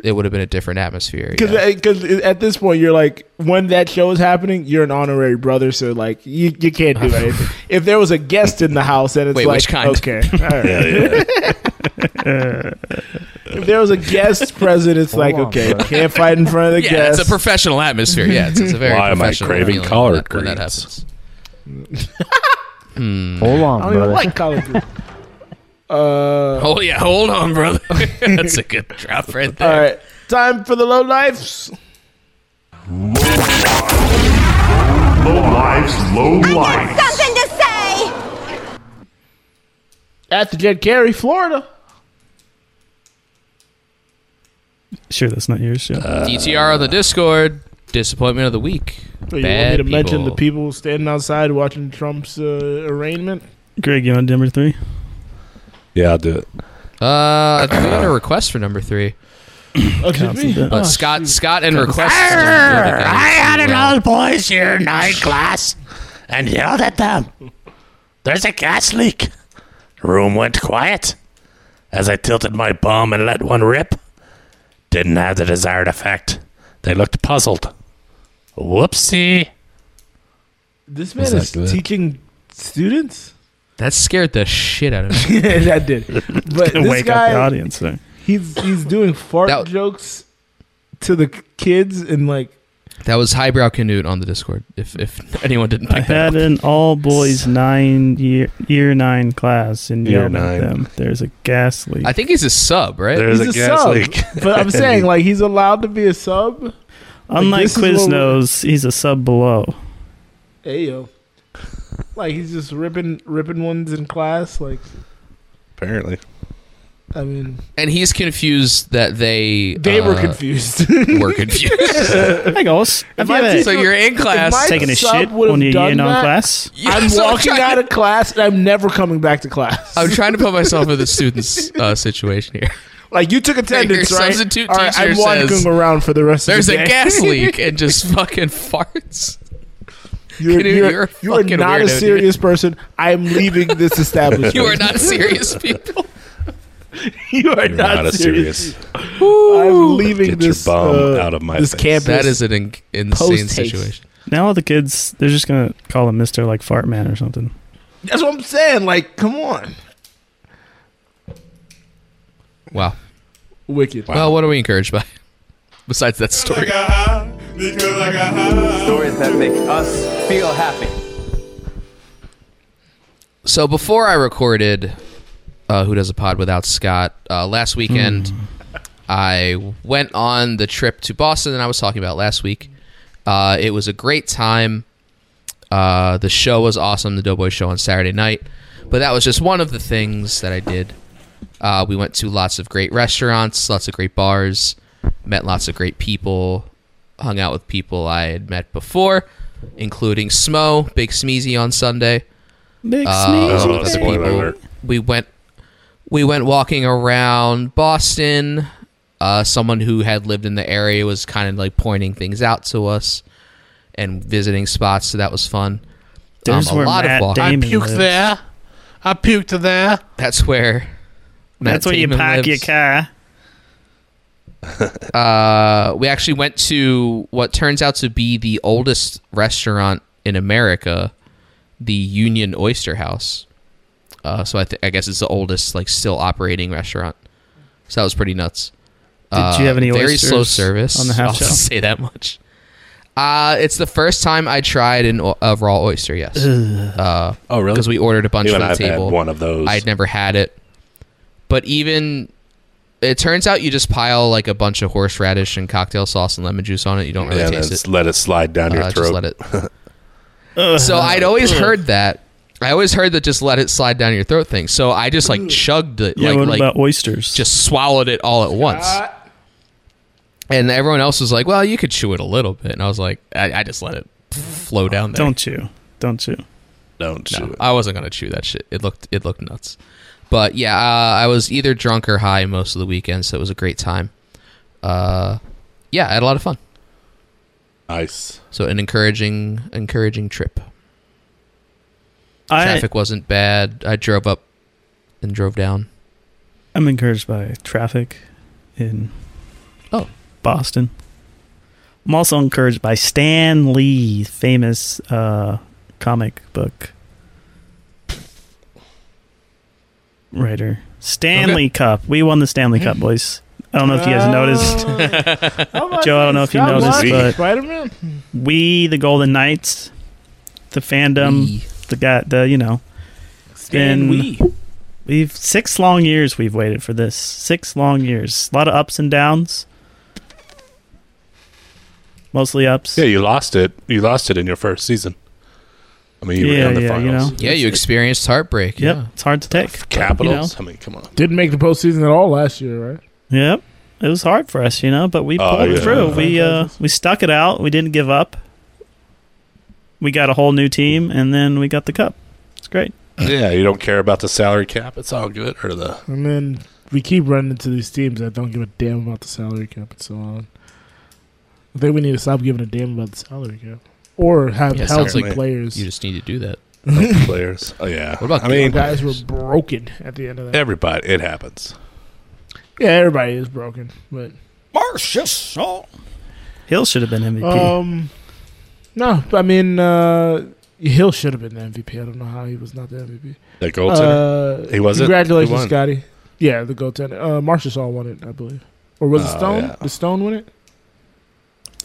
Speaker 1: it would have been a different atmosphere.
Speaker 3: Because
Speaker 1: yeah.
Speaker 3: uh, at this point you're like when that show is happening you're an honorary brother so like you, you can't do [laughs] anything if there was a guest in the house and it's
Speaker 1: Wait,
Speaker 3: like
Speaker 1: which kind?
Speaker 3: [laughs] okay all right.
Speaker 6: Yeah, yeah.
Speaker 3: [laughs] if there was a guest present it's like
Speaker 7: Hold on,
Speaker 3: okay
Speaker 7: bro.
Speaker 3: can't fight in front
Speaker 1: [laughs]
Speaker 3: of the
Speaker 1: Yeah,
Speaker 3: guest
Speaker 1: it's a professional atmosphere. Yeah, it's, it's a very
Speaker 6: Why am I
Speaker 1: professional
Speaker 6: craving
Speaker 1: feeling
Speaker 6: collard
Speaker 1: when that, when that
Speaker 6: greens?
Speaker 1: happens.
Speaker 7: Hold on,
Speaker 3: I don't
Speaker 7: brother.
Speaker 3: even like collard greens. uh,
Speaker 1: Oh yeah, hold on, [laughs] brother. That's a good drop right there.
Speaker 3: all right time for the low lives
Speaker 2: Low lives, low life.
Speaker 10: Something to say!
Speaker 3: at the Jed Carey Florida
Speaker 4: Sure, that's not yours. Yeah.
Speaker 6: Uh,
Speaker 1: Uh, DTR on the Discord. Disappointment of the week.
Speaker 3: so you want me to mention the people standing outside watching Trump's uh, arraignment
Speaker 4: Greg, you on number three?
Speaker 6: yeah, I'll do it.
Speaker 1: Uh, I think we got [coughs] a request for number three.
Speaker 3: oh, excuse me?
Speaker 4: Constant.
Speaker 1: But Scott, Scott, and request. I had an old
Speaker 5: boys here in night class and yelled at them. um, There's a gas leak. Room went quiet. As I tilted my bum and let one rip, didn't have the desired effect. They looked puzzled. Whoopsie.
Speaker 3: this man
Speaker 6: Is that
Speaker 3: is
Speaker 6: good?
Speaker 3: teaching students [laughs]
Speaker 1: That scared the shit out of me.
Speaker 3: Yeah, that did. But
Speaker 4: And
Speaker 3: this
Speaker 4: wake up
Speaker 3: guy,
Speaker 4: the audience there.
Speaker 3: he's he's doing fart
Speaker 1: That-
Speaker 3: jokes to the kids and like
Speaker 1: [laughs] That was highbrow canute on the Discord. If if [laughs] anyone didn't
Speaker 4: I
Speaker 1: pick that
Speaker 4: had
Speaker 1: up.
Speaker 4: an all boys nine year year nine class and
Speaker 6: Year
Speaker 4: yelled at
Speaker 6: nine.
Speaker 4: them. There's a gas leak.
Speaker 1: I think he's a sub, right?
Speaker 6: There's
Speaker 3: he's
Speaker 6: a
Speaker 3: a,
Speaker 6: gas
Speaker 3: sub.
Speaker 6: leak.
Speaker 3: [laughs] but I'm saying like he's allowed to be a sub.
Speaker 4: Unlike
Speaker 3: this is what we-
Speaker 4: Quiznos, he's a sub below.
Speaker 3: Ayo. Like he's just ripping ripping ones in class. Like
Speaker 6: Apparently.
Speaker 3: I mean,
Speaker 1: and he's confused that they
Speaker 3: they were
Speaker 1: uh,
Speaker 3: confused. [laughs]
Speaker 1: Were [laughs] confused.
Speaker 4: Hey, guys. Have you
Speaker 3: I
Speaker 4: ever
Speaker 3: teach-
Speaker 1: so you're in class.
Speaker 3: my-
Speaker 4: taken a
Speaker 3: sub
Speaker 4: shit
Speaker 3: would've
Speaker 4: on your year
Speaker 3: done
Speaker 4: nine
Speaker 3: that?
Speaker 4: class?
Speaker 1: Yeah, [laughs]
Speaker 3: I'm
Speaker 1: so
Speaker 3: walking
Speaker 1: trying- Oh,
Speaker 3: out of class and I'm never coming back to class.
Speaker 1: I'm trying to put myself in the student's uh, situation here.
Speaker 3: like you took attendance,
Speaker 1: Your
Speaker 3: right?
Speaker 1: substitute
Speaker 3: All right, I'm
Speaker 1: teacher
Speaker 3: walking
Speaker 1: says,
Speaker 3: around for the rest
Speaker 1: There's
Speaker 3: of the
Speaker 1: a
Speaker 3: day. [laughs]
Speaker 1: [laughs] gas leak and just fucking farts.
Speaker 3: You're,
Speaker 1: Dude,
Speaker 3: you're,
Speaker 1: you're a
Speaker 3: you are
Speaker 1: fucking
Speaker 3: not a
Speaker 1: weirdo, dude.
Speaker 3: serious person. I'm leaving this establishment.
Speaker 1: [laughs] You are not serious, people.
Speaker 3: [laughs] you are
Speaker 6: You're not, a serious.
Speaker 3: I'm leaving
Speaker 6: Get your
Speaker 3: this
Speaker 6: bum
Speaker 3: uh,
Speaker 6: out of my
Speaker 3: this
Speaker 6: face.
Speaker 3: campus.
Speaker 1: That is an in- insane
Speaker 3: Post-haste.
Speaker 1: situation.
Speaker 4: Now all the kids, they're just gonna call him Mister like Fart Man or something.
Speaker 3: That's what I'm saying. Like, come on,
Speaker 1: Wow.
Speaker 3: wicked.
Speaker 1: Well, what are we encouraged by? [laughs] Besides that story,
Speaker 12: Stories that make us feel happy.
Speaker 1: so before I recorded, uh, who does a pod without Scott? Uh, last weekend, I went on the trip to Boston that I was talking about last week. Uh, it was a great time. Uh, the show was awesome, the Doughboy Show on Saturday night. But that was just one of the things that I did. Uh, we went to lots of great restaurants, lots of great bars, met lots of great people, hung out with people I had met before, including Smo, Big Smeezy on Sunday.
Speaker 4: Big
Speaker 1: Uh,
Speaker 6: Oh,
Speaker 1: other
Speaker 6: spoiler
Speaker 1: people.
Speaker 6: alert.
Speaker 1: We went we went walking around Boston. Uh, someone who had lived in the area was kind of like pointing things out to us and visiting spots, so that was fun. Um,
Speaker 4: There's where Matt
Speaker 1: walk-
Speaker 4: Damon lives.
Speaker 6: I puked there.
Speaker 1: [laughs] That's where. Matt
Speaker 4: That's where you
Speaker 1: Damon
Speaker 4: park your
Speaker 1: lives.
Speaker 4: car.
Speaker 1: Uh, we actually went to what turns out to be the oldest restaurant in America, the Union Oyster House. Uh, so I, th- I guess it's the oldest like still operating restaurant. So that was pretty nuts.
Speaker 4: Did you have any
Speaker 1: Uh, very
Speaker 4: oysters
Speaker 1: slow service
Speaker 4: on
Speaker 1: [laughs]
Speaker 4: the half
Speaker 1: I'll
Speaker 4: shell?
Speaker 1: say that much. Uh, it's the first time I tried an o- a raw oyster. Yes, because
Speaker 6: Oh, really?
Speaker 1: we ordered a bunch
Speaker 6: Even
Speaker 1: for the
Speaker 6: I've had
Speaker 1: table.
Speaker 6: one of those.
Speaker 1: I'd never had it. But even It turns out you just pile like a bunch of horseradish and cocktail sauce and lemon juice on it. You don't really
Speaker 6: Yeah,
Speaker 1: taste
Speaker 6: just
Speaker 1: it.
Speaker 6: let it slide down your
Speaker 1: Uh,
Speaker 6: throat.
Speaker 1: just let it.
Speaker 6: [laughs]
Speaker 1: so I'd always heard that. I always heard that just let it slide down your throat thing. So I just like chugged it,
Speaker 4: Yeah,
Speaker 1: like,
Speaker 4: what
Speaker 1: like
Speaker 4: about oysters?
Speaker 1: just swallowed it all at once. And everyone else was like, "Well, you could chew it a little bit," and I was like, "I, I just let it flow down there."
Speaker 4: Don't chew. Don't chew.
Speaker 6: Don't chew it.
Speaker 1: I wasn't gonna chew that shit. It looked it looked nuts. But yeah, uh, I was either drunk or high most of the weekend, so it was a great time. Uh, yeah, I had a lot of fun.
Speaker 6: Nice.
Speaker 1: So an encouraging encouraging trip.
Speaker 4: I-
Speaker 1: Traffic wasn't bad. I drove up and drove down.
Speaker 4: I'm encouraged by traffic in
Speaker 1: oh
Speaker 4: Boston. I'm also encouraged by Stan Lee, famous uh, comic book writer. Stanley Cup. We won the Stanley Cup, boys. I don't know if you
Speaker 3: Oh.
Speaker 4: guys
Speaker 1: [laughs]
Speaker 4: noticed. Joe, I don't know if you
Speaker 3: God
Speaker 4: noticed,
Speaker 3: bless
Speaker 4: but
Speaker 3: Spider-Man?
Speaker 4: we, the Golden Knights, the fandom, the guy, the you know, it's
Speaker 3: Stan Wee.
Speaker 4: We've six long years we've waited for this. Six long years. A lot of ups and downs. Mostly ups.
Speaker 6: Yeah, you lost it. You lost it in your first season. I mean, you were
Speaker 4: Yeah,
Speaker 6: in the
Speaker 4: yeah,
Speaker 6: finals.
Speaker 4: you know.
Speaker 1: Yeah, you experienced heartbreak.
Speaker 4: Yep,
Speaker 1: Yeah.
Speaker 4: it's hard to take.
Speaker 6: Capitals. I mean, come on.
Speaker 3: Didn't make the postseason at all last year, right?
Speaker 4: Yep. It was hard for us, you know, but we
Speaker 6: Oh,
Speaker 4: pulled
Speaker 6: yeah.
Speaker 4: through. We uh we stuck it out. We didn't give up. We got a whole new team and then we got the cup. It's great.
Speaker 6: Yeah, you don't care about the salary cap. It's all good.
Speaker 1: [laughs]
Speaker 6: Or the
Speaker 3: And then we keep running into these teams that don't give a damn about the salary cap and so on. I think we need to stop giving a damn about the salary cap, or have
Speaker 1: Yeah, it sounds
Speaker 3: healthy
Speaker 1: like
Speaker 3: players.
Speaker 1: You just need to do that.
Speaker 6: Healthy players. Oh yeah.
Speaker 1: What about
Speaker 6: I mean,
Speaker 3: guys were broken at the end of that.
Speaker 6: everybody. It happens.
Speaker 3: yeah, everybody is broken, but
Speaker 4: Marcius. Hill should have been MVP.
Speaker 3: Um, no, I mean uh, Hill should have been the MVP. I don't know how he was not the MVP.
Speaker 6: That goaltender?
Speaker 3: Uh,
Speaker 6: He wasn't? He
Speaker 3: Congratulations,
Speaker 6: won.
Speaker 3: Scotty. Yeah, the goaltender. Uh, Marcia Saul won it, I believe, or was it
Speaker 6: Oh,
Speaker 3: Stone?
Speaker 6: yeah.
Speaker 3: Did Stone win it?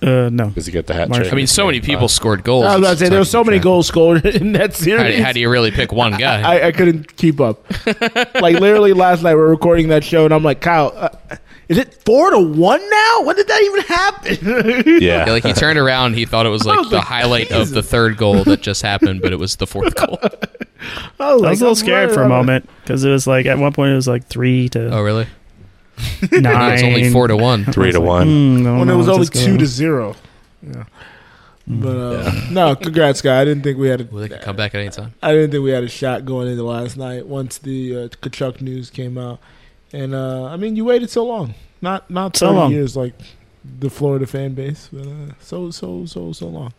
Speaker 4: Uh, no.
Speaker 6: Because you get the hat
Speaker 1: March-
Speaker 6: trick. Uh,
Speaker 1: I mean, so many people scored goals.
Speaker 3: I was about to say there were so many goals scored [laughs] in that
Speaker 1: How
Speaker 3: series.
Speaker 1: do, how do you really pick one guy?
Speaker 3: [laughs] I, I couldn't keep
Speaker 4: [laughs]
Speaker 3: up. like literally last night, we are recording that show, and I'm like, Kyle, uh, is it four to one now? When did that even happen?
Speaker 1: [laughs] Like he turned around, he thought it was like
Speaker 3: was
Speaker 1: the
Speaker 3: like,
Speaker 1: highlight of the third goal that just happened, but it was the fourth
Speaker 3: [laughs]
Speaker 1: goal.
Speaker 3: [laughs] I
Speaker 4: I was a little scared for a moment because it was like at one point it was like three to.
Speaker 1: Oh really?
Speaker 4: Nine. Hmm,
Speaker 1: It's only four to one.
Speaker 6: Three to one.
Speaker 1: Mm.
Speaker 3: when it was only two to
Speaker 4: to.
Speaker 3: zero. Yeah. But uh, no, congrats, guy. I didn't think we had a,
Speaker 1: Well, they could come back at any time.
Speaker 3: I didn't think we had a shot going into last night once the uh, Kachuk news came out, and uh, I mean you waited so long, not not
Speaker 4: So
Speaker 3: so
Speaker 4: long.
Speaker 3: years like the Florida fan base, but uh, so so so so long.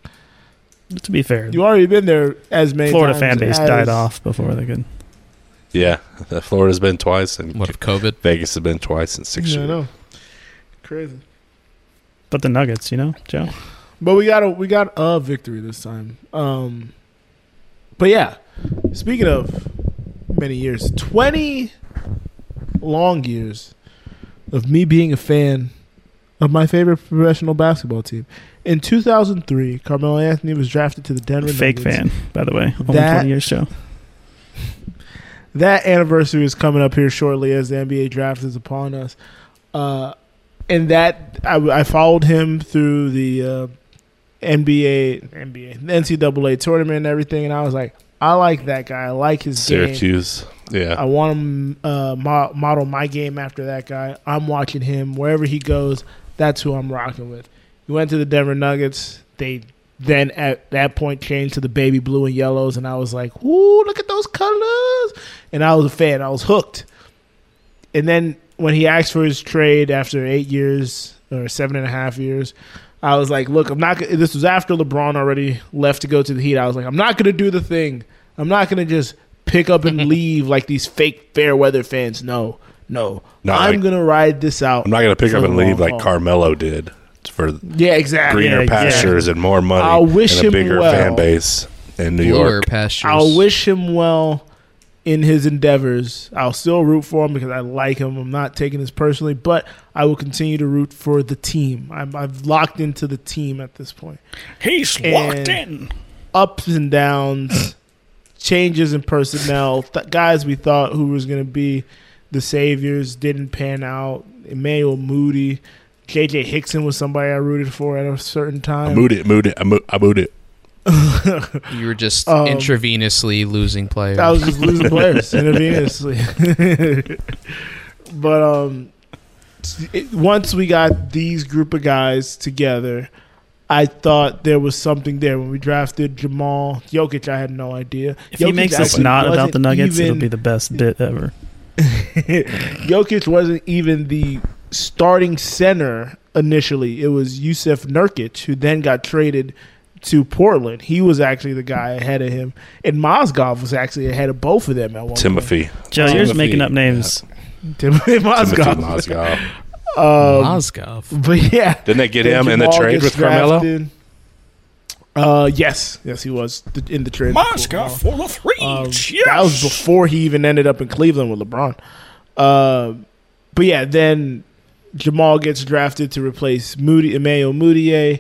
Speaker 4: To be fair,
Speaker 3: You already been there as many.
Speaker 4: Florida
Speaker 3: times
Speaker 4: fan base
Speaker 3: as-
Speaker 4: died off before they could.
Speaker 6: Yeah, the Florida's been twice, and
Speaker 1: what if COVID?
Speaker 6: Vegas has been twice in six
Speaker 3: Yeah, I
Speaker 6: years.
Speaker 3: know. Crazy.
Speaker 4: But the Nuggets, you know, Joe.
Speaker 3: But we got a we got a victory this time. Um But yeah, speaking of many years, twenty long years of me being a fan of my favorite professional basketball team. In 2003, Carmelo Anthony was drafted to the Denver
Speaker 4: Fake
Speaker 3: Nuggets.
Speaker 4: fan, by the way. Only
Speaker 3: That-
Speaker 4: 20 years, Joe.
Speaker 3: that anniversary is coming up here shortly as the NBA draft is upon us. Uh, and that I, I followed him through the uh, NBA, NBA, NCAA tournament and everything, and I was like, I like that guy. I like his game.
Speaker 6: Syracuse. Yeah.
Speaker 3: I want to uh, mo- model my game after that guy. I'm watching him wherever he goes. That's who I'm rocking with. He went to the Denver Nuggets. They then at that point changed to the baby blue and yellows, and I was like, "Ooh, look at those colors!" And I was a fan. I was hooked. And then when he asked for his trade after eight years or seven and a half years, I was like, look, I'm not. Gonna, this was after LeBron already left to go to the Heat. I was like, I'm not going to do the thing. I'm not going to just pick up
Speaker 6: [laughs]
Speaker 3: and leave like these fake fair weather fans. No, no.
Speaker 6: Not
Speaker 3: I'm
Speaker 6: like-
Speaker 3: going to ride this out.
Speaker 6: I'm not going to pick
Speaker 3: for
Speaker 6: up
Speaker 3: the
Speaker 6: and leave
Speaker 3: long
Speaker 6: like
Speaker 3: haul.
Speaker 6: Carmelo did for
Speaker 3: Yeah, exactly.
Speaker 6: greener
Speaker 3: Yeah,
Speaker 6: pastures
Speaker 3: exactly.
Speaker 6: and more money
Speaker 3: I'll wish
Speaker 6: and a
Speaker 3: him
Speaker 6: bigger
Speaker 3: well.
Speaker 6: fan base in New
Speaker 1: Bluer
Speaker 6: York.
Speaker 1: pastures.
Speaker 3: I'll wish him well in his endeavors. I'll still root for him because I like him. I'm not taking this personally, but I will continue to root for the team. I'm, I've locked into the team at this point.
Speaker 4: He's
Speaker 3: locked
Speaker 4: in.
Speaker 3: Ups and downs, changes in personnel, th- guys we thought who was going to be the Saviors didn't pan out. Emmanuel Moody, J.J. Hickson was somebody I rooted for at a certain time.
Speaker 6: I moved it, moved it, I moved, I moved it.
Speaker 1: You were just
Speaker 3: Um,
Speaker 1: intravenously losing players.
Speaker 3: I was just losing players intravenously. [laughs] but um, it, once we got these group of guys together, I thought there was something there when we drafted Jamal Jokic. I had no idea.
Speaker 4: If he
Speaker 3: Jokic
Speaker 4: makes us
Speaker 3: actually
Speaker 4: not about the
Speaker 3: wasn't
Speaker 4: Nuggets,
Speaker 3: even-
Speaker 4: it'll be the best bit ever.
Speaker 3: Jokic wasn't even the starting center initially. It was Yusef Nurkic who then got traded to Portland. He was actually the guy ahead of him, and Mozgov was actually ahead of both of them at one
Speaker 6: Timothy.
Speaker 4: Joe, you're just
Speaker 6: Timothy.
Speaker 4: making up names.
Speaker 3: point. [laughs] Timothy
Speaker 6: Timothy
Speaker 3: Mozgov. [laughs]
Speaker 6: Mozgov.
Speaker 3: Um,
Speaker 1: Mozgov.
Speaker 3: But yeah,
Speaker 6: Didn't they get him in the
Speaker 3: Jamal
Speaker 6: trade
Speaker 3: gets
Speaker 6: with Carmelo?
Speaker 3: drafted. Uh, yes, yes, he was th- in the trade. with Carmelo.
Speaker 13: for the three.
Speaker 3: Um,
Speaker 4: Oh,
Speaker 3: That was before he even ended up in Cleveland with LeBron. Uh, but yeah, then Jamal gets drafted to replace Moody, Emmanuel Moutier,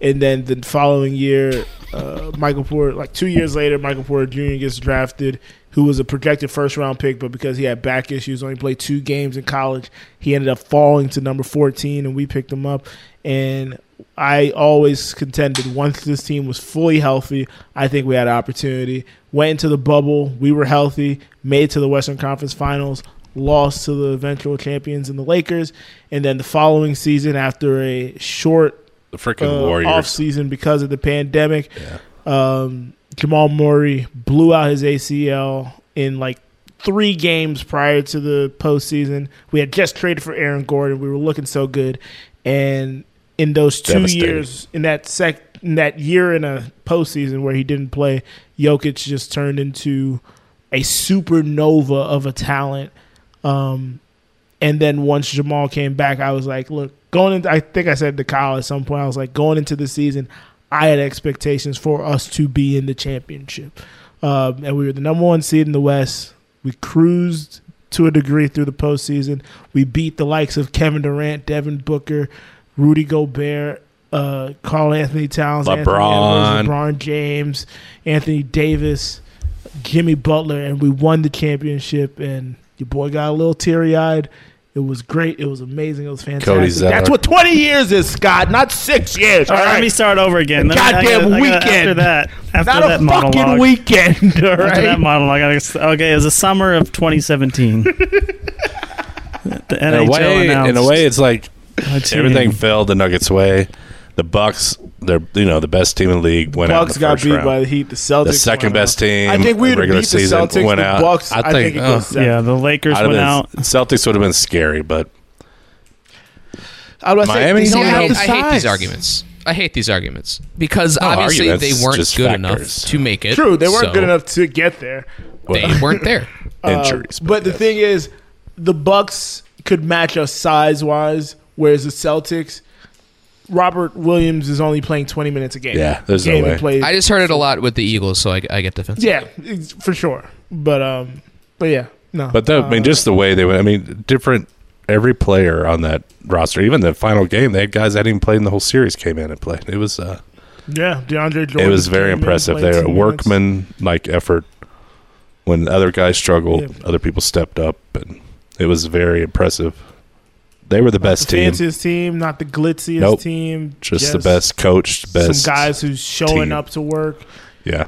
Speaker 3: and then the following year, uh, Michael Porter. Like two years later, Michael Porter Jr. gets drafted, who was a projected first round pick, but because he had back issues, only played two games in college, he ended up falling to number fourteen, and we picked him up. And I always contended once this team was fully healthy, I think we had an opportunity. Went into the bubble, we were healthy, made it to the Western Conference Finals, lost to the eventual champions in the Lakers, and then the following season after a short
Speaker 6: the freaking Warriors.
Speaker 3: off season uh, because of the pandemic, um, Jamal Murray blew out his ACL in like three games prior to the postseason. We had just traded for Aaron Gordon. We were looking so good, and in those two
Speaker 6: Devastating.
Speaker 3: years, in that sec, in that year in a postseason where he didn't play, Jokic just turned into a supernova of a talent. Um, and then once Jamal came back, I was like, look, going into, I think I said to Kyle at some point, I was like, going into the season, I had expectations for us to be in the championship. Um, and we were the number one seed in the West. We cruised to a degree through the postseason. We beat the likes of Kevin Durant, Devin Booker, Rudy Gobert, uh, Carl Anthony Towns, Anthony Edwards,
Speaker 6: LeBron.
Speaker 3: LeBron James, Anthony Davis, Jimmy Butler, and we won the championship. And your boy got a little teary eyed. It was great. It was amazing. It was fantastic.
Speaker 6: Cody Zeller.
Speaker 3: That's what 20 years is, Scott, not six years.
Speaker 4: All right, let me start over again. Let me- I
Speaker 3: Goddamn
Speaker 4: gotta- I gotta-
Speaker 3: weekend.
Speaker 4: After that, after
Speaker 3: Not a
Speaker 4: that
Speaker 3: fucking
Speaker 4: monologue,
Speaker 3: weekend. All
Speaker 4: [laughs] After
Speaker 3: right.
Speaker 4: that monologue, I gotta, okay, it was the summer of [laughs] 2017. the
Speaker 6: in
Speaker 4: NHL
Speaker 6: a way,
Speaker 4: announced.
Speaker 6: in a way, it's like
Speaker 4: team.
Speaker 6: everything fell the Nuggets' way. The Bucks, they're you know the best team in the league, went out. in
Speaker 3: Bucks
Speaker 6: the
Speaker 3: got
Speaker 6: first
Speaker 3: beat
Speaker 6: round.
Speaker 3: by the Heat. The Celtics.
Speaker 6: The second
Speaker 3: went
Speaker 6: best
Speaker 3: out.
Speaker 6: team.
Speaker 3: I think we
Speaker 6: in
Speaker 3: would
Speaker 6: regular
Speaker 3: beat the
Speaker 6: season
Speaker 3: Celtics.
Speaker 6: went
Speaker 3: the
Speaker 6: out. uh, oh,
Speaker 3: Bucks. I think it goes
Speaker 6: ugh.
Speaker 3: seven. Yeah,
Speaker 4: the Lakers
Speaker 6: I'd've
Speaker 4: went
Speaker 6: been-
Speaker 4: out.
Speaker 6: Celtics would have been scary, but
Speaker 3: I was about to
Speaker 6: Miami?
Speaker 3: Say,
Speaker 1: See,
Speaker 3: they
Speaker 1: I,
Speaker 3: don't have
Speaker 1: hate,
Speaker 3: the
Speaker 1: I hate
Speaker 3: size.
Speaker 1: these arguments. I hate these arguments because
Speaker 6: No
Speaker 1: obviously
Speaker 6: arguments,
Speaker 1: they weren't
Speaker 6: just
Speaker 1: good
Speaker 6: factors.
Speaker 1: enough to make it.
Speaker 3: True, they weren't
Speaker 1: so
Speaker 3: good enough to get there.
Speaker 1: They weren't
Speaker 3: [laughs]
Speaker 1: there.
Speaker 3: Uh, But, the thing is, the Bucks could match us size wise, whereas the Celtics, Robert Williams is only playing twenty minutes a game. He ain't even played-
Speaker 1: I just heard it a lot with the Eagles, so I, I get defensive.
Speaker 3: Yeah, it's- for sure. But um, but yeah, no.
Speaker 6: But that, I mean, just the way they went. I mean, different. Every player on that roster, even the final game, they had guys that didn't even play in the whole series came in and played. It was uh,
Speaker 3: yeah, DeAndre Jordan.
Speaker 6: it was very
Speaker 3: came in,
Speaker 6: impressive.
Speaker 3: played
Speaker 6: They were
Speaker 3: two
Speaker 6: a
Speaker 3: minutes.
Speaker 6: workman like effort. When other guys struggled,
Speaker 3: Yeah.
Speaker 6: other people stepped up, and it was very impressive. They were the best
Speaker 3: the
Speaker 6: team.
Speaker 3: fanciest team, not the glitziest
Speaker 6: Nope.
Speaker 3: team.
Speaker 6: Just the best coached, best
Speaker 3: Some guys who's showing
Speaker 6: team.
Speaker 3: up to work.
Speaker 6: Yeah.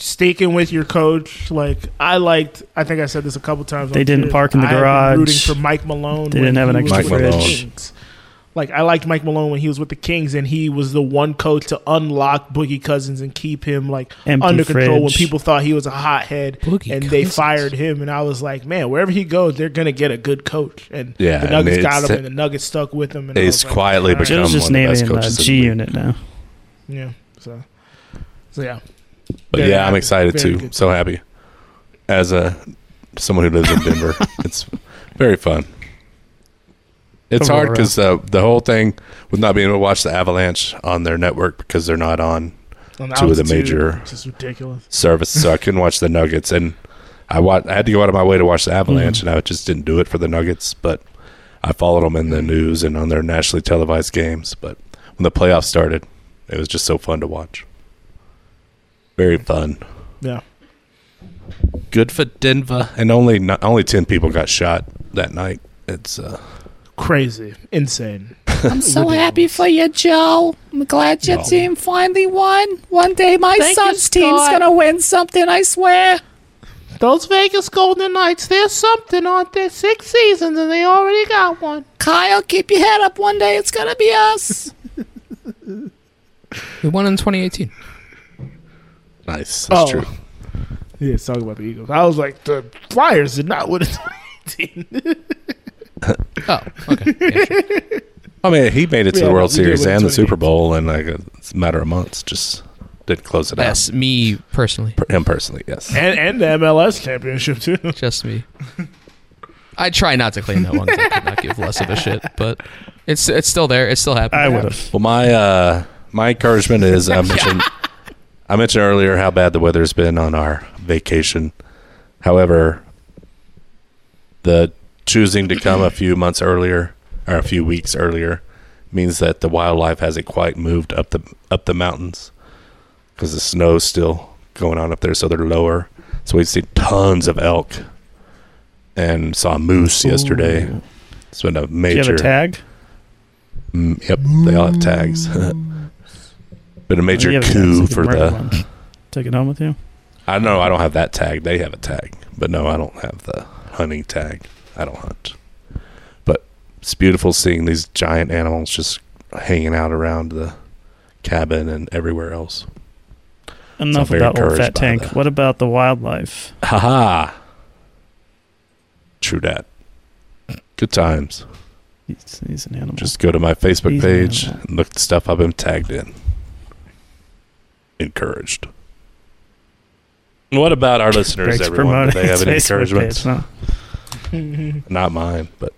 Speaker 3: sticking with your coach. Like I liked, I think I said this a couple times.
Speaker 4: They
Speaker 3: on
Speaker 4: didn't
Speaker 3: Twitter,
Speaker 4: park in the
Speaker 3: I had been
Speaker 4: garage.
Speaker 3: Rooting for Mike Malone.
Speaker 4: They
Speaker 3: when
Speaker 4: didn't have an
Speaker 3: he was
Speaker 4: extra
Speaker 3: with the
Speaker 4: fridge.
Speaker 3: Kings. Like I liked Mike Malone when he was with the Kings, and he was the one coach to unlock Boogie Cousins and keep him like
Speaker 4: Empty
Speaker 3: under control when
Speaker 4: fridge.
Speaker 3: people thought he was a hothead, and they fired him. And I was like, man, wherever he goes, they're gonna get a good coach. And
Speaker 6: Yeah,
Speaker 3: the
Speaker 6: and
Speaker 3: Nuggets
Speaker 6: it's-
Speaker 3: got him, and the Nuggets stuck with him. And I
Speaker 6: He's
Speaker 3: was like,
Speaker 6: quietly
Speaker 3: all right.
Speaker 6: become
Speaker 4: Joe's just
Speaker 6: one of the best
Speaker 4: naming uh,
Speaker 6: coaches. in
Speaker 4: G Unit now.
Speaker 3: yeah. So, so yeah.
Speaker 6: But
Speaker 3: Very
Speaker 6: yeah, I'm
Speaker 3: happy.
Speaker 6: excited
Speaker 3: Very
Speaker 6: too.
Speaker 3: good.
Speaker 6: So happy as a someone who lives in
Speaker 3: [laughs]
Speaker 6: Denver. it's very fun. It's hard
Speaker 2: Aurora.
Speaker 6: because uh, the whole thing with not being able to watch the Avalanche on their network because they're not on,
Speaker 3: On
Speaker 6: two of the
Speaker 3: altitude,
Speaker 6: major
Speaker 3: it's just ridiculous.
Speaker 6: services, so I couldn't watch the Nuggets. And I wa- I had to go out of my way to watch the Avalanche,
Speaker 3: Mm-hmm.
Speaker 6: and I just didn't do it for the Nuggets. But I followed them in the
Speaker 3: Mm-hmm.
Speaker 6: news and on their nationally televised games. But when the playoffs started, it was just so fun to watch. Very fun.
Speaker 3: Yeah.
Speaker 6: Good for Denver. And only not, only ten people got shot that night. It's uh,
Speaker 3: Crazy. Insane.
Speaker 13: I'm so happy for you, Joe. I'm glad your
Speaker 6: No.
Speaker 13: team finally won. One day my
Speaker 3: Thank you,
Speaker 13: son's team's
Speaker 3: Scott.
Speaker 13: gonna win something, I swear.
Speaker 3: Those Vegas Golden Knights, they're something, aren't they? Six seasons and they already got one.
Speaker 13: Kyle, keep your head up. One day it's gonna be us.
Speaker 1: We won in [laughs] 2018.
Speaker 6: Nice.
Speaker 3: That's true. Yeah, it's talking about the Eagles. I was like, the Flyers did not win in
Speaker 6: [laughs]
Speaker 3: 2018.
Speaker 1: oh, okay.
Speaker 6: I mean, he made it to
Speaker 3: Yeah,
Speaker 6: the World
Speaker 3: we did
Speaker 6: Series
Speaker 3: win
Speaker 6: and the
Speaker 3: 28.
Speaker 6: Super Bowl in like a matter of months. Just didn't close it
Speaker 1: Yes,
Speaker 6: out.
Speaker 1: me personally.
Speaker 6: Him personally, yes.
Speaker 3: and, and the MLS championship, too.
Speaker 1: Just me. I try not to claim that one. 'cause I could not give less of a shit, but it's it's still there. It's still happening.
Speaker 6: Well, my uh, my
Speaker 4: [laughs]
Speaker 6: encouragement is I mentioned I mentioned earlier how bad the weather's been on our vacation. However, the choosing to come a few months earlier or a few weeks earlier means that the wildlife hasn't quite moved up the up the mountains because the snow's still going on up there, so they're lower. So we've seen tons of elk and saw moose yesterday. It's been a
Speaker 4: Do
Speaker 6: major.
Speaker 4: you have a tag?
Speaker 6: Mm, yep, they all have tags. [laughs] Been a major
Speaker 4: You have tag, so
Speaker 6: coup
Speaker 4: you
Speaker 6: for
Speaker 4: can mark
Speaker 6: the.
Speaker 4: one. Take it home with you.
Speaker 6: I know I don't have that tag. They have a tag, but no, I don't have the hunting tag. I don't hunt. But it's beautiful seeing these giant animals just hanging out around the cabin and everywhere else.
Speaker 4: Enough
Speaker 6: very
Speaker 4: about old
Speaker 6: encouraged
Speaker 4: fat
Speaker 6: by
Speaker 4: tank. What about the wildlife?
Speaker 6: Haha. True dat. Good times.
Speaker 4: He's, he's an animal.
Speaker 6: Just go to my Facebook
Speaker 4: He's an
Speaker 6: page
Speaker 4: animal.
Speaker 6: and look at the stuff I've been tagged in. Encouraged. What
Speaker 4: [laughs]
Speaker 6: about our listeners,
Speaker 4: Greg's
Speaker 6: everyone?
Speaker 4: [laughs]
Speaker 6: Do
Speaker 4: promoting
Speaker 6: they have any
Speaker 4: his Facebook
Speaker 6: encouragements?
Speaker 4: page, no.
Speaker 6: Not mine, but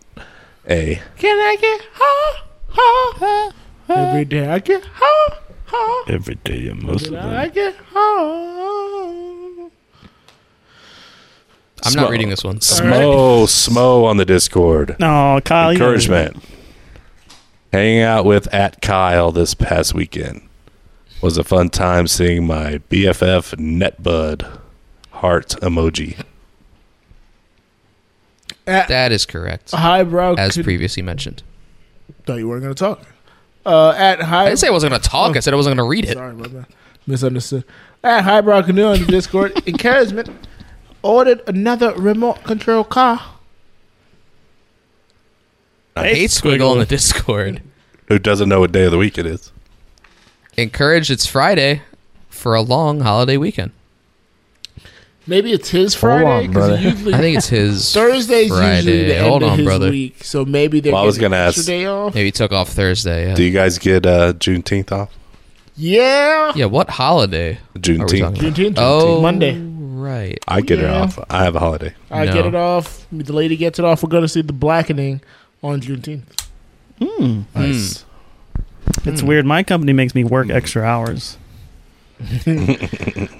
Speaker 6: a
Speaker 3: Can I get ha ha ha? Every day I get ha ha.
Speaker 6: every day and
Speaker 3: Every day I get ha.
Speaker 1: I'm not reading this one.
Speaker 6: Smo, Smo on the Discord.
Speaker 4: No, Kyle. you gotta-
Speaker 6: Encouragement. Hanging out with at Kyle this past weekend was a fun time seeing my BFF Netbud heart emoji.
Speaker 1: that is correct.
Speaker 3: Highbrow
Speaker 1: as
Speaker 3: Oh, could-
Speaker 1: previously mentioned.
Speaker 3: Thought you weren't gonna talk. Uh, at high.
Speaker 1: I didn't say I wasn't going to talk. I said I wasn't going to read it.
Speaker 3: Oh. Sorry, my bad. Misunderstood. At Highbrow Canoe on the Discord,
Speaker 1: [laughs]
Speaker 3: encouragement ordered another remote control car.
Speaker 1: I hate Squiggle on the Discord.
Speaker 6: Who doesn't know what day of the week it is?
Speaker 1: Encouraged. It's Friday for a long holiday weekend.
Speaker 3: Maybe it's his
Speaker 1: Hold
Speaker 3: Friday
Speaker 1: on,
Speaker 3: because
Speaker 1: brother. [laughs]
Speaker 3: usually
Speaker 1: I think it's his
Speaker 3: [laughs] Thursday's usually the
Speaker 1: Friday.
Speaker 3: end
Speaker 1: Hold
Speaker 3: of
Speaker 1: on,
Speaker 3: his
Speaker 1: brother.
Speaker 3: week, so maybe they're
Speaker 6: Well, I was
Speaker 3: getting
Speaker 6: gonna
Speaker 3: an extra
Speaker 6: ask-
Speaker 3: day off.
Speaker 1: Maybe he took off Thursday. Yeah.
Speaker 6: Do you guys get uh, Juneteenth off?
Speaker 3: Yeah,
Speaker 1: yeah what holiday? are we
Speaker 6: Juneteenth.
Speaker 1: talking about?
Speaker 3: Juneteenth.
Speaker 1: Oh,
Speaker 3: Monday.
Speaker 1: Right.
Speaker 6: I get
Speaker 3: Yeah.
Speaker 6: it off. I have a holiday.
Speaker 3: I get it off. The lady gets it off. We're gonna see the blackening on Juneteenth.
Speaker 1: Hmm.
Speaker 4: Mm.
Speaker 6: Nice.
Speaker 4: It's weird. My company makes me
Speaker 6: Hmm.
Speaker 4: work extra hours.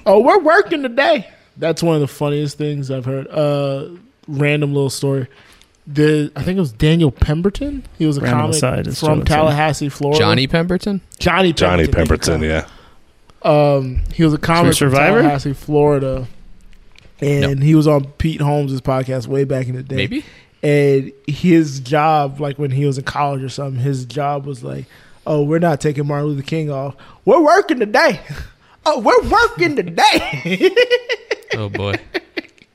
Speaker 3: Oh, we're working today. That's one of the funniest things I've heard. Uh, random little story. The I think it was Daniel Pemberton. He was a
Speaker 4: Random
Speaker 3: comic
Speaker 4: aside, it's
Speaker 3: from
Speaker 4: Jonathan.
Speaker 3: Tallahassee, Florida.
Speaker 1: Johnny Pemberton?
Speaker 3: Johnny
Speaker 6: Johnny
Speaker 3: Pemberton.
Speaker 6: Pemberton, yeah.
Speaker 3: Um, he was a comic from
Speaker 4: Survivor?
Speaker 3: Tallahassee, Florida, and he was on Pete Holmes' podcast way back in the day.
Speaker 1: Maybe.
Speaker 3: And his job, like when he was in college or something, his job was like, "Oh, we're not taking Martin Luther King off. We're working today. [laughs] Oh, we're working today. [laughs]
Speaker 1: Oh boy.
Speaker 3: I was like,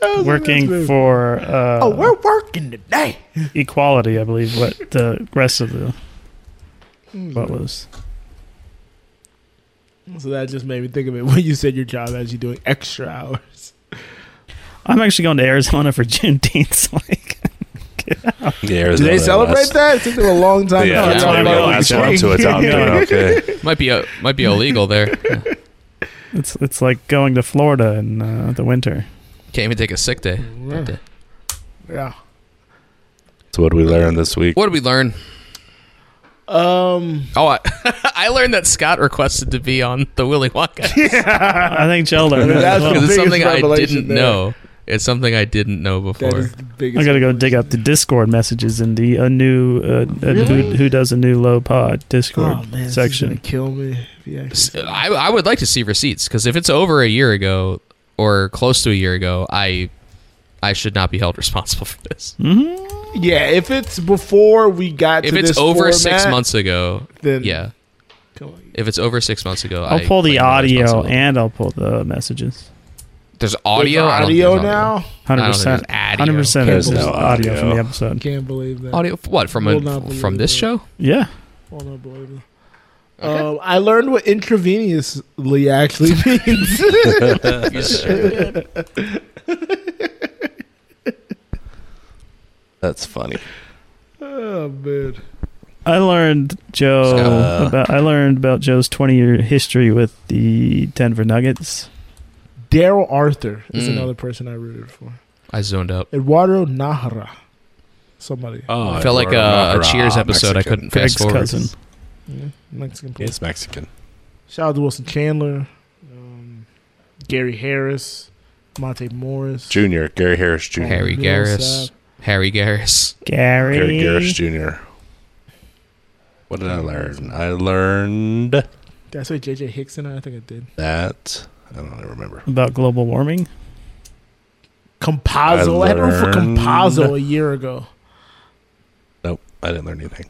Speaker 3: Oh, "That's
Speaker 4: Working
Speaker 3: weird."
Speaker 4: for uh,
Speaker 3: oh, we're working today.
Speaker 4: equality, I believe. What the rest of the
Speaker 3: Hmm.
Speaker 4: what was?
Speaker 3: [laughs] So that just made me think of it when you said your job as you doing extra
Speaker 1: [laughs]
Speaker 3: hours.
Speaker 4: I'm actually going to Arizona for [laughs] Juneteenth. So like,
Speaker 3: Do
Speaker 6: Yeah,
Speaker 3: they celebrate that? It took them a long time.
Speaker 6: Yeah,
Speaker 3: to
Speaker 6: that's
Speaker 3: figure out
Speaker 6: why we
Speaker 3: about
Speaker 6: don't
Speaker 3: Martin
Speaker 6: ask
Speaker 3: Luther
Speaker 6: one to
Speaker 3: King.
Speaker 6: it. I'm doing
Speaker 3: [laughs]
Speaker 6: okay.
Speaker 1: might be uh, might be illegal there.
Speaker 4: it's it's like going to Florida in uh, the winter.
Speaker 1: Can't even take a sick day. that day.
Speaker 3: Yeah.
Speaker 6: So what did we learn this week?
Speaker 1: What did we learn?
Speaker 3: Um.
Speaker 1: Oh, I, [laughs] I learned that Scott requested to be on the Willy Wonka.
Speaker 3: [laughs]
Speaker 4: I think Joe
Speaker 6: [laughs]
Speaker 4: learned that. as
Speaker 3: That's
Speaker 4: well.
Speaker 3: the
Speaker 1: Because it's
Speaker 3: biggest
Speaker 1: something I
Speaker 3: revelation
Speaker 1: didn't
Speaker 3: there.
Speaker 1: know. It's something I didn't know
Speaker 3: That
Speaker 1: before.
Speaker 3: is the
Speaker 4: I
Speaker 3: biggest.
Speaker 4: gotta go dig up the Discord messages in the a new uh, a
Speaker 3: Really?
Speaker 4: who, who does a new low pod Discord
Speaker 3: oh man, section.
Speaker 4: section.
Speaker 3: Kill me. Yeah.
Speaker 1: S- I, I would like to see receipts because if it's over a year ago or close to a year ago, I I should not be held [laughs] responsible for this.
Speaker 3: Yeah, if it's before we got
Speaker 1: If
Speaker 3: Hmm. to
Speaker 1: it's
Speaker 3: this
Speaker 1: over six
Speaker 3: format,
Speaker 1: months ago,
Speaker 3: then-
Speaker 1: yeah. If it's over six months ago,
Speaker 4: I'll
Speaker 1: I
Speaker 4: pull the
Speaker 1: claim I'm
Speaker 4: audio
Speaker 1: responsible.
Speaker 4: and I'll pull the messages.
Speaker 1: There's audio. I don't think
Speaker 3: audio
Speaker 1: there's
Speaker 3: now?
Speaker 1: I
Speaker 4: Hundred
Speaker 1: don't think
Speaker 4: percent.
Speaker 1: there's
Speaker 4: Hundred percent. There's
Speaker 1: audio.
Speaker 4: no audio from the episode.
Speaker 3: Can't believe that.
Speaker 1: Audio what from
Speaker 3: Will not
Speaker 1: a,
Speaker 3: believe
Speaker 1: from this
Speaker 3: it.
Speaker 1: show?
Speaker 4: Yeah.
Speaker 3: Will not believe it. Um, I learned what intravenously actually
Speaker 1: [laughs]
Speaker 3: [laughs] means.
Speaker 1: You sure did.
Speaker 6: That's funny.
Speaker 3: oh man.
Speaker 4: I learned Joe
Speaker 6: Uh.
Speaker 4: about. I learned about Joe's twenty-year history with the Denver Nuggets.
Speaker 3: Daryl Arthur is
Speaker 1: Mm.
Speaker 3: another person I rooted for.
Speaker 1: I zoned out.
Speaker 3: Eduardo Nahara. Somebody.
Speaker 6: Oh,
Speaker 1: I felt like a, a Cheers episode. I
Speaker 6: Mexican.
Speaker 1: couldn't
Speaker 4: Greg's
Speaker 1: fast forward.
Speaker 4: cousin.
Speaker 3: Yeah, Mexican player.
Speaker 6: He's Mexican.
Speaker 3: Shout out to Wilson Chandler, um, Gary Harris, Monte Morris.
Speaker 6: Junior. Gary Harris Jr.
Speaker 1: Harry Garris. Harry Garris.
Speaker 4: Gary.
Speaker 6: Gary Garris Jr. What did I
Speaker 3: Mm.
Speaker 6: learn? I learned
Speaker 3: Did I say JJ Hicks in it? I think I did.
Speaker 6: that. I don't really remember.
Speaker 4: About global warming.
Speaker 3: Compazzo. I,
Speaker 6: I
Speaker 3: had one for
Speaker 6: learned-
Speaker 3: Compazzo a year ago.
Speaker 6: Nope. I didn't learn anything.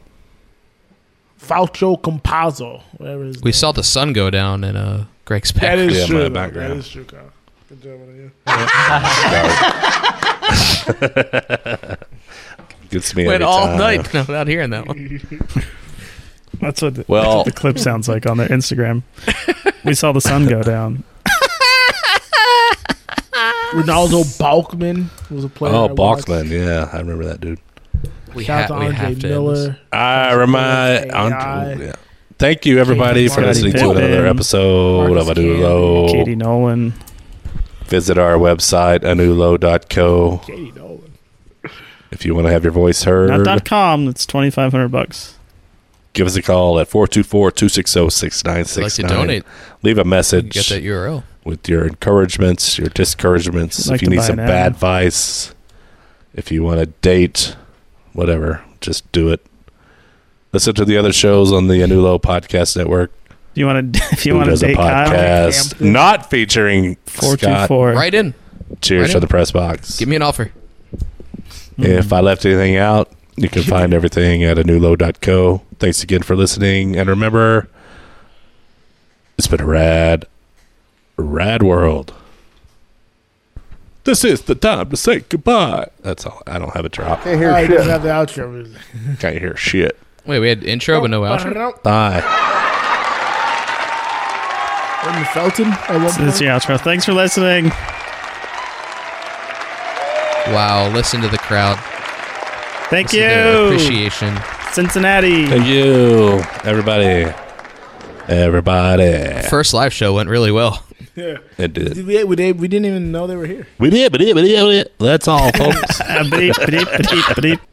Speaker 3: Faucho Compazzo, whatever his
Speaker 1: We saw the sun go down in uh, Greg's
Speaker 3: name.
Speaker 1: [laughs]
Speaker 3: That
Speaker 1: pack.
Speaker 3: is
Speaker 6: Yeah, my
Speaker 3: true. though. That
Speaker 6: background.
Speaker 3: is true, Kyle. Good job on you.
Speaker 6: Gets me
Speaker 1: Went
Speaker 6: every
Speaker 1: all
Speaker 6: time.
Speaker 1: night without hearing that one.
Speaker 4: That's what the,
Speaker 6: Well-
Speaker 4: that's what the clip sounds like on
Speaker 1: [laughs]
Speaker 4: their Instagram. we saw the sun go down.
Speaker 3: Ronaldo Balkman was a player.
Speaker 6: Oh,
Speaker 3: I watched.
Speaker 6: Balkman. Yeah, I remember that dude.
Speaker 1: [laughs] We,
Speaker 3: Shout
Speaker 1: ha-
Speaker 3: out
Speaker 1: we
Speaker 3: to Andre
Speaker 1: have to. end this.
Speaker 3: Miller.
Speaker 6: I
Speaker 3: Marcus
Speaker 6: remind.
Speaker 3: AI.
Speaker 6: I'm- yeah. Thank you, everybody, for
Speaker 4: Marcus
Speaker 6: listening to
Speaker 4: Pittman.
Speaker 6: another episode
Speaker 3: Marcus
Speaker 6: of Anulo.
Speaker 4: Katie Nolan.
Speaker 6: Visit our website, anulo.co,
Speaker 3: Katie Nolan.
Speaker 6: if you want to have your voice heard.
Speaker 4: Not dot com. That's twenty five hundred bucks.
Speaker 6: Give us a call at 424-260-6969.
Speaker 1: I'd like to donate.
Speaker 6: Leave a
Speaker 1: You get
Speaker 6: message
Speaker 1: that URL.
Speaker 6: with your encouragements, your discouragements,
Speaker 4: Like
Speaker 6: if
Speaker 4: to
Speaker 6: you need
Speaker 4: buy
Speaker 6: some
Speaker 4: an
Speaker 6: bad
Speaker 4: ad.
Speaker 6: advice, if you want to date, whatever, just do it. Listen to the other shows on the Anulo Podcast Network.
Speaker 4: [laughs] Do you want to? If you
Speaker 6: Who
Speaker 4: want to
Speaker 6: does a
Speaker 4: date Kyle,
Speaker 6: podcast not featuring
Speaker 4: four two
Speaker 6: Scott.
Speaker 4: four.
Speaker 1: Right in.
Speaker 6: Cheers
Speaker 1: Right
Speaker 6: to
Speaker 1: in.
Speaker 6: the press box.
Speaker 1: Give me an offer.
Speaker 6: If I left anything out, you can find everything at anulo.co. Thanks again for listening. And remember, it's been a rad, rad world. This is the time to say goodbye. That's all. I don't have a drop.
Speaker 7: Can't
Speaker 3: Oh,
Speaker 7: hear
Speaker 3: he doesn't
Speaker 7: shit.
Speaker 3: have the outro music.
Speaker 6: Can't hear shit.
Speaker 1: Wait, we had intro but no outro.
Speaker 6: Bye.
Speaker 3: Wasn't it Felton at one
Speaker 4: This is
Speaker 3: point?
Speaker 4: your outro. Thanks for listening.
Speaker 1: Wow, listen to the crowd.
Speaker 4: Thank
Speaker 1: Listen to
Speaker 4: you,
Speaker 1: appreciation.
Speaker 4: Cincinnati.
Speaker 6: Thank you, everybody. Everybody.
Speaker 1: First live show went really well.
Speaker 3: Yeah.
Speaker 6: It did.
Speaker 3: Did we, we, did- we didn't even know they were here.
Speaker 4: Uh,
Speaker 6: [laughs] We did, we did, we did, we did. That's all, folks.
Speaker 4: Ah, bleep, bleep, bleep, bleep.